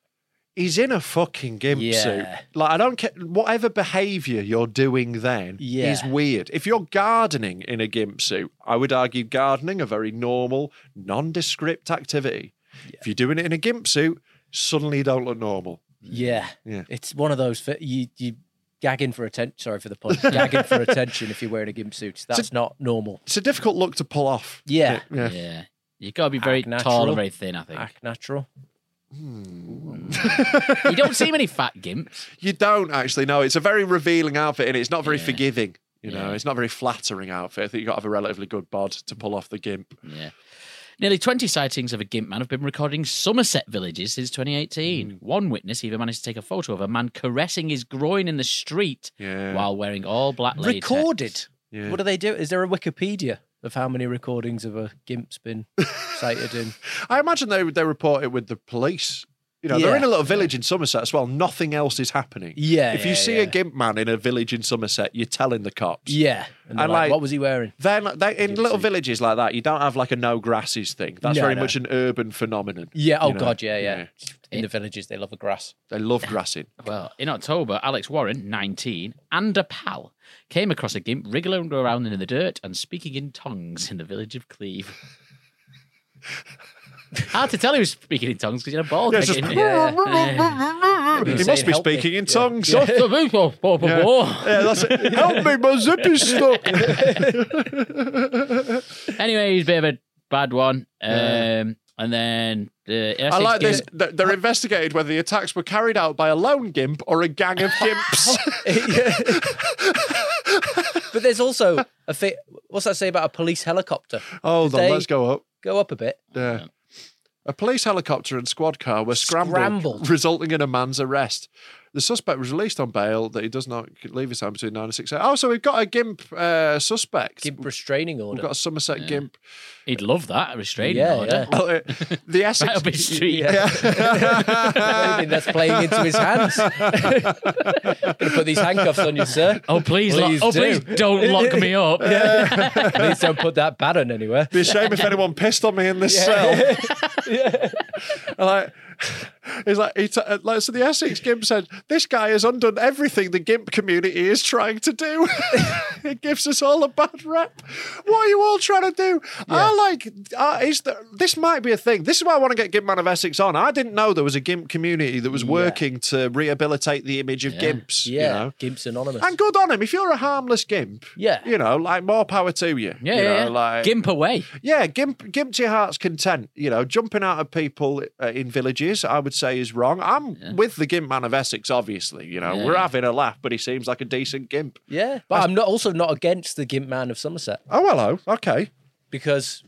[SPEAKER 2] He's in a fucking gimp
[SPEAKER 3] Yeah.
[SPEAKER 2] suit. Like I don't care whatever behaviour you're doing then
[SPEAKER 3] Yeah.
[SPEAKER 2] is weird. If you're gardening in a gimp suit, I would argue gardening a very normal, nondescript activity. If you're doing it in a gimp suit, suddenly you don't look normal.
[SPEAKER 3] Yeah.
[SPEAKER 2] Yeah.
[SPEAKER 3] It's one of those fi- you you gagging for attention. Sorry for the pun. gagging for attention if you're wearing a gimp suit. That's not normal.
[SPEAKER 2] It's a difficult look to pull off.
[SPEAKER 3] Yeah.
[SPEAKER 2] Yeah.
[SPEAKER 4] Yeah. you got to be very
[SPEAKER 3] Act natural.
[SPEAKER 4] tall and very thin, I think.
[SPEAKER 3] Act natural.
[SPEAKER 4] you don't see many fat gimps.
[SPEAKER 2] You don't actually know. It's a very revealing outfit and it's not very
[SPEAKER 4] Yeah.
[SPEAKER 2] forgiving. You know,
[SPEAKER 4] Yeah.
[SPEAKER 2] it's not a very flattering outfit. I think you've got to have a relatively good bod to pull off the gimp.
[SPEAKER 4] Yeah. Nearly 20 sightings of a Gimp man have been recorded in Somerset villages since
[SPEAKER 2] Mm.
[SPEAKER 4] 2018. One witness even managed to take a photo of a man caressing his groin in the street
[SPEAKER 2] Yeah.
[SPEAKER 4] while wearing all black latex.
[SPEAKER 3] Recorded.
[SPEAKER 2] E Yeah.
[SPEAKER 3] What do they do? Is there a Wikipedia of how many recordings of a gimp's been cited in?
[SPEAKER 2] I imagine they they report it with the police. You know, they're
[SPEAKER 3] Yeah.
[SPEAKER 2] in a little village in Somerset as well. Nothing else is happening.
[SPEAKER 3] Yeah,
[SPEAKER 2] If you
[SPEAKER 3] yeah,
[SPEAKER 2] see a
[SPEAKER 3] yeah.
[SPEAKER 2] gimp man in a village in Somerset, you're telling the cops.
[SPEAKER 3] Yeah. And they're
[SPEAKER 2] And
[SPEAKER 3] like,
[SPEAKER 2] like-
[SPEAKER 3] what was he wearing?
[SPEAKER 2] Then they, in little villages like that, you don't have like a no grasses thing. That's
[SPEAKER 3] No,
[SPEAKER 2] very
[SPEAKER 3] no.
[SPEAKER 2] much an urban phenomenon.
[SPEAKER 3] Yeah. Oh
[SPEAKER 2] you know?
[SPEAKER 3] God. Yeah, yeah.
[SPEAKER 2] Yeah.
[SPEAKER 3] In the villages, they love the grass.
[SPEAKER 2] They love grassing.
[SPEAKER 4] Well, in October, Alex Warren, 19, and a pal came across a gimp wriggling around in the dirt and speaking in tongues in the village of Cleve. Hard to tell he was speaking in tongues because he had a ball
[SPEAKER 2] Yeah, it's
[SPEAKER 4] kicking.
[SPEAKER 2] just-
[SPEAKER 4] Yeah.
[SPEAKER 2] He
[SPEAKER 3] saying,
[SPEAKER 2] must be
[SPEAKER 3] "Help me."
[SPEAKER 2] speaking in
[SPEAKER 3] Yeah.
[SPEAKER 2] tongues.
[SPEAKER 4] Yeah.
[SPEAKER 2] Yeah, that's it. Help me, my zip is stuck.
[SPEAKER 4] Anyway, he's a bit of a bad one. Um, and then uh,
[SPEAKER 2] I like this. that They're investigated whether the attacks were carried out by a lone gimp or a gang of gimps.
[SPEAKER 3] But there's also a fi- what's that say about a police helicopter?
[SPEAKER 2] Hold on,
[SPEAKER 3] They-
[SPEAKER 2] let's go up.
[SPEAKER 3] Go up a bit.
[SPEAKER 2] Yeah. A police helicopter and squad car were scrambled,
[SPEAKER 3] Scrambled.
[SPEAKER 2] resulting in a man's arrest. The suspect was released on bail that he does not leave his home between 9 and 6 Oh, so we've got a GIMP uh, suspect.
[SPEAKER 3] Gimp restraining
[SPEAKER 2] We've
[SPEAKER 3] order.
[SPEAKER 2] got a Somerset GIMP.
[SPEAKER 4] He'd love that, a restraining
[SPEAKER 3] Yeah,
[SPEAKER 4] order.
[SPEAKER 2] Oh, uh, the
[SPEAKER 4] Right
[SPEAKER 2] Essex.
[SPEAKER 4] up his street.
[SPEAKER 3] Anything that's playing into his hands. Gonna put these handcuffs on you, sir.
[SPEAKER 4] Oh, please, lo-
[SPEAKER 3] Please
[SPEAKER 4] oh,
[SPEAKER 3] do.
[SPEAKER 4] please don't lock me up.
[SPEAKER 3] Please don't put that baton anywhere.
[SPEAKER 2] Be a shame if anyone pissed on me in this cell. And like, he's like, he t- uh, like, so the Essex Gimp said, this guy has undone everything the Gimp community is trying to do. it gives us all a bad rep. What are you all trying to do? I like, uh, is the, this might be a thing. This is why I want to get Gimp Man of Essex on. I didn't know there was a Gimp community that was working to rehabilitate the image of Gimps.
[SPEAKER 3] Yeah.
[SPEAKER 2] You know?
[SPEAKER 3] Gimp's anonymous.
[SPEAKER 2] And good on him. If you're a harmless gimp,
[SPEAKER 3] Yeah.
[SPEAKER 2] you know, like more power to you.
[SPEAKER 4] Yeah,
[SPEAKER 2] you
[SPEAKER 4] yeah,
[SPEAKER 2] know,
[SPEAKER 4] yeah.
[SPEAKER 2] like
[SPEAKER 4] gimp away.
[SPEAKER 2] yeah, gimp, gimp to your heart's content. You know, jumping out of people uh, in villages, I would say, is wrong. I'm with the Gimp Man of Essex, obviously. You know, we're having a laugh, but he seems like a decent gimp.
[SPEAKER 3] yeah. But I'm not also not against the Gimp Man of Somerset
[SPEAKER 2] Oh, hello. Okay.
[SPEAKER 3] because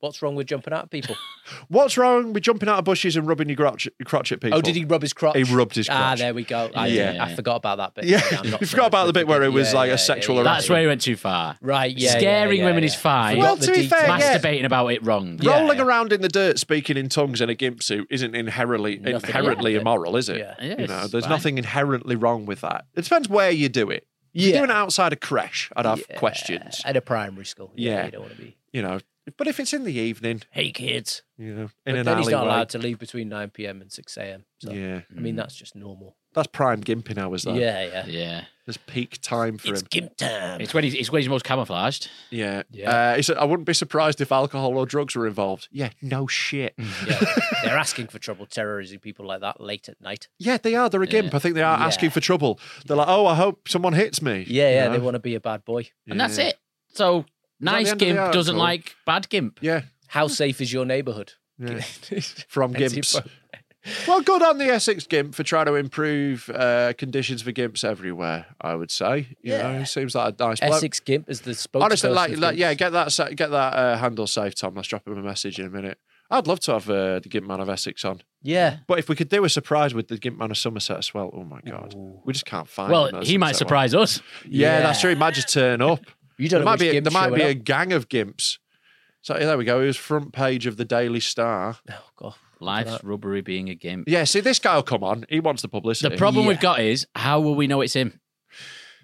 [SPEAKER 3] what's wrong with jumping at people? Oh,
[SPEAKER 2] What's wrong with jumping out of bushes and rubbing your crotch, crotch at people?
[SPEAKER 3] Oh, did he rub his crotch?
[SPEAKER 2] He rubbed his
[SPEAKER 3] Ah,
[SPEAKER 2] crotch.
[SPEAKER 3] there we go. I,
[SPEAKER 2] Yeah.
[SPEAKER 3] I forgot about that bit.
[SPEAKER 2] Yeah,
[SPEAKER 3] I'm not
[SPEAKER 2] you forgot about the bit where it was
[SPEAKER 3] Yeah,
[SPEAKER 2] like
[SPEAKER 3] yeah,
[SPEAKER 2] a sexual
[SPEAKER 3] yeah, yeah.
[SPEAKER 2] harassment.
[SPEAKER 4] That's where he went too far.
[SPEAKER 3] Right, yeah.
[SPEAKER 4] Scaring
[SPEAKER 3] yeah, yeah,
[SPEAKER 4] women
[SPEAKER 3] yeah.
[SPEAKER 4] is fine.
[SPEAKER 2] Well,
[SPEAKER 3] Forgot
[SPEAKER 2] to
[SPEAKER 3] the
[SPEAKER 2] be fair,
[SPEAKER 3] details.
[SPEAKER 2] yeah.
[SPEAKER 4] Masturbating about it wrong.
[SPEAKER 3] Yeah.
[SPEAKER 2] Rolling around in the dirt speaking in tongues in a gimp suit isn't inherently inherently immoral, is it?
[SPEAKER 3] Yeah.
[SPEAKER 4] Yeah,
[SPEAKER 2] you
[SPEAKER 4] it's
[SPEAKER 2] know, there's
[SPEAKER 4] fine.
[SPEAKER 2] nothing inherently wrong with that. It depends where you do it. If
[SPEAKER 3] Yeah.
[SPEAKER 2] you're doing it outside a creche, I'd have questions.
[SPEAKER 3] At a primary school.
[SPEAKER 2] Yeah.
[SPEAKER 3] You don't want to be.
[SPEAKER 2] You know, but if it's in the evening,
[SPEAKER 3] Hey, kids.
[SPEAKER 2] you know, in
[SPEAKER 3] But
[SPEAKER 2] an
[SPEAKER 3] then he's not
[SPEAKER 2] alleyway,
[SPEAKER 3] allowed to leave between 9 p.m. and 6 a.m. So,
[SPEAKER 2] yeah,
[SPEAKER 3] I mean, that's just normal.
[SPEAKER 2] that's prime gimping hours. That
[SPEAKER 3] Yeah, yeah.
[SPEAKER 4] Yeah.
[SPEAKER 2] it's peak time for him.
[SPEAKER 3] gimp time.
[SPEAKER 4] It's when he's, it's when he's most camouflaged.
[SPEAKER 2] Yeah,
[SPEAKER 3] Yeah.
[SPEAKER 2] Uh, he said, I wouldn't be surprised if alcohol or drugs were involved. Yeah, no shit.
[SPEAKER 3] Mm. Yeah. They're asking for trouble, terrorizing people like that late at night.
[SPEAKER 2] yeah, they are. They're a gimp. I think they are
[SPEAKER 3] Yeah.
[SPEAKER 2] asking for trouble. They're like, oh, I hope someone hits me.
[SPEAKER 3] Yeah,
[SPEAKER 2] you
[SPEAKER 3] yeah.
[SPEAKER 2] know?
[SPEAKER 3] They want to be a bad boy.
[SPEAKER 4] And that's
[SPEAKER 2] Yeah.
[SPEAKER 4] it. So, nice
[SPEAKER 2] end of the
[SPEAKER 4] gimp doesn't
[SPEAKER 2] article?
[SPEAKER 4] like bad gimp.
[SPEAKER 2] Yeah,
[SPEAKER 3] How safe is your neighborhood?
[SPEAKER 2] yeah. from
[SPEAKER 3] Depends who
[SPEAKER 2] gimps.
[SPEAKER 3] pro-
[SPEAKER 2] Well, good on the Essex Gimp for trying to improve uh, conditions for gimps everywhere. I would say, you know, he seems like a nice bloke.
[SPEAKER 3] Essex Gimp is the spokesperson.
[SPEAKER 2] Honestly, like,
[SPEAKER 3] of
[SPEAKER 2] like
[SPEAKER 3] gimps.
[SPEAKER 2] yeah, get that sa- get that uh, handle safe, Tom. Let's drop him a message in a minute. I'd love to have uh, the Gimp Man of Essex on,
[SPEAKER 3] Yeah.
[SPEAKER 2] but if we could do a surprise with the Gimp Man of Somerset as well, oh my god, we just can't find. him.
[SPEAKER 4] Well,
[SPEAKER 2] That's
[SPEAKER 4] he might
[SPEAKER 2] upset
[SPEAKER 4] surprise us.
[SPEAKER 2] one. Yeah, that's true. He might just turn up.
[SPEAKER 3] You
[SPEAKER 2] there
[SPEAKER 3] don't know
[SPEAKER 2] might be
[SPEAKER 3] which
[SPEAKER 2] a,
[SPEAKER 3] gimp's
[SPEAKER 2] there might be a
[SPEAKER 3] showing up.
[SPEAKER 2] gang of Gimps. So yeah, there we go. He was front page of the Daily Star.
[SPEAKER 3] Oh, God.
[SPEAKER 4] Life's rubbery being a gimp.
[SPEAKER 2] Yeah, see, this guy will come on. He wants the publicity.
[SPEAKER 4] The problem we've got is how will we know it's him?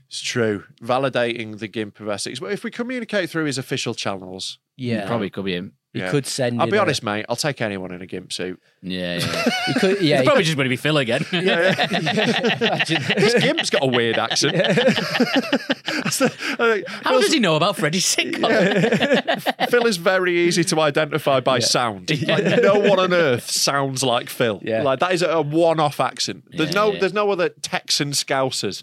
[SPEAKER 2] It's true. Validating the GIMP of Essex. Well, if we communicate through his official channels,
[SPEAKER 3] Yeah.
[SPEAKER 4] Probably could be him.
[SPEAKER 3] He
[SPEAKER 2] Mm, Yeah.
[SPEAKER 3] could send.
[SPEAKER 2] I'll
[SPEAKER 3] in
[SPEAKER 2] be
[SPEAKER 3] a-
[SPEAKER 2] honest, mate. I'll take anyone in a GIMP suit.
[SPEAKER 4] Yeah, yeah.
[SPEAKER 3] He could, yeah.
[SPEAKER 4] It's
[SPEAKER 3] he
[SPEAKER 4] probably just going to be Phil again.
[SPEAKER 2] This GIMP's got a weird accent. That's the- I think
[SPEAKER 4] How does he know about Freddie Sitcom?
[SPEAKER 2] Phil is very easy to identify by sound. Like, no one on earth sounds like Phil.
[SPEAKER 3] Yeah.
[SPEAKER 2] Like that is a one-off accent. There's
[SPEAKER 4] Yeah,
[SPEAKER 2] no,
[SPEAKER 4] yeah.
[SPEAKER 2] there's no other Texan Scousers.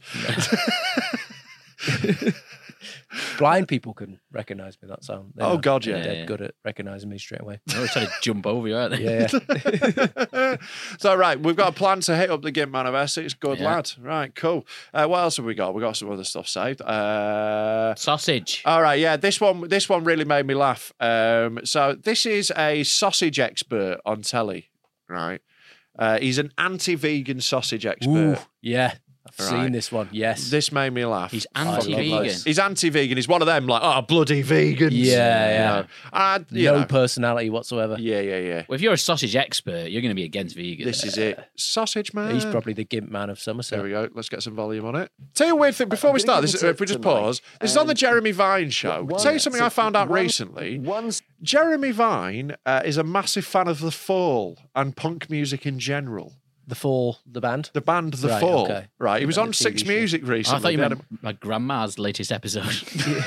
[SPEAKER 3] Blind people can recognise me. That sound. They
[SPEAKER 2] Oh,
[SPEAKER 3] are
[SPEAKER 2] God, yeah.
[SPEAKER 3] dead
[SPEAKER 4] Yeah, yeah.
[SPEAKER 3] good at recognising me straight away.
[SPEAKER 4] They're always trying to jump over you, aren't they?
[SPEAKER 3] Yeah, yeah.
[SPEAKER 2] so right, we've got a plan to hit up the Gimp Man of Essex. Good
[SPEAKER 4] Yeah.
[SPEAKER 2] lad. Right, cool. Uh, what else have we got? We got some other stuff saved. Uh,
[SPEAKER 4] Sausage.
[SPEAKER 2] all right, yeah, this one this one really made me laugh. Um, so this is a sausage expert on telly, right? Uh, he's an anti-vegan sausage expert.
[SPEAKER 3] Ooh, yeah. I've
[SPEAKER 2] Right.
[SPEAKER 3] seen this one. Yes.
[SPEAKER 2] This made me laugh.
[SPEAKER 4] He's
[SPEAKER 2] I love
[SPEAKER 4] anti-vegan.
[SPEAKER 2] this. He's anti-vegan. He's one of them, like oh bloody vegans.
[SPEAKER 3] Yeah, yeah.
[SPEAKER 2] You know? And, you
[SPEAKER 3] no
[SPEAKER 2] know,
[SPEAKER 3] personality whatsoever.
[SPEAKER 2] yeah, yeah, yeah.
[SPEAKER 4] Well, if you're a sausage expert, you're going to be against vegan.
[SPEAKER 2] This is it. Sausage man.
[SPEAKER 3] He's probably the gimp man of
[SPEAKER 2] There
[SPEAKER 3] Somerset.
[SPEAKER 2] we go. Let's get some volume on it. Tell you a weird thing before
[SPEAKER 6] I'm
[SPEAKER 2] we
[SPEAKER 6] gonna
[SPEAKER 2] start
[SPEAKER 6] give it
[SPEAKER 2] this. uh,
[SPEAKER 6] to-
[SPEAKER 2] if we just
[SPEAKER 6] to Mike.
[SPEAKER 2] pause, this is on the
[SPEAKER 6] And-
[SPEAKER 2] Jeremy Vine show.
[SPEAKER 6] One-
[SPEAKER 2] Tell you something
[SPEAKER 6] so
[SPEAKER 2] I found out
[SPEAKER 6] one-
[SPEAKER 2] recently.
[SPEAKER 6] One
[SPEAKER 2] Jeremy Vine uh, is a massive fan of The Fall and punk music in general.
[SPEAKER 3] The Fall, the band.
[SPEAKER 2] The band The
[SPEAKER 3] Right,
[SPEAKER 2] Fall.
[SPEAKER 3] okay.
[SPEAKER 2] Right. He was
[SPEAKER 3] Yeah,
[SPEAKER 2] on
[SPEAKER 3] the
[SPEAKER 2] Six
[SPEAKER 3] TV show.
[SPEAKER 2] Music recently.
[SPEAKER 4] Oh, I thought you
[SPEAKER 2] They
[SPEAKER 4] meant
[SPEAKER 2] had
[SPEAKER 4] my grandma's latest episode.
[SPEAKER 2] a-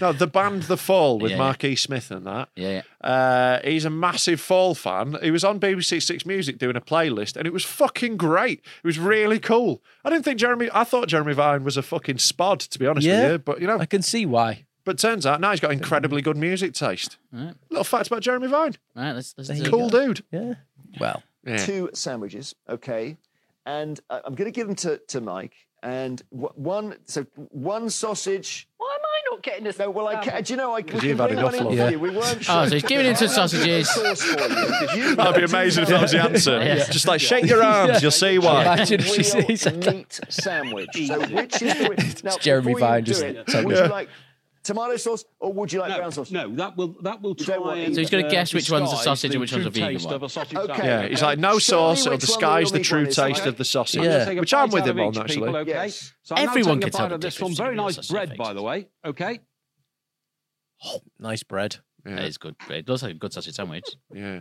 [SPEAKER 2] no, the band The Fall with
[SPEAKER 4] Yeah, yeah.
[SPEAKER 2] Marquis Smith and that.
[SPEAKER 4] yeah, yeah.
[SPEAKER 2] Uh, he's a massive Fall fan. He was on BBC Six Music doing a playlist, and it was fucking great. It was really cool. I didn't think Jeremy. I thought Jeremy Vine was a fucking spod, to be honest with
[SPEAKER 3] Yeah.
[SPEAKER 2] you. But you know,
[SPEAKER 3] I can see why.
[SPEAKER 2] but turns out now he's got incredibly good music taste.
[SPEAKER 4] Right.
[SPEAKER 2] Little fact about Jeremy Vine.
[SPEAKER 4] All right, let's let's
[SPEAKER 3] There
[SPEAKER 4] do
[SPEAKER 3] you
[SPEAKER 4] it.
[SPEAKER 2] Cool
[SPEAKER 3] go.
[SPEAKER 2] dude.
[SPEAKER 3] Yeah. Well,
[SPEAKER 2] Yeah.
[SPEAKER 6] two sandwiches, okay, and uh, I'm going to give them to, to Mike. And w- one, so one sausage. Why am I not getting this? No, well, I can't. Do you know I
[SPEAKER 2] you've had enough, love.
[SPEAKER 6] Yeah. We weren't sure.
[SPEAKER 4] Oh, so he's giving in to sausages.
[SPEAKER 6] That'd
[SPEAKER 2] That'd be amazing if that was the answer.
[SPEAKER 4] Yeah.
[SPEAKER 2] Just like shake your arms, you'll see why.
[SPEAKER 3] Imagine if she said- he said that.
[SPEAKER 6] meat sandwich. So which is the which? Now,
[SPEAKER 3] Jeremy
[SPEAKER 6] before you
[SPEAKER 3] Vine
[SPEAKER 6] do
[SPEAKER 3] just-
[SPEAKER 6] it,
[SPEAKER 3] Yeah.
[SPEAKER 6] Would you like tomato sauce or would you like brown sauce?
[SPEAKER 9] No, that will that will
[SPEAKER 6] You don't want
[SPEAKER 9] try.
[SPEAKER 6] either.
[SPEAKER 9] And,
[SPEAKER 6] So he's
[SPEAKER 4] gonna
[SPEAKER 9] uh,
[SPEAKER 4] guess which one's a
[SPEAKER 9] disguise
[SPEAKER 4] sausage and
[SPEAKER 9] the
[SPEAKER 4] which one's a
[SPEAKER 9] true
[SPEAKER 4] vegan
[SPEAKER 9] taste
[SPEAKER 4] one.
[SPEAKER 9] of a sausage
[SPEAKER 6] Okay.
[SPEAKER 9] sandwich.
[SPEAKER 2] Yeah, he's like, no
[SPEAKER 6] Show me
[SPEAKER 2] sauce,
[SPEAKER 6] which
[SPEAKER 2] it'll
[SPEAKER 6] one we
[SPEAKER 2] disguise the
[SPEAKER 6] normally
[SPEAKER 2] true
[SPEAKER 6] want is,
[SPEAKER 2] taste
[SPEAKER 6] okay?
[SPEAKER 2] of the sausage.
[SPEAKER 9] I'm gonna take a
[SPEAKER 2] Which I'm
[SPEAKER 9] bite
[SPEAKER 2] with
[SPEAKER 9] out
[SPEAKER 2] him
[SPEAKER 9] of
[SPEAKER 2] on,
[SPEAKER 9] each,
[SPEAKER 2] actually.
[SPEAKER 9] people, okay?
[SPEAKER 6] Yes.
[SPEAKER 9] So I'm now taking
[SPEAKER 4] Everyone can
[SPEAKER 9] a
[SPEAKER 4] tell
[SPEAKER 9] bite
[SPEAKER 4] the
[SPEAKER 9] of this one.
[SPEAKER 4] difference
[SPEAKER 9] Very
[SPEAKER 4] between a
[SPEAKER 9] nice
[SPEAKER 4] sausage and a
[SPEAKER 9] bread,
[SPEAKER 4] fake
[SPEAKER 9] by the way. Okay.
[SPEAKER 3] nice bread.
[SPEAKER 2] Yeah,
[SPEAKER 4] That is good. It looks like a good sausage sandwich.
[SPEAKER 2] yeah.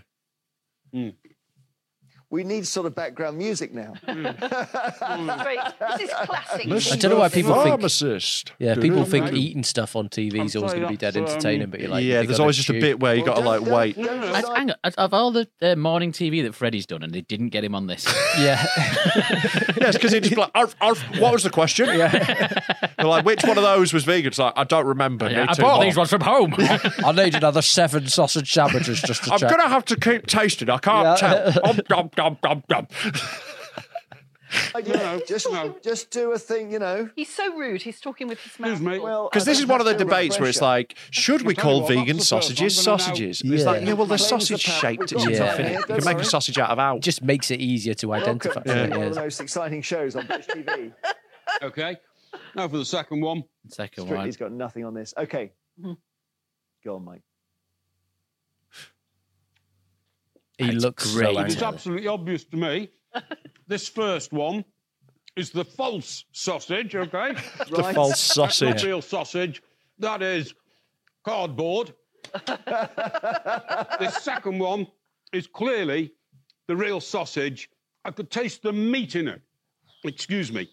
[SPEAKER 6] We need sort of background music now.
[SPEAKER 10] This is classic.
[SPEAKER 3] I don't know why people think-
[SPEAKER 2] Pharmacist.
[SPEAKER 3] Yeah, people
[SPEAKER 2] Do-do-do.
[SPEAKER 3] think eating stuff on TV is
[SPEAKER 9] I'm
[SPEAKER 3] always
[SPEAKER 9] sorry,
[SPEAKER 3] going to be dead
[SPEAKER 9] that's, um,
[SPEAKER 3] entertaining, but you're like,
[SPEAKER 2] yeah,
[SPEAKER 3] they
[SPEAKER 2] there's
[SPEAKER 3] gotta
[SPEAKER 2] always just a
[SPEAKER 3] chew.
[SPEAKER 2] bit where you got to like wait.
[SPEAKER 6] No, no,
[SPEAKER 4] I, hang on, of- of all the uh, morning TV that Freddie's done, and they didn't get him on this.
[SPEAKER 3] Yeah,
[SPEAKER 2] Yes, because he just be like, arf, arf, what was the question? They're like, which one of those was vegan? It's like, I don't remember.
[SPEAKER 4] Yeah,
[SPEAKER 2] Me
[SPEAKER 4] I
[SPEAKER 2] too.
[SPEAKER 4] bought these ones from home.
[SPEAKER 3] I need another seven sausage sandwiches just to
[SPEAKER 2] I'm
[SPEAKER 3] check.
[SPEAKER 2] going to have to keep tasting. I can't
[SPEAKER 3] Yeah.
[SPEAKER 2] tell. Om, dom, dom, dom, dom.
[SPEAKER 9] No,
[SPEAKER 6] just,
[SPEAKER 9] no.
[SPEAKER 6] just do a thing, you know.
[SPEAKER 10] He's so rude. He's talking with his
[SPEAKER 9] Excuse
[SPEAKER 10] mouth.
[SPEAKER 9] me.
[SPEAKER 6] Well,
[SPEAKER 2] Because
[SPEAKER 6] I
[SPEAKER 2] this
[SPEAKER 6] think
[SPEAKER 2] is one of the
[SPEAKER 6] that's under
[SPEAKER 2] debates where it's
[SPEAKER 6] pressure.
[SPEAKER 2] like, should we
[SPEAKER 9] I'll tell you
[SPEAKER 2] call
[SPEAKER 9] what,
[SPEAKER 2] vegan
[SPEAKER 9] that's the first
[SPEAKER 2] sausages
[SPEAKER 9] one, I'm gonna
[SPEAKER 2] sausages?
[SPEAKER 3] know.
[SPEAKER 2] It's like,
[SPEAKER 3] Yeah.
[SPEAKER 2] yeah, well, they're
[SPEAKER 6] Flavors of
[SPEAKER 2] sausage
[SPEAKER 6] power. We've
[SPEAKER 2] shaped. It's
[SPEAKER 6] got
[SPEAKER 3] that
[SPEAKER 2] nothing.
[SPEAKER 3] here,
[SPEAKER 2] You
[SPEAKER 6] don't
[SPEAKER 2] can make a
[SPEAKER 6] worry.
[SPEAKER 2] sausage out of
[SPEAKER 3] It
[SPEAKER 2] out.
[SPEAKER 3] just makes it easier to
[SPEAKER 6] Welcome
[SPEAKER 3] identify.
[SPEAKER 6] to
[SPEAKER 3] what it
[SPEAKER 6] one of
[SPEAKER 3] is.
[SPEAKER 6] the most exciting shows on British TV.
[SPEAKER 9] Okay. Now for the second one.
[SPEAKER 4] Second one.
[SPEAKER 6] Strictly's got nothing on this. Okay.
[SPEAKER 10] Mm-hmm.
[SPEAKER 6] Go on, Mike.
[SPEAKER 3] He
[SPEAKER 4] That's
[SPEAKER 3] looks
[SPEAKER 4] great.
[SPEAKER 3] so
[SPEAKER 4] It
[SPEAKER 9] It is
[SPEAKER 3] angry.
[SPEAKER 9] absolutely obvious to me. This first one is the false sausage. Okay.
[SPEAKER 2] The false
[SPEAKER 9] Not
[SPEAKER 2] sausage.
[SPEAKER 9] real sausage. That is cardboard. the second one is clearly the real sausage. I could taste the meat in it. Excuse me.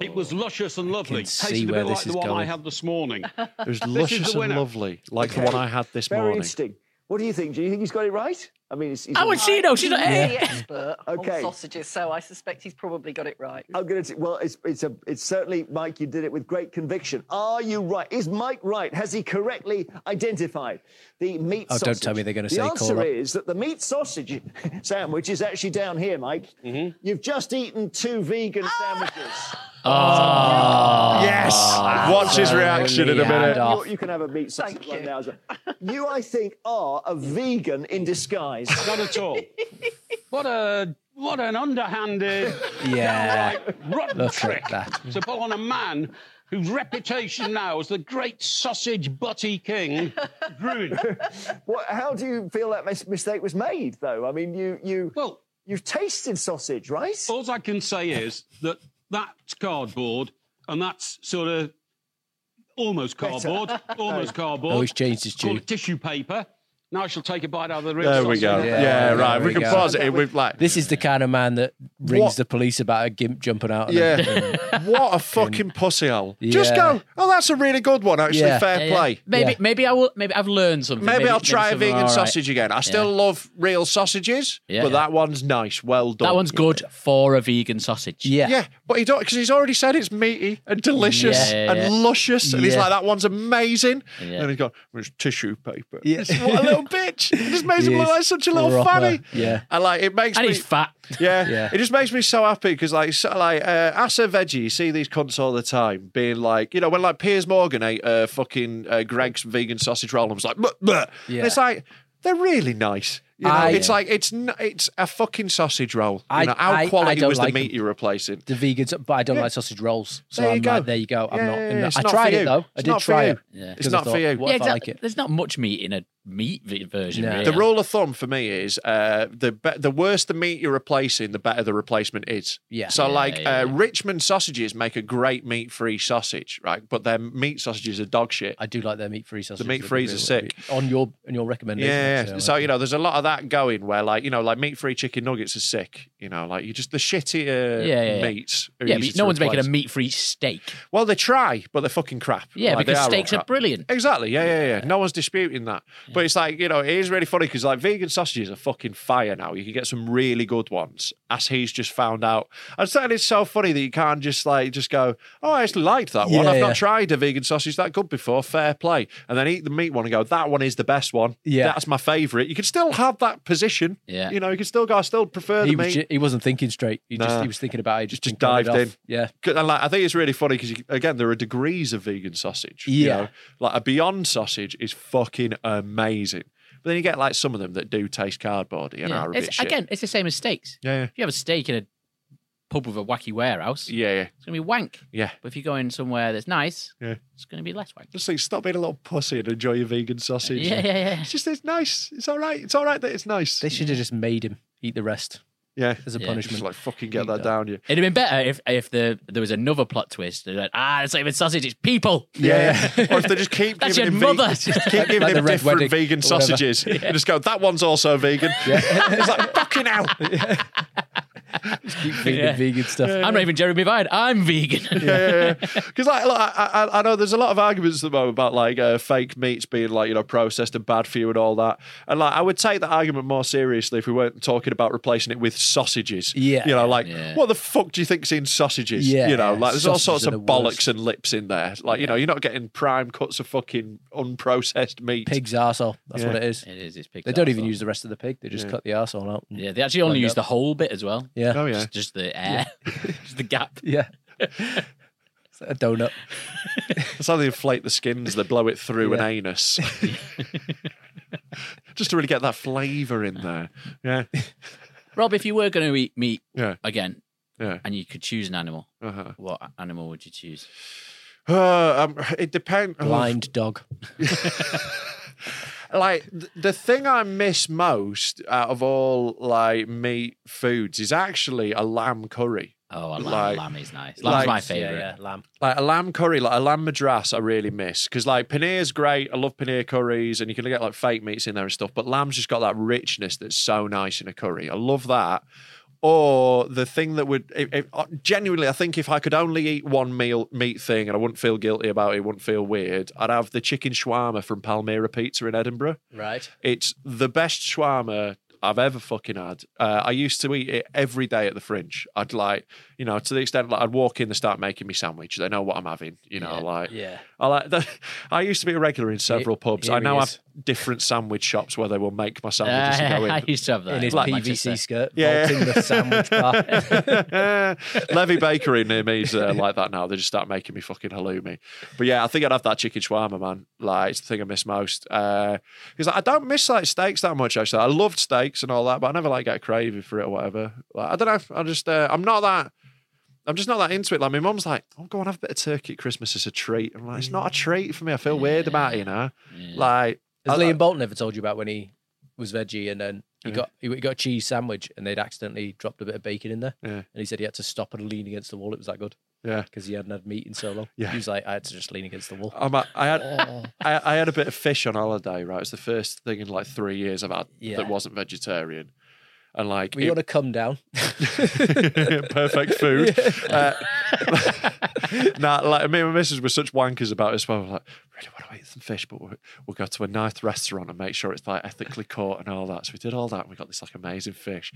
[SPEAKER 9] It was luscious and lovely.
[SPEAKER 3] see
[SPEAKER 9] Tasted a
[SPEAKER 3] where
[SPEAKER 9] bit
[SPEAKER 3] this
[SPEAKER 9] like
[SPEAKER 3] is
[SPEAKER 9] the one I
[SPEAKER 3] going.
[SPEAKER 9] had this morning.
[SPEAKER 2] It was luscious and
[SPEAKER 9] winner.
[SPEAKER 2] lovely, like the
[SPEAKER 6] Okay.
[SPEAKER 2] one I had this
[SPEAKER 6] Very
[SPEAKER 2] morning.
[SPEAKER 6] interesting. What do you think? Do you think he's got it right? I mean, it's, he's
[SPEAKER 4] How would she know? She's
[SPEAKER 10] He's
[SPEAKER 4] not
[SPEAKER 10] the
[SPEAKER 4] here.
[SPEAKER 10] expert
[SPEAKER 6] "Eh." Okay.
[SPEAKER 10] on sausages, so I suspect he's probably got it right.
[SPEAKER 6] I'm going to. Well, it's it's a it's certainly Mike. You did it with great conviction. Are you right? Is Mike right? Has he correctly identified the meat?
[SPEAKER 3] Oh,
[SPEAKER 6] sausage?
[SPEAKER 3] don't tell me they're gonna
[SPEAKER 6] The
[SPEAKER 3] say
[SPEAKER 6] answer
[SPEAKER 3] call up.
[SPEAKER 6] is that the meat sausage sandwich is actually down here, Mike.
[SPEAKER 3] Mm-hmm.
[SPEAKER 6] You've just eaten two vegan sandwiches.
[SPEAKER 3] Ah.
[SPEAKER 2] Yes. Watch his reaction in a
[SPEAKER 3] Hand
[SPEAKER 2] minute.
[SPEAKER 3] off.
[SPEAKER 6] You, you can have a meat sausage
[SPEAKER 10] Thank
[SPEAKER 6] one
[SPEAKER 10] you.
[SPEAKER 6] now. as well. You, I think, are a vegan in disguise.
[SPEAKER 9] Not at all. what a what an underhanded
[SPEAKER 3] Yeah,
[SPEAKER 9] rotten
[SPEAKER 3] look
[SPEAKER 9] trick
[SPEAKER 3] at that.
[SPEAKER 9] to pull on a man whose reputation now as the great sausage butty king ruined.
[SPEAKER 6] what, how do you feel that mis- mistake was made, though? I mean, you you
[SPEAKER 9] Well,
[SPEAKER 6] you've tasted sausage, right?
[SPEAKER 9] all I can say is that that's cardboard and that's sort of almost cardboard, almost cardboard.
[SPEAKER 3] Oh, he's changed his
[SPEAKER 9] Call
[SPEAKER 3] tune.
[SPEAKER 9] it tissue paper. Now I shall take a bite out of the real
[SPEAKER 2] There we
[SPEAKER 9] sausage.
[SPEAKER 2] go. Yeah,
[SPEAKER 3] Yeah,
[SPEAKER 2] right.
[SPEAKER 3] there
[SPEAKER 2] We
[SPEAKER 3] we
[SPEAKER 2] can
[SPEAKER 3] go.
[SPEAKER 2] pause it. We've like
[SPEAKER 3] This is the kind of man that rings
[SPEAKER 2] What-
[SPEAKER 3] the police about a gimp jumping out. And everything.
[SPEAKER 2] Yeah. what a fucking pussy hole. Just
[SPEAKER 3] Yeah.
[SPEAKER 2] go, oh, that's a really good one, actually.
[SPEAKER 3] Yeah.
[SPEAKER 2] Fair
[SPEAKER 4] Yeah, yeah.
[SPEAKER 2] play.
[SPEAKER 4] Maybe
[SPEAKER 3] Yeah.
[SPEAKER 4] maybe I will. Maybe I've learned something.
[SPEAKER 2] Maybe, I'll try a
[SPEAKER 4] something
[SPEAKER 2] vegan
[SPEAKER 4] all right.
[SPEAKER 2] sausage again. I still love real sausages,
[SPEAKER 4] Yeah,
[SPEAKER 2] but
[SPEAKER 4] yeah.
[SPEAKER 2] that one's nice. Well done.
[SPEAKER 4] That one's good for a vegan sausage.
[SPEAKER 2] Yeah. but he don't because he's already said it's meaty and delicious
[SPEAKER 4] Yeah, yeah.
[SPEAKER 2] and luscious, and he's
[SPEAKER 3] Yeah.
[SPEAKER 2] like that one's amazing.
[SPEAKER 4] Yeah.
[SPEAKER 2] And he's got "There's tissue paper.
[SPEAKER 3] Yeah.
[SPEAKER 2] It's- what a little bitch! It just makes
[SPEAKER 3] He
[SPEAKER 2] him look
[SPEAKER 3] is
[SPEAKER 2] like such a little
[SPEAKER 3] proper,
[SPEAKER 2] fanny.
[SPEAKER 3] yeah.
[SPEAKER 2] and like it makes
[SPEAKER 4] And
[SPEAKER 2] me
[SPEAKER 4] he's fat.
[SPEAKER 2] Yeah.
[SPEAKER 3] Yeah.
[SPEAKER 2] It just makes me so happy because, like, so, like uh, as a veggie, you see these cunts all the time being like, you know, when like Piers Morgan ate uh, fucking uh, Greg's vegan sausage roll and was like, bleh, bleh. And
[SPEAKER 3] Yeah.
[SPEAKER 2] it's like, they're really nice. You know,
[SPEAKER 3] I-
[SPEAKER 2] it's like it's n- it's a fucking sausage roll.
[SPEAKER 3] I-
[SPEAKER 2] you know, how
[SPEAKER 3] I- I
[SPEAKER 2] quality
[SPEAKER 3] don't
[SPEAKER 2] was
[SPEAKER 3] like
[SPEAKER 2] the meat
[SPEAKER 3] 'em.
[SPEAKER 2] you're replacing?
[SPEAKER 3] The vegans, but I don't like sausage rolls. So
[SPEAKER 2] There you
[SPEAKER 3] I'm
[SPEAKER 2] go.
[SPEAKER 3] like, there you go. I'm
[SPEAKER 2] Yeah,
[SPEAKER 3] not.
[SPEAKER 2] yeah,
[SPEAKER 3] I'm
[SPEAKER 2] yeah,
[SPEAKER 3] not-
[SPEAKER 2] it's
[SPEAKER 3] I
[SPEAKER 2] not for
[SPEAKER 3] tried
[SPEAKER 2] you.
[SPEAKER 3] it though. I
[SPEAKER 2] It's
[SPEAKER 3] did
[SPEAKER 2] not for
[SPEAKER 3] try
[SPEAKER 2] you.
[SPEAKER 3] it.
[SPEAKER 4] Yeah.
[SPEAKER 2] It's not for you.
[SPEAKER 3] What
[SPEAKER 4] Yeah,
[SPEAKER 3] if I like
[SPEAKER 4] exactly.
[SPEAKER 3] it?
[SPEAKER 4] There's not much meat in a meat v- version.
[SPEAKER 3] No.
[SPEAKER 4] Really.
[SPEAKER 2] The rule of thumb for me is uh, the be- the worse the meat you're replacing, the better the replacement is.
[SPEAKER 3] Yeah.
[SPEAKER 2] So
[SPEAKER 4] Yeah,
[SPEAKER 2] like
[SPEAKER 4] yeah,
[SPEAKER 2] uh,
[SPEAKER 4] yeah.
[SPEAKER 2] Richmond sausages make a great meat-free sausage, right? But their meat sausages are dog shit.
[SPEAKER 3] I do like their meat free sausage.
[SPEAKER 2] meat freeze is sick.
[SPEAKER 3] On your on your recommendation.
[SPEAKER 2] Yeah,
[SPEAKER 3] actually, I
[SPEAKER 2] so
[SPEAKER 3] like
[SPEAKER 2] you
[SPEAKER 3] it.
[SPEAKER 2] know, there's a lot of that going where, like, you know, like meat-free chicken nuggets are sick. You know, like you just the shittier
[SPEAKER 4] Yeah, yeah, yeah.
[SPEAKER 2] meats. Are
[SPEAKER 4] yeah,
[SPEAKER 2] easy
[SPEAKER 4] but
[SPEAKER 2] to
[SPEAKER 4] no one's making
[SPEAKER 2] replace.
[SPEAKER 4] a meat-free steak.
[SPEAKER 2] Well, they try, but they're fucking crap.
[SPEAKER 4] Yeah,
[SPEAKER 2] Like, they
[SPEAKER 4] because
[SPEAKER 2] all
[SPEAKER 4] steaks are
[SPEAKER 2] crap.
[SPEAKER 4] brilliant.
[SPEAKER 2] Exactly. Yeah, yeah, yeah. No one's disputing that. But it's like, you know, it is really funny because like vegan sausages are fucking fire now. You can get some really good ones, as he's just found out. And certainly it's so funny that you can't just like just go, Oh, I actually liked that one.
[SPEAKER 3] Yeah,
[SPEAKER 2] I've
[SPEAKER 3] yeah.
[SPEAKER 2] not tried a vegan sausage that good before. Fair play. And then eat the meat one and go, That one is the best one.
[SPEAKER 3] Yeah.
[SPEAKER 2] That's my favourite. You can still have that position.
[SPEAKER 4] Yeah.
[SPEAKER 2] You know, you can still go, I still prefer
[SPEAKER 3] he
[SPEAKER 2] the meat.
[SPEAKER 3] was ju- he wasn't thinking straight. He
[SPEAKER 2] Nah.
[SPEAKER 3] just he was thinking about it. Just,
[SPEAKER 2] Just
[SPEAKER 3] been covered
[SPEAKER 2] dived in.
[SPEAKER 3] off. Yeah.
[SPEAKER 2] 'Cause, And like, I think it's really funny because again, there are degrees of vegan sausage. you
[SPEAKER 3] Yeah.
[SPEAKER 2] know? like a Beyond sausage is fucking amazing. But then you get like some of them that do taste cardboardy and
[SPEAKER 4] Yeah.
[SPEAKER 2] are a bit
[SPEAKER 4] It's,
[SPEAKER 2] shit.
[SPEAKER 4] again, it's the same as steaks.
[SPEAKER 2] yeah,
[SPEAKER 4] If you have a steak in a pub with a wacky warehouse,
[SPEAKER 2] yeah, yeah, yeah,
[SPEAKER 4] it's gonna be wank.
[SPEAKER 2] yeah.
[SPEAKER 4] But if you go in somewhere that's nice,
[SPEAKER 2] Yeah.
[SPEAKER 4] it's gonna be less wank.
[SPEAKER 2] Just like stop being a little pussy and enjoy your vegan sausage.
[SPEAKER 4] Yeah, yeah, yeah.
[SPEAKER 2] It's just it's nice. It's all right. It's all right that it's nice.
[SPEAKER 3] They should have just made him eat the rest
[SPEAKER 2] yeah,
[SPEAKER 3] as a
[SPEAKER 4] Yeah.
[SPEAKER 2] just
[SPEAKER 3] punishment.
[SPEAKER 2] like fucking get that down you.
[SPEAKER 4] It'd have been better if if the there was another plot twist. They're like, ah, it's not even sausage, it's people.
[SPEAKER 2] Yeah, yeah. or if they just keep
[SPEAKER 4] That's
[SPEAKER 2] giving him
[SPEAKER 4] your
[SPEAKER 2] ve-
[SPEAKER 4] mother.
[SPEAKER 2] just keep giving
[SPEAKER 3] Like the
[SPEAKER 2] him
[SPEAKER 3] Red
[SPEAKER 2] different
[SPEAKER 3] Wedding
[SPEAKER 2] vegan
[SPEAKER 3] or whatever.
[SPEAKER 2] sausages, and just go, that one's also vegan. it's like fucking hell.
[SPEAKER 3] Keep feeding
[SPEAKER 4] Yeah.
[SPEAKER 3] vegan stuff.
[SPEAKER 4] I'm not even Jeremy Vine. I'm vegan.
[SPEAKER 2] yeah, because like, look, I, I, I know there's a lot of arguments at the moment about like uh, fake meats being like you know processed and bad for you and all that, and like I would take that argument more seriously if we weren't talking about replacing it with sausages.
[SPEAKER 3] Yeah.
[SPEAKER 2] you know, like
[SPEAKER 4] Yeah.
[SPEAKER 2] what the fuck do you think's in sausages?
[SPEAKER 3] Yeah,
[SPEAKER 2] you know, like there's all
[SPEAKER 3] sausages
[SPEAKER 2] sorts
[SPEAKER 3] are
[SPEAKER 2] of
[SPEAKER 3] the
[SPEAKER 2] bollocks
[SPEAKER 3] worst.
[SPEAKER 2] and lips in there. Like you know, you're not getting prime cuts of fucking unprocessed meat.
[SPEAKER 3] Pig's arsehole. That's
[SPEAKER 2] Yeah.
[SPEAKER 3] what it is.
[SPEAKER 4] It is. It's pig.
[SPEAKER 3] They don't even use the rest of the pig. They just
[SPEAKER 2] Yeah.
[SPEAKER 3] cut the arsehole out.
[SPEAKER 4] Yeah, they actually only
[SPEAKER 3] Like
[SPEAKER 4] use
[SPEAKER 3] that.
[SPEAKER 4] the whole bit as well.
[SPEAKER 3] Yeah.
[SPEAKER 2] Oh yeah,
[SPEAKER 4] Just, just the air, just the gap.
[SPEAKER 3] Yeah. It's a donut.
[SPEAKER 2] that's how they inflate the skins. They blow it through an anus. Just to really get that flavour in there. Yeah.
[SPEAKER 4] Rob, if you were going to eat meat
[SPEAKER 2] Yeah.
[SPEAKER 4] again
[SPEAKER 2] Yeah.
[SPEAKER 4] and you could choose an animal,
[SPEAKER 2] Uh-huh.
[SPEAKER 4] what animal would you choose?
[SPEAKER 2] Uh, um, it depends.
[SPEAKER 3] Blind dog.
[SPEAKER 2] Like th- the thing I miss most out of all like meat foods is actually a lamb curry.
[SPEAKER 4] Oh, I like,
[SPEAKER 2] Like-
[SPEAKER 4] lamb is nice. Lamb's
[SPEAKER 2] like-
[SPEAKER 4] my favorite.
[SPEAKER 3] lamb.
[SPEAKER 2] Like a lamb curry, like a lamb madras, I really miss because like paneer's great. I love paneer curries, and you can get like fake meats in there and stuff. But lamb's just got that richness that's so nice in a curry. I love that. Or the thing that would if, if, uh, genuinely, I think if I could only eat one meal meat thing and I wouldn't feel guilty about it, wouldn't feel weird, I'd have the chicken shawarma from Palmyra Pizza in Edinburgh.
[SPEAKER 3] Right.
[SPEAKER 2] It's the best shawarma I've ever fucking had. Uh, I used to eat it every day at the fringe. I'd like, you know, to the extent like I'd walk in, they start making me sandwich. They know what I'm having. You know, like
[SPEAKER 3] Yeah.
[SPEAKER 2] I like. The, I used to be a regular in several pubs.
[SPEAKER 3] here
[SPEAKER 2] I
[SPEAKER 3] he
[SPEAKER 2] now have
[SPEAKER 3] is.
[SPEAKER 2] different sandwich shops where they will make my
[SPEAKER 4] Uh,
[SPEAKER 2] sandwiches and go in.
[SPEAKER 4] I used to have that.
[SPEAKER 3] In his
[SPEAKER 4] Like
[SPEAKER 3] PVC
[SPEAKER 4] Manchester.
[SPEAKER 3] skirt,
[SPEAKER 2] Yeah.
[SPEAKER 3] vaulting the sandwich bar.
[SPEAKER 2] Levy Bakery near me is uh, like that now. They just start making me fucking halloumi. But yeah, I think I'd have that chicken shawarma, man. Like it's the thing I miss most. Because like, I don't miss like steaks that much. Actually, I loved steaks and all that, but I never like get a craving for it or whatever. Like I don't know. I just uh, I'm not that. I'm just not that into it. Like my mum's like, "Oh, go on, have a bit of turkey at Christmas as a treat." I'm like, "It's not a treat for me. I feel weird about it, you know." Like,
[SPEAKER 3] Has
[SPEAKER 2] I-
[SPEAKER 3] Liam Bolton ever told you about when he was veggie and then he got he got a cheese sandwich and they'd accidentally dropped a bit of bacon in there
[SPEAKER 2] Yeah.
[SPEAKER 3] and he said he had to stop and lean against the wall. It was that good
[SPEAKER 2] yeah.
[SPEAKER 3] because he hadn't had meat in so long.
[SPEAKER 2] Yeah. Oh,
[SPEAKER 3] He was like, I had to just lean against the wall.
[SPEAKER 2] I'm a, I had
[SPEAKER 4] Uh.
[SPEAKER 2] I, I had a bit of fish on holiday, right? It's the first thing in like three years I've had
[SPEAKER 3] Yeah.
[SPEAKER 2] that wasn't vegetarian. and like
[SPEAKER 3] We
[SPEAKER 2] it-
[SPEAKER 3] want to come down.
[SPEAKER 2] perfect food. Uh, nah, like me and my missus were such wankers about it as well. We're like, really want to eat some fish, but we'll, we'll go to a nice restaurant and make sure it's like ethically caught and all that. So we did all that, and we got this like amazing fish.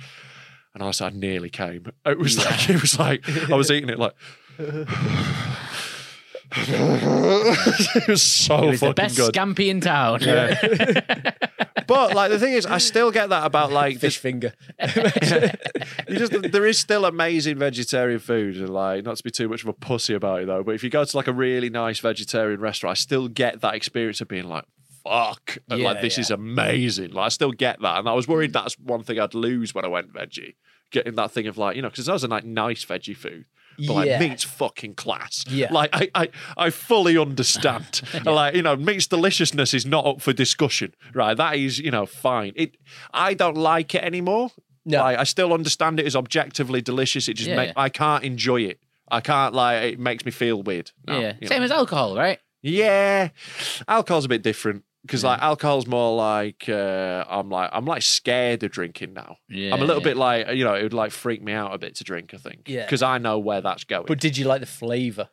[SPEAKER 2] And honestly, I nearly came. It was like it was like I was eating it like it was so
[SPEAKER 4] it was
[SPEAKER 2] fucking
[SPEAKER 4] the best
[SPEAKER 2] good.
[SPEAKER 4] scampi in town.
[SPEAKER 2] but like the thing is, I still get that about like
[SPEAKER 3] fish finger.
[SPEAKER 2] you just there is still amazing vegetarian food and like not to be too much of a pussy about it though but if you go to like a really nice vegetarian restaurant i still get that experience of being like fuck and
[SPEAKER 3] Yeah,
[SPEAKER 2] like this is
[SPEAKER 3] yeah.
[SPEAKER 2] amazing like i still get that and i was worried that's one thing i'd lose when i went veggie getting that thing of like you know because those are like nice veggie food but like
[SPEAKER 3] Yeah.
[SPEAKER 2] meat's fucking class.
[SPEAKER 3] Yeah.
[SPEAKER 2] Like I, I, I fully understand. Like you know, meat's deliciousness is not up for discussion. Right. That is you know fine. It. I don't like it anymore.
[SPEAKER 3] No.
[SPEAKER 2] Like, I still understand it as objectively delicious. It just
[SPEAKER 4] Yeah,
[SPEAKER 2] ma-
[SPEAKER 4] yeah.
[SPEAKER 2] I can't enjoy it. I can't like it makes me feel weird. now,
[SPEAKER 4] yeah.
[SPEAKER 2] you know.
[SPEAKER 4] Same as alcohol, right?
[SPEAKER 2] Yeah, alcohol's a bit different because like alcohol's more like uh, I'm like I'm like scared of drinking now. I'm a
[SPEAKER 4] Yeah,
[SPEAKER 2] little
[SPEAKER 4] yeah.
[SPEAKER 2] bit like you know it would like freak me out a bit to drink. I think
[SPEAKER 3] Yeah.
[SPEAKER 2] because I know where that's going.
[SPEAKER 3] But did you like the flavour?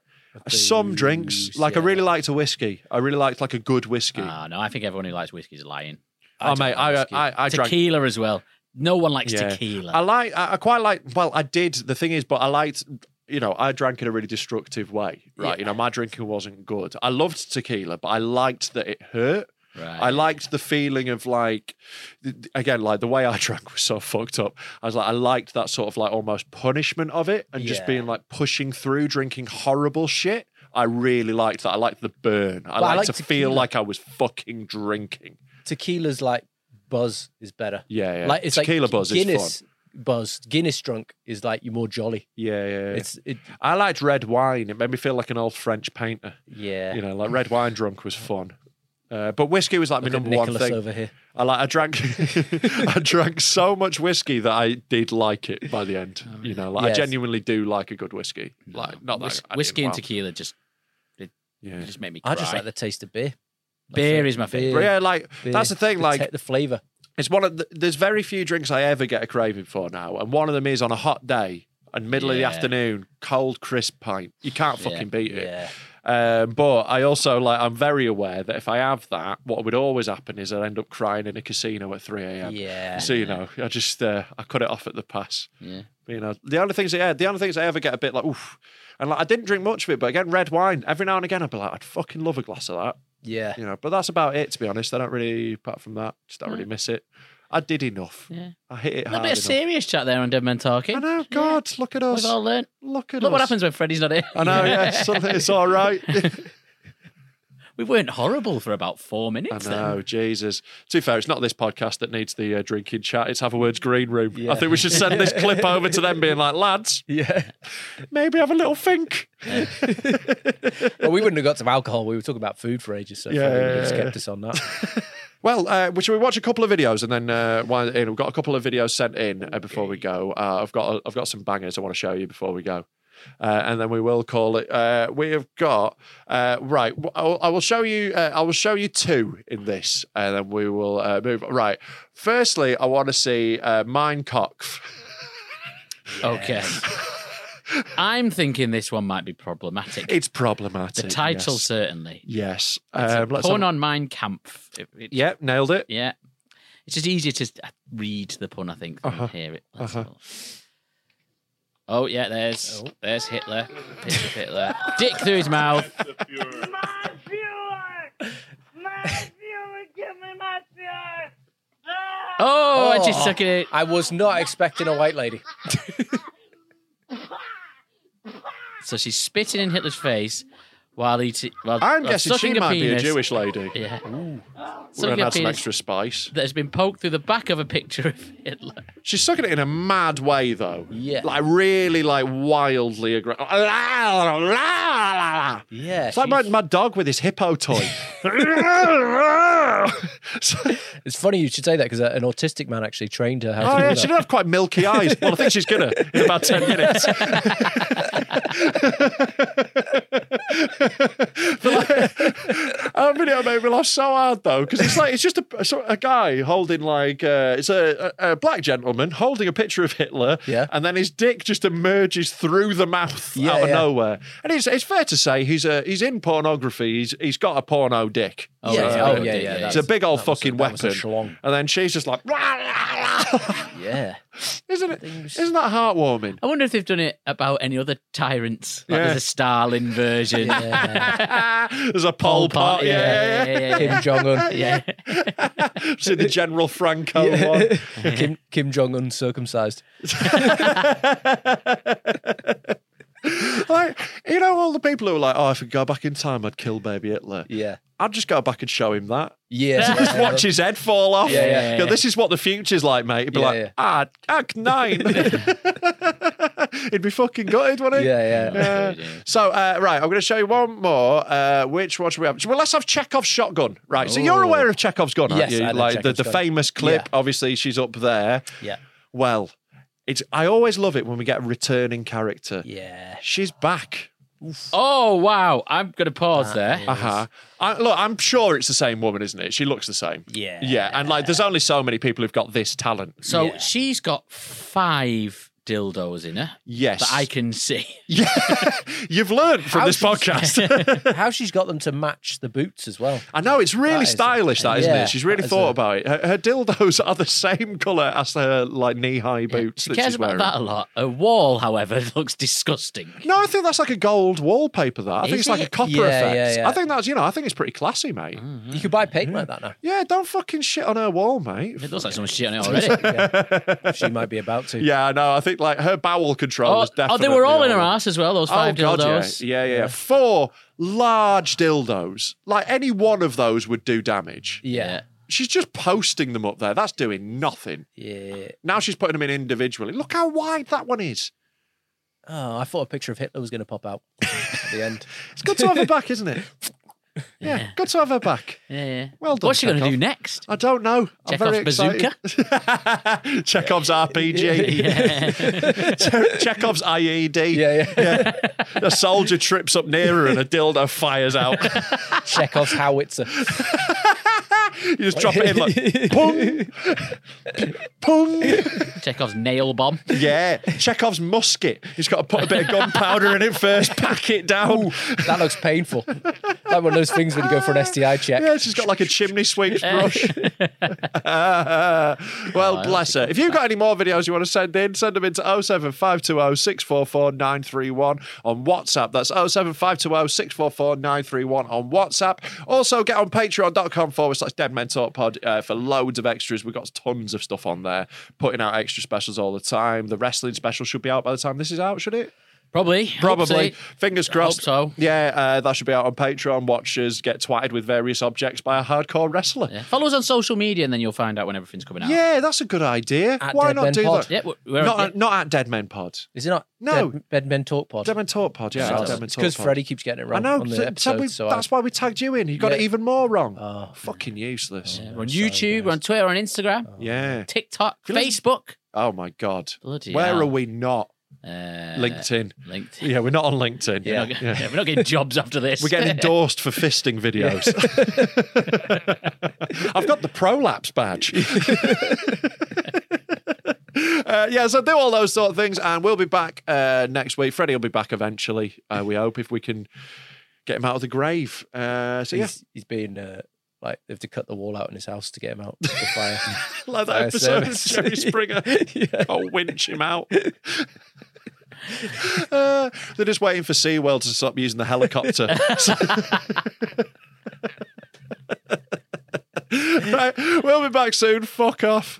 [SPEAKER 3] of
[SPEAKER 2] Some
[SPEAKER 3] booze?
[SPEAKER 2] drinks, like I
[SPEAKER 3] Yeah.
[SPEAKER 2] really liked a whiskey. I really liked like a good whiskey.
[SPEAKER 4] Ah, no, I think everyone who likes whiskey is lying.
[SPEAKER 2] oh
[SPEAKER 4] don't
[SPEAKER 2] mate,
[SPEAKER 4] like
[SPEAKER 2] I,
[SPEAKER 4] whiskey.
[SPEAKER 2] I I drank
[SPEAKER 4] tequila as well. No one likes
[SPEAKER 2] Yeah.
[SPEAKER 4] tequila.
[SPEAKER 2] I like. I I quite like. Well, I did. The thing is, but I liked. You know, I drank in a really destructive way, right? You know, my drinking wasn't good. I loved tequila, but I liked that it hurt.
[SPEAKER 4] Right.
[SPEAKER 2] I liked the feeling of like, th- th- again, like the way I drank was so fucked up. I was like, I liked that sort of like almost punishment of it and just
[SPEAKER 3] Yeah.
[SPEAKER 2] being like pushing through, drinking horrible shit. I really liked that. I liked the burn. I
[SPEAKER 3] But I
[SPEAKER 2] liked
[SPEAKER 3] like
[SPEAKER 2] to feel
[SPEAKER 3] tequila.
[SPEAKER 2] like I was fucking drinking.
[SPEAKER 3] Tequila's like buzz is better.
[SPEAKER 2] Yeah, yeah.
[SPEAKER 3] Like it's
[SPEAKER 2] Tequila
[SPEAKER 3] like
[SPEAKER 2] buzz is
[SPEAKER 3] Guinness buzz. Guinness drunk is like you're more jolly.
[SPEAKER 2] Yeah, yeah. yeah.
[SPEAKER 3] It's it.
[SPEAKER 2] I liked red wine. It made me feel like an old French painter.
[SPEAKER 3] Yeah.
[SPEAKER 2] You know, like red wine drunk was fun. Uh, but whiskey was like
[SPEAKER 3] Look
[SPEAKER 2] my
[SPEAKER 3] at
[SPEAKER 2] number one
[SPEAKER 3] Nicholas
[SPEAKER 2] thing.
[SPEAKER 3] over here.
[SPEAKER 2] I like I drank I drank so much whiskey that I did like it by the end. You know, like I
[SPEAKER 3] Yes.
[SPEAKER 2] genuinely do like a good whiskey. Like not that
[SPEAKER 4] Oh, Whis-
[SPEAKER 2] I didn't,
[SPEAKER 4] whiskey
[SPEAKER 2] wow.
[SPEAKER 4] and tequila just it,
[SPEAKER 2] Yeah.
[SPEAKER 4] it just make me cry.
[SPEAKER 3] I just like the taste of beer.
[SPEAKER 4] beer is my favorite.
[SPEAKER 2] But yeah, like that's the thing. Like
[SPEAKER 3] the flavour.
[SPEAKER 2] It's one of the, there's very few drinks I ever get a craving for now, and one of them is on a hot day and middle of the
[SPEAKER 4] Yeah.
[SPEAKER 2] afternoon, cold crisp pint. You can't
[SPEAKER 4] Yeah,
[SPEAKER 2] fucking beat it.
[SPEAKER 3] Yeah.
[SPEAKER 2] Um, but I also like I'm very aware that if I have that, what would always happen is I'd end up crying in a casino at 3 a.m.
[SPEAKER 3] Yeah.
[SPEAKER 2] So you know, I just uh, I cut it off at the pass.
[SPEAKER 4] Yeah.
[SPEAKER 2] You know, the only things yeah, the only things I ever get a bit like oof, and like I didn't drink much of it, but again, red wine every now and again I'd be like, I'd fucking love a glass of that.
[SPEAKER 3] Yeah.
[SPEAKER 2] You know, but that's about it to be honest. I don't really apart from that, just don't really miss it. I did enough.
[SPEAKER 4] Yeah.
[SPEAKER 2] I hit it
[SPEAKER 4] a
[SPEAKER 2] hard
[SPEAKER 4] little bit of
[SPEAKER 2] enough.
[SPEAKER 4] serious chat there on Dead Men Talking.
[SPEAKER 2] I know, God, look at us.
[SPEAKER 4] We've all learned.
[SPEAKER 2] Look at
[SPEAKER 4] Look
[SPEAKER 2] us.
[SPEAKER 4] what happens when Freddie's not here.
[SPEAKER 2] I know, yeah, something it's all right.
[SPEAKER 4] we weren't horrible for about four minutes.
[SPEAKER 2] I know, Jesus. To be fair, it's not this podcast that needs the uh, drinking chat. It's Have a Word's green room. I
[SPEAKER 3] Yeah.
[SPEAKER 2] think we should send this clip over to them, being like, lads,
[SPEAKER 3] Yeah.
[SPEAKER 2] maybe have a little think.
[SPEAKER 3] well, we wouldn't have got some alcohol. We were talking about food for ages, so
[SPEAKER 2] Yeah,
[SPEAKER 3] yeah, probably
[SPEAKER 2] yeah,
[SPEAKER 3] would have just
[SPEAKER 2] yeah.
[SPEAKER 3] kept us on that.
[SPEAKER 2] Well, uh, should we watch a couple of videos and then uh, while in, we've got a couple of videos sent in uh, before we go. Uh, I've got I've got some bangers I want to show you before we go. Uh, and then we will call it. Uh, we have got uh, right. w- I will, I will show you. Uh, I will show you two in this, and then we will uh, move. Right. Firstly, I want to see uh, Mein Kampf.
[SPEAKER 4] Okay. I'm thinking this one might be problematic.
[SPEAKER 2] It's problematic.
[SPEAKER 4] the title
[SPEAKER 2] yes.
[SPEAKER 4] certainly.
[SPEAKER 2] Yes.
[SPEAKER 4] It's a
[SPEAKER 2] Um, let's
[SPEAKER 4] pun
[SPEAKER 2] have-
[SPEAKER 4] on Mein Kampf. It- it-
[SPEAKER 2] Yeah, nailed it.
[SPEAKER 4] Yeah. It's just easier to uh, read the pun, I think, than
[SPEAKER 2] Uh-huh.
[SPEAKER 4] hear it. That's
[SPEAKER 2] Uh-huh.
[SPEAKER 4] all. Oh yeah, there's there's Hitler. Picture of Hitler. Dick through his mouth. Oh, I just took it.
[SPEAKER 3] I was not expecting a white lady.
[SPEAKER 4] So she's spitting in Hitler's face while eating. While,
[SPEAKER 2] I'm
[SPEAKER 4] while
[SPEAKER 2] guessing she
[SPEAKER 4] sucking a
[SPEAKER 2] might
[SPEAKER 4] penis.
[SPEAKER 2] be a Jewish lady.
[SPEAKER 4] Yeah.
[SPEAKER 2] We're
[SPEAKER 4] Sucking
[SPEAKER 2] gonna
[SPEAKER 4] a
[SPEAKER 2] add some
[SPEAKER 4] penis
[SPEAKER 2] extra spice.
[SPEAKER 4] that has been poked through the back of a picture of Hitler.
[SPEAKER 2] She's sucking it in a mad way, though.
[SPEAKER 3] Yeah.
[SPEAKER 2] Like, really, like, wildly aggressive.
[SPEAKER 3] Yeah,
[SPEAKER 2] It's like my, my dog with his hippo toy. So-
[SPEAKER 3] It's funny you should say that because an autistic man actually trained her how
[SPEAKER 2] oh,
[SPEAKER 3] to
[SPEAKER 2] yeah, she
[SPEAKER 3] do that.
[SPEAKER 2] doesn't have quite milky eyes. Well, I think she's going to in about 10 minutes. But, like, That video made me laugh so hard though, because it's like it's just a, so- a guy holding like uh, it's a, a, a black gentleman holding a picture of Hitler, yeah, and then his dick just emerges through the mouth
[SPEAKER 3] Yeah,
[SPEAKER 2] out of
[SPEAKER 3] yeah.
[SPEAKER 2] nowhere. And it's it's fair to say he's a he's in pornography. He's he's got a porno dick.
[SPEAKER 3] Oh, Yeah, yeah. oh, yeah, yeah,
[SPEAKER 2] It's
[SPEAKER 3] that's-
[SPEAKER 2] a big old
[SPEAKER 3] that was a-
[SPEAKER 2] fucking
[SPEAKER 3] that was a
[SPEAKER 2] weapon.
[SPEAKER 3] schlong.
[SPEAKER 2] and then she's just like,
[SPEAKER 4] yeah.
[SPEAKER 2] isn't it? Isn't that heartwarming?
[SPEAKER 4] I wonder if they've done it about any other tyrants. Like
[SPEAKER 2] Yeah.
[SPEAKER 4] there's a Stalin version.
[SPEAKER 2] There's a Pol Pot. yeah, yeah, yeah.
[SPEAKER 3] Kim Jong Un.
[SPEAKER 4] Yeah.
[SPEAKER 2] See the General Franco one.
[SPEAKER 3] Kim, Kim Jong Un circumcised.
[SPEAKER 2] like, you know, all the people who are like, oh, if I could go back in time, I'd kill baby Hitler.
[SPEAKER 3] Yeah.
[SPEAKER 2] I'd just go back and show him that.
[SPEAKER 3] Yeah.
[SPEAKER 2] just watch his head fall off.
[SPEAKER 3] Yeah, yeah,
[SPEAKER 2] Go,
[SPEAKER 3] yeah.
[SPEAKER 2] this is what the future's like, mate. He'd be
[SPEAKER 3] Yeah,
[SPEAKER 2] like,
[SPEAKER 3] yeah.
[SPEAKER 2] ah, act nine. He'd be fucking gutted, wouldn't he?
[SPEAKER 3] Yeah, yeah.
[SPEAKER 2] So, uh, right, I'm going to show you one more. Uh, which one should we have? Well, let's have Chekhov's shotgun. Right, so you're
[SPEAKER 3] Ooh.
[SPEAKER 2] aware of Chekhov's gun, aren't
[SPEAKER 3] Yes,
[SPEAKER 2] you?
[SPEAKER 3] I know
[SPEAKER 2] like
[SPEAKER 3] Chekhov's
[SPEAKER 2] the, the
[SPEAKER 3] gun.
[SPEAKER 2] famous clip. Obviously, she's up there.
[SPEAKER 3] Yeah.
[SPEAKER 2] Well, it's I always love it when we get a returning character.
[SPEAKER 3] Yeah.
[SPEAKER 2] She's back.
[SPEAKER 4] Oh wow! I'm gonna pause there.
[SPEAKER 2] Uh huh. I, look, I'm sure it's the same woman, isn't it? She looks the same.
[SPEAKER 4] Yeah.
[SPEAKER 2] Yeah, and like, there's only so many people who've got this talent.
[SPEAKER 4] So she's got five dildos in her.
[SPEAKER 2] Yes.
[SPEAKER 4] that I can see.
[SPEAKER 2] You've learned from this podcast.
[SPEAKER 3] How she's got them to match the boots as well.
[SPEAKER 2] I know it's really
[SPEAKER 3] That is-
[SPEAKER 2] stylish, that isn't
[SPEAKER 3] yeah,
[SPEAKER 2] it? She's really
[SPEAKER 3] that is
[SPEAKER 2] thought
[SPEAKER 3] a-
[SPEAKER 2] about it. Her, her dildos are the same color as her like knee-high boots.
[SPEAKER 4] She
[SPEAKER 2] that
[SPEAKER 4] cares
[SPEAKER 2] she's
[SPEAKER 4] about
[SPEAKER 2] wearing.
[SPEAKER 4] that a lot. Her wall, however, looks disgusting.
[SPEAKER 2] No, I think that's like a gold wallpaper. That I think
[SPEAKER 4] Is
[SPEAKER 2] it's like a
[SPEAKER 4] it?
[SPEAKER 2] copper
[SPEAKER 3] Yeah,
[SPEAKER 2] effect.
[SPEAKER 3] yeah, yeah.
[SPEAKER 2] I think that's you know I think it's pretty classy, mate.
[SPEAKER 4] Mm.
[SPEAKER 3] You could buy paint like that now.
[SPEAKER 2] Yeah, don't fucking shit on her wall, mate.
[SPEAKER 4] It looks like someone shit on it already.
[SPEAKER 3] She might be about to.
[SPEAKER 2] Yeah, I know. I think like her bowel control
[SPEAKER 4] oh,
[SPEAKER 2] was definitely.
[SPEAKER 4] oh, they were all in her
[SPEAKER 2] on.
[SPEAKER 4] ass as well. Those five
[SPEAKER 2] Oh, God,
[SPEAKER 4] dildos.
[SPEAKER 2] yeah. yeah, yeah, Four large dildos. Like any one of those would do damage.
[SPEAKER 3] Yeah.
[SPEAKER 2] She's just posting them up there. That's doing nothing.
[SPEAKER 3] Yeah.
[SPEAKER 2] Now she's putting them in individually. Look how wide that one is.
[SPEAKER 3] Oh, I thought a picture of Hitler was going to pop out at the end.
[SPEAKER 2] It's good to have her back, isn't it? Yeah, good to have her back.
[SPEAKER 4] yeah, yeah.
[SPEAKER 2] Well done.
[SPEAKER 4] What's she going to
[SPEAKER 2] Chekhov.
[SPEAKER 4] do next?
[SPEAKER 2] I don't know.
[SPEAKER 4] Chekhov's
[SPEAKER 2] I'm very bazooka. Chekhov's RPG. Che- Chekhov's IED.
[SPEAKER 3] Yeah, yeah.
[SPEAKER 2] A soldier trips up near her and a dildo fires out.
[SPEAKER 3] Chekhov's howitzer.
[SPEAKER 2] You just drop it in like, pum, pum.
[SPEAKER 4] Chekhov's nail bomb.
[SPEAKER 2] Yeah, Chekhov's musket. He's got to put a bit of gunpowder in it first, pack it down.
[SPEAKER 3] That looks painful. Like one of those things when you go for an STI check.
[SPEAKER 2] Yeah, she's got like a chimney sweeps brush. well, bless her. If you've got any more videos you want to send in, send them oh in to 07520 644 931 on WhatsApp. That's 07520 644 931 on WhatsApp. Also, get on patreon.com forward slash dead men talk pod uh, for loads of extras. We've got tons of stuff on there, putting out extra specials all the time. The wrestling special should be out by the time this is out, should it?
[SPEAKER 4] Probably.
[SPEAKER 2] Probably.
[SPEAKER 4] Oopsie.
[SPEAKER 2] Fingers crossed.
[SPEAKER 4] so.
[SPEAKER 2] Yeah, uh, that should be out on Patreon. Watchers get twatted with various objects by a hardcore wrestler. Yeah,
[SPEAKER 4] Yeah. Follow us on social media, and then you'll find out when everything's coming out.
[SPEAKER 2] that's a good idea.
[SPEAKER 3] At
[SPEAKER 2] Why
[SPEAKER 3] Dead
[SPEAKER 2] not
[SPEAKER 3] Men
[SPEAKER 2] do
[SPEAKER 3] Pod.
[SPEAKER 2] that?
[SPEAKER 4] Yeah, we're- we're-
[SPEAKER 2] not,
[SPEAKER 4] yeah.
[SPEAKER 2] not at Dead Men Pod.
[SPEAKER 3] Is it not?
[SPEAKER 2] No.
[SPEAKER 3] Dead, Dead Men Talk Pod.
[SPEAKER 2] Dead Men Talk Pod. Yeah, at Dead Men Talk
[SPEAKER 3] because
[SPEAKER 2] Pod.
[SPEAKER 3] Freddie keeps getting it
[SPEAKER 2] I
[SPEAKER 3] wrong
[SPEAKER 2] know.
[SPEAKER 3] on
[SPEAKER 2] so-
[SPEAKER 3] the
[SPEAKER 2] so
[SPEAKER 3] episode.
[SPEAKER 2] we-
[SPEAKER 3] so I-
[SPEAKER 2] that's why we tagged you in. You got it
[SPEAKER 3] Yeah.
[SPEAKER 2] even more wrong. Fucking useless.
[SPEAKER 4] We're on YouTube, we're on Twitter, on Instagram,
[SPEAKER 2] Yeah.
[SPEAKER 4] TikTok,
[SPEAKER 2] listen-
[SPEAKER 4] Facebook.
[SPEAKER 2] Oh my god.
[SPEAKER 4] Bloody
[SPEAKER 2] Where
[SPEAKER 4] hell.
[SPEAKER 2] are we not?
[SPEAKER 4] Uh,
[SPEAKER 2] LinkedIn.
[SPEAKER 4] LinkedIn.
[SPEAKER 2] Yeah, we're not on LinkedIn.
[SPEAKER 4] We're, not, yeah, we're not getting jobs after this.
[SPEAKER 2] We're getting endorsed for fisting videos. I've got the prolapse badge. Uh, yeah, so do all those sort of things, and we'll be back uh, next week. Freddie will be back eventually. Uh, we hope if we can get him out of the grave. Uh, so yeah,
[SPEAKER 3] he's, he's being uh, like they have to cut the wall out in his house to get him out. of The fire.
[SPEAKER 2] like that
[SPEAKER 3] fire
[SPEAKER 2] episode of
[SPEAKER 3] service.
[SPEAKER 2] Jerry Springer.
[SPEAKER 3] Yeah.
[SPEAKER 2] I'll winch him out. Uh, they're just waiting for SeaWorld to stop using the helicopter. right, we'll be back soon. Fuck off.